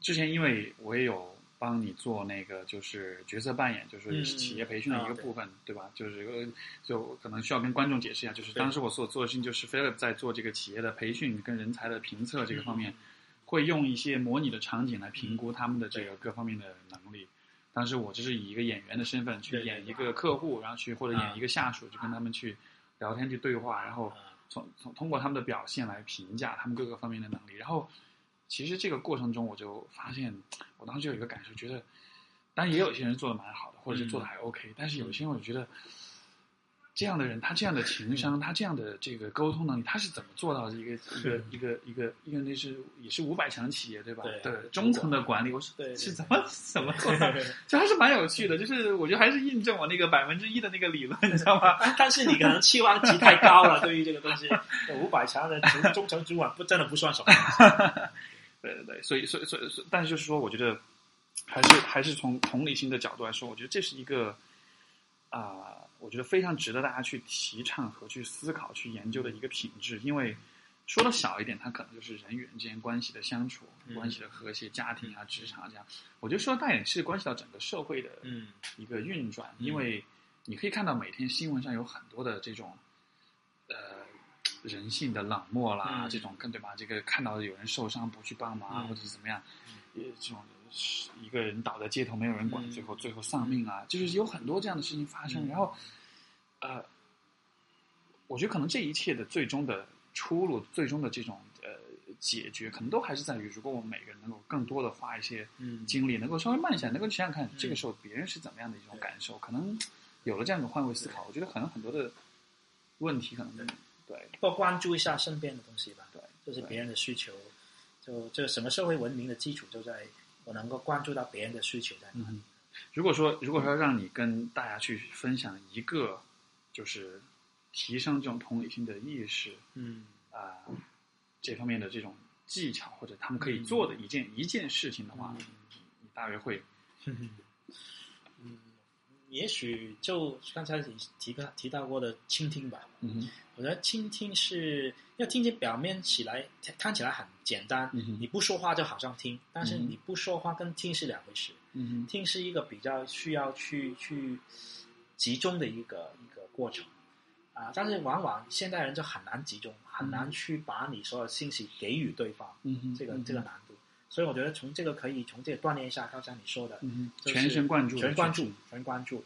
A: 之前因为我也有帮你做那个就是角色扮演，就是
B: 嗯
A: 也是企业培训的一个
B: 哦
A: 部分，对吧？就是呃就可能需要跟观众解释一下，就是
B: 对
A: 当时我所做的事情就是 Philip 在做这个企业的培训跟人才的评测
B: 嗯
A: 这个方
B: <laughs>
A: 面，会用一些模拟的场景来评估他们的这个各方面的能力。当时我就是以一个演员的身份去
B: 对对
A: 演
B: 对嗯
A: 一个客户，然后去或者演一个下属，就跟他们去聊天去对话，然后
B: 啊
A: 从从通过他们的表现来评价他们各个方面的能力。然后，其实这个过程中我就发现，我当时就有一个感受，觉得，当然也有些人做的蛮好的，或者是
B: 嗯
A: 做的还 OK，、但是有些人我觉得，这样的人他这样的情商，他这样的这个沟通能力，他是怎么做到的一个一个一个一个一个那是也是五百强企业对吧？
B: 对
A: 的中层的管理，我是
B: 对对
A: 是怎
B: <laughs>
A: 么怎么做到的？ <laughs> 这还是蛮有趣的，就是我觉得还是印证我那个百分之一的那个理论，你知道吗？
B: 啊但是你可能期望值太高了，对于这个东西，五百强的中中层主管不真的不算什么。
A: 对对对，所以所以所以，所以但是就是说，我觉得还是还是从同理心的角度来说，我觉得这是一个啊、我觉得非常值得大家去提倡和去思考、去研究的一个品质。因为说的小一点，它可能就是人与人之间关系的相处、
B: 嗯
A: 关系的和谐、家庭啊、职场这样。我觉得说得大一点，是关系到整个社会的
B: 嗯，
A: 一个运转，
B: 嗯
A: 因为你可以看到每天新闻上有很多的这种，呃，人性的冷漠啦，
B: 嗯
A: 这种跟对吧？这个看到有人受伤不去帮忙啊，
B: 嗯
A: 或者是怎么样，呃，这种是一个人倒在街头没有人管，
B: 嗯
A: 最后最后丧命啊，就是有很多这样的事情发生。
B: 嗯
A: 然后，呃，我觉得可能这一切的最终的出路，最终的这种呃解决，可能都还是在于，如果我们每个人能够更多的花一些
B: 嗯
A: 精力，能够稍微慢下来，能够想想看这个时候别人是怎么样的一种感受，可能有了这样一种换位思考，我觉得可能很多的问题可能对
B: 多关注一下身边的东西吧，
A: 对，
B: 就是
A: 对
B: 别人的需求，就这整个社会文明的基础都在我能够关注到别人的需求在哪。
A: 嗯，如果说如果说让你跟大家去分享一个就是提升这种同理心的意识
B: 嗯
A: 啊、这方面的这种技巧，或者他们可以做的一件、一件事情的话，你大约会
B: 嗯，也许就刚才你提到提到过的倾听吧，
A: 嗯
B: 我觉得倾听是要听见表面起来看起来很简单，
A: 嗯哼
B: 你不说话就好像听，但是
A: 嗯哼
B: 你不说话跟听是两回事。
A: 嗯
B: 听是一个比较需要去去集中的一个一个过程啊，但是往往现代人就很难集中，很难去把你所有信息给予对方，
A: 嗯哼
B: 这个这个难度。所以我觉得从这个可以从这个锻炼一下，刚才你说的，
A: 嗯哼
B: 就是
A: 全神贯注
B: 全关注，全关注。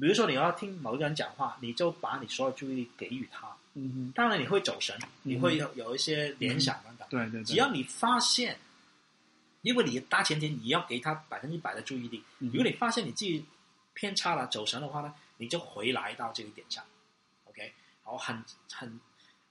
B: 比如说你要听某一个人讲话，你就把你所有注意力给予他。
A: 嗯哼
B: 当然你会走神，你
A: 嗯
B: 会有有一些联想等等。
A: 对对对，
B: 只要你发现，因为你的大前提你要给他百分之百的注意力。
A: 嗯哼
B: 如果你发现你自己偏差了、走神的话呢，你就回来到这个点上，OK，然后很很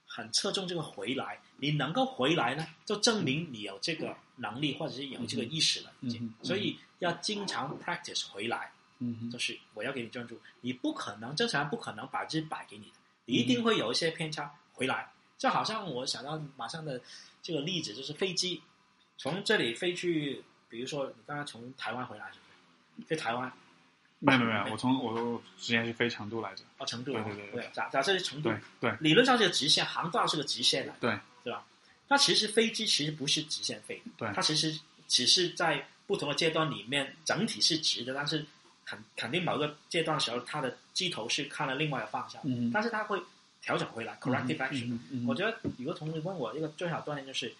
B: 很侧重这个回来。你能够回来呢，就证明你有这个能力或者是有这个意识了，已经。
A: 嗯嗯哼嗯哼
B: 所以要经常 practice 回来，
A: 嗯哼
B: 就是我要给你专注，你不可能正常人不可能百分之百给你的，
A: 嗯
B: 你一定会有一些偏差回来。就好像我想到马上的这个例子，就是飞机从这里飞去，比如说你刚刚从台湾回来是不是？飞台湾
A: 没有没有没有，我从我之前是飞成都来着。
B: 哦，成都
A: 对对对对
B: 假假设是成都
A: 对，对
B: 理论上是个直线，航道是个直线来的，
A: 对
B: 对吧？那其实飞机其实不是直线飞的，
A: 对
B: 它其实只是在不同的阶段里面整体是直的，但是肯肯定某个阶段的时候，它的机头是看了另外的方向，
A: 嗯
B: 但是它会调整回来，corrective action。
A: 嗯嗯
B: 我觉得有个同学问我一个最好锻炼就是，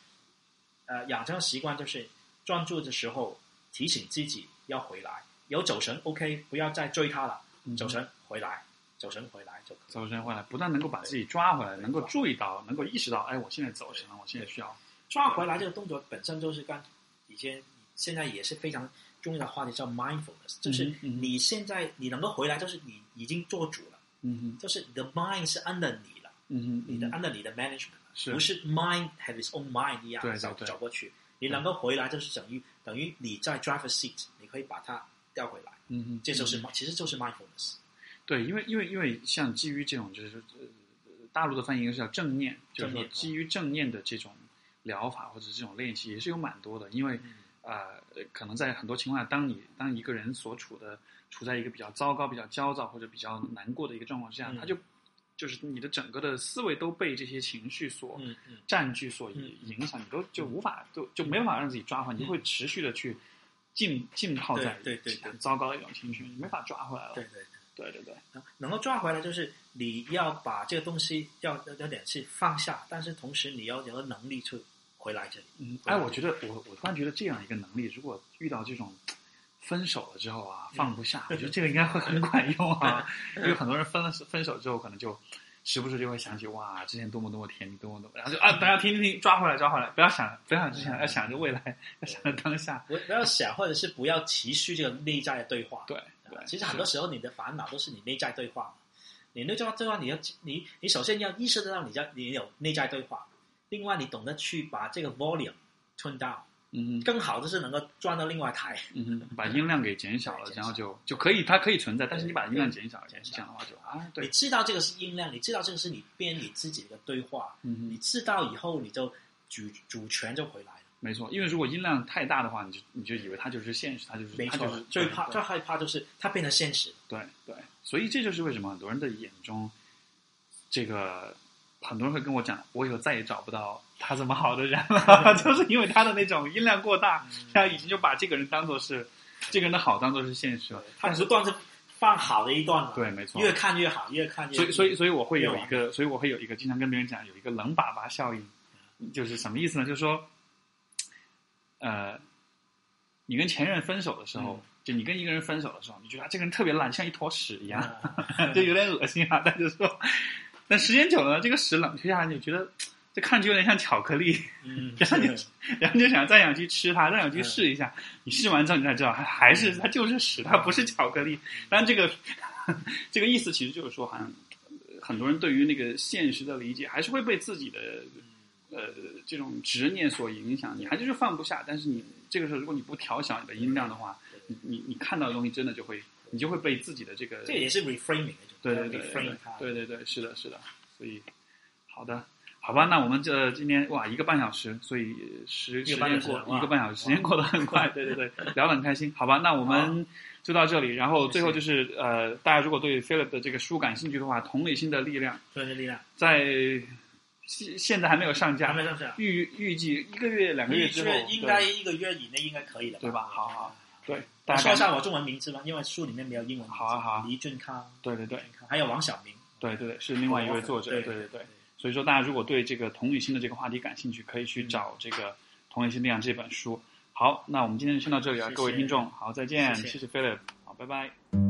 B: 呃，养成习惯就是专注的时候提醒自己要回来，有走神 OK，不要再追他了，
A: 嗯
B: 走神回来，走神回来就可以。
A: 走神回来，不但能够把自己抓回来，能够注意到，能够意识到，哎，我现在走神了，我现在需要，
B: 抓回来这个动作本身就是刚以前现在也是非常重要的话题，叫 mindfulness，就是
A: 嗯哼
B: 你现在你能够回来，就是你已经做主了，
A: 嗯哼，
B: 就是你的 mind 是 under 你了，
A: 嗯哼，
B: 你的 under 你的 management 了
A: 是
B: 不是 mind have its own mind 一样
A: 对对
B: 走
A: 对
B: 走过去，你能够回来，就是等于等于你在 driver seat，你可以把它调回来，
A: 嗯嗯，
B: 这就是其实就是 mindfulness。
A: 对，因为因为因为像基于这种就是呃大陆的翻译应该是叫正念，就是
B: 正
A: 说
B: 念
A: 基于正念的这种疗法或者这种练习也是有蛮多的，因为
B: 嗯
A: 啊、呃可能在很多情况下，当你当一个人所处的处在一个比较糟糕、比较焦躁或者比较难过的一个状况之下，
B: 嗯
A: 他就就是你的整个的思维都被这些情绪所。
B: 嗯嗯
A: 占据所影
B: 嗯
A: 影响，你都就无法就就没办法让自己抓回来，你
B: 嗯
A: 会持续的去浸浸泡在
B: 对对对对
A: 很糟糕的一种情绪，你没法抓回来了。
B: 对对。
A: 对对对，
B: 能啊能够抓回来，就是你要把这个东西要要点是放下，但是同时你要有个能力去回来这里。
A: 嗯，
B: 对
A: 哎，我觉得我我突然觉得这样一个能力，如果遇到这种分手了之后啊，放不下，我觉得这个应该会很管用啊， <laughs> 因为很多人分了分手之后，可能就时不时就会想起哇，之前多么多么甜蜜，多么多么，然后就啊，大家听听听，抓回来，抓回来，不要想不要想之前，要想着未来，要想着当下，
B: 不不要想，或者是不要持续这个内在的对话。
A: 对
B: 啊
A: 对，
B: 其实很多时候你的烦恼都是你内在对话嘛。你内在对话，你要你你首先要意识得到你在你有内在对话，另外你懂得去把这个 volume turn down，
A: 嗯
B: 更好的是能够转到另外台。
A: 嗯，把音量给减小了，
B: 对减小
A: 然后就就可以，它可以存在，但是你把音量
B: 对
A: 减小一点，
B: 减
A: 这
B: 小
A: 样的话就啊，
B: 你
A: 对，
B: 知道这个是音量，你知道这个是你编你自己的对话，
A: 嗯
B: 你
A: 哼，
B: 知道以后你就主主权就回来了。
A: 没错，因为如果音量太大的话，你就你就以为它就是现实，它就是
B: 没
A: 它
B: 错，
A: 就是
B: 最怕
A: 对
B: 最害怕就是它变成现实。
A: 对对，所以这就是为什么很多人的眼中，这个很多人会跟我讲，我以后再也找不到他这么好的人
B: <laughs>
A: 了，就是因为他的那种音量过大，他已经就把这个人当做是这个人的好当做是现实了。
B: 它不断是放好的一段嘛，
A: 对，没错。
B: 越看越好，越看越。
A: 所以，所以，所以我会
B: 越
A: 有
B: 玩
A: 一个，所以我会有一个，经常跟别人讲有一个冷粑粑效应，就是什么意思呢？就是说，呃，你跟前任分手的时候，
B: 嗯
A: 就你跟一个人分手的时候，你觉得啊这个人特别烂，像一坨屎一样，
B: 啊
A: <laughs> 就有点恶心啊。但是说，但时间久了呢，这个屎冷却下来，你就觉得这看着有点像巧克力，
B: 嗯，
A: 然后 <laughs> 你
B: 是
A: 然后你就想再想去吃它，再想去试一下。你试完之后，你才知道还还是它就是屎，它不是巧克力。但这个 <laughs> 这个意思其实就是说，好像呃很多人对于那个现实的理解，还是会被自己的呃这种执念所影响。你还就是放不下，但是你这个时候如果你不调小你的音量的话，你你你看到的东西真的就会，你就会被自己的这个
B: 这也是 reframing 的一种
A: 对对对
B: ，reframe 它。
A: 对对对，是的，是的。所以，好的，好吧，那我们这今天哇一个半小时，所以呃时
B: 一
A: 时
B: 个半
A: 间
B: 小时
A: 过
B: 哇
A: 一个半小时，时间过得很快。对对对，聊得很开心。好吧，那我们就到这里。然后最后就是呃，大家如果对 Philip 的这个书感兴趣的话，《同理心的力量》
B: 所以这力量，
A: 在现现在还没有上
B: 咱
A: 架，
B: 们上去啊，
A: 预预计一个月两个月之后，
B: 应该一个月以内应该可以了，
A: 对吧？好好，对，大
B: 我
A: 家
B: 说一
A: 感
B: 下我中文名字吧，因为书里面没有英文名字。
A: 好啊好啊
B: 黎俊康，
A: 对对对
B: 俊康还有王晓明。
A: 对对对，是另外一位作者，
B: 对
A: 对对对。所以说，大家如果对这个同理心的这个话题感兴趣，可以
B: 嗯
A: 去找这个《同理心力量》这本书。好，那我们今天就先到这里啊，
B: 谢谢
A: 各位听众，好，再见，
B: 谢谢
A: 谢 Philip，好，拜拜。
B: 拜拜。